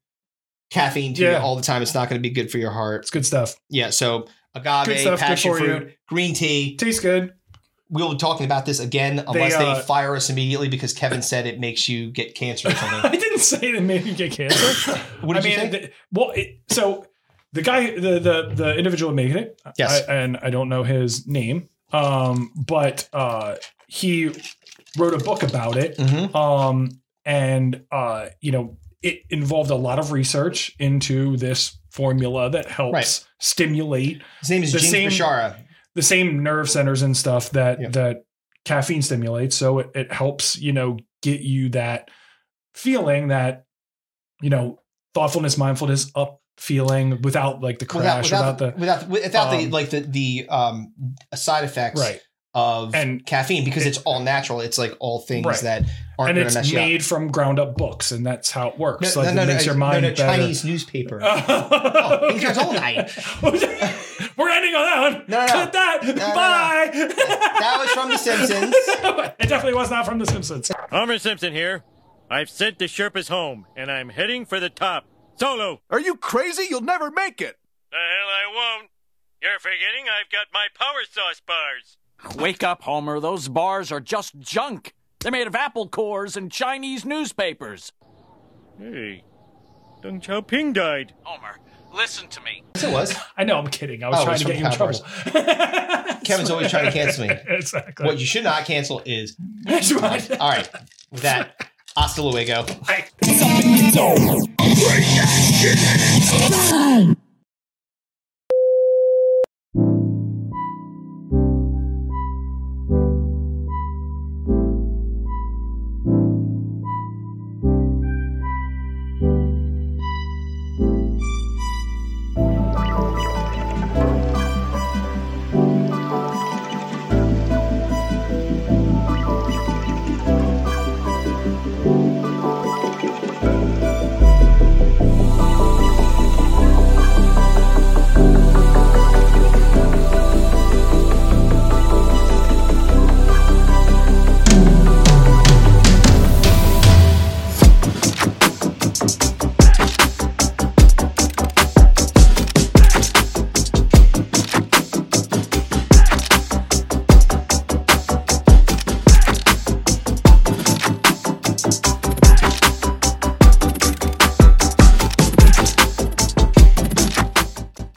[SPEAKER 2] caffeine to you
[SPEAKER 3] Yeah.
[SPEAKER 2] all the time. It's not going to be good for your heart. It's
[SPEAKER 3] good stuff.
[SPEAKER 2] Yeah. So agave,
[SPEAKER 3] Good stuff, good
[SPEAKER 2] passion
[SPEAKER 3] for you.
[SPEAKER 2] fruit, green tea
[SPEAKER 3] tastes good.
[SPEAKER 2] We'll be talking about this again unless they,
[SPEAKER 3] uh,
[SPEAKER 2] fire us immediately because Kevin said it makes you get cancer or something.
[SPEAKER 3] I didn't say that made me get cancer.
[SPEAKER 2] What did
[SPEAKER 3] I
[SPEAKER 2] you
[SPEAKER 3] mean, th- well, it, so the guy, the the the individual making it,
[SPEAKER 2] Yes.
[SPEAKER 3] I, and I don't know his name, um, but uh, he wrote a book about it,
[SPEAKER 2] Mm-hmm.
[SPEAKER 3] um, and uh, you know, it involved a lot of research into this formula that helps
[SPEAKER 2] Right.
[SPEAKER 3] stimulate.
[SPEAKER 2] His name is
[SPEAKER 3] the
[SPEAKER 2] James
[SPEAKER 3] same-
[SPEAKER 2] Bashara.
[SPEAKER 3] the same nerve centers and stuff that that caffeine stimulates so it, it helps you know get you that feeling that you know thoughtfulness mindfulness up feeling without like the
[SPEAKER 2] Without,
[SPEAKER 3] crash
[SPEAKER 2] without,
[SPEAKER 3] without,
[SPEAKER 2] the,
[SPEAKER 3] the
[SPEAKER 2] without without the
[SPEAKER 3] um,
[SPEAKER 2] like the the um side effects
[SPEAKER 3] Right.
[SPEAKER 2] of
[SPEAKER 3] And-
[SPEAKER 2] caffeine because it's all natural. It's like all things
[SPEAKER 3] Right.
[SPEAKER 2] that aren't
[SPEAKER 3] and
[SPEAKER 2] going
[SPEAKER 3] it's
[SPEAKER 2] to mess you up.
[SPEAKER 3] made from ground up books and that's how it works
[SPEAKER 2] No,
[SPEAKER 3] like
[SPEAKER 2] no, no,
[SPEAKER 3] it makes
[SPEAKER 2] no,
[SPEAKER 3] your mind
[SPEAKER 2] no, no,
[SPEAKER 3] better
[SPEAKER 2] Chinese newspaper.
[SPEAKER 3] oh,
[SPEAKER 2] Because it's all night.
[SPEAKER 3] we're ending on that one
[SPEAKER 2] No, no, no.
[SPEAKER 3] Cut that
[SPEAKER 2] No, no, no.
[SPEAKER 3] bye
[SPEAKER 2] That was from The Simpsons.
[SPEAKER 3] it definitely was not from the simpsons
[SPEAKER 19] Homer Simpson here. I've sent the Sherpas home, and I'm heading for the top. Solo! Are you crazy? You'll never make it! The hell I won't. You're forgetting I've got my power sauce bars.
[SPEAKER 4] Wake up, Homer. Those bars are just junk. They're made of apple cores and Chinese newspapers.
[SPEAKER 19] Hey, Deng Xiaoping died.
[SPEAKER 4] Homer, listen to me.
[SPEAKER 2] Yes, it was.
[SPEAKER 3] i know i'm kidding i was
[SPEAKER 2] Oh, it
[SPEAKER 3] trying
[SPEAKER 2] was
[SPEAKER 3] to
[SPEAKER 2] from
[SPEAKER 3] get you in
[SPEAKER 2] Powers.
[SPEAKER 3] trouble
[SPEAKER 2] Kevin's always trying to cancel me.
[SPEAKER 3] exactly
[SPEAKER 2] What you should not cancel is.
[SPEAKER 3] That's right.
[SPEAKER 2] All right. With that, hasta luego.
[SPEAKER 1] Something you don't. Bring that shit in.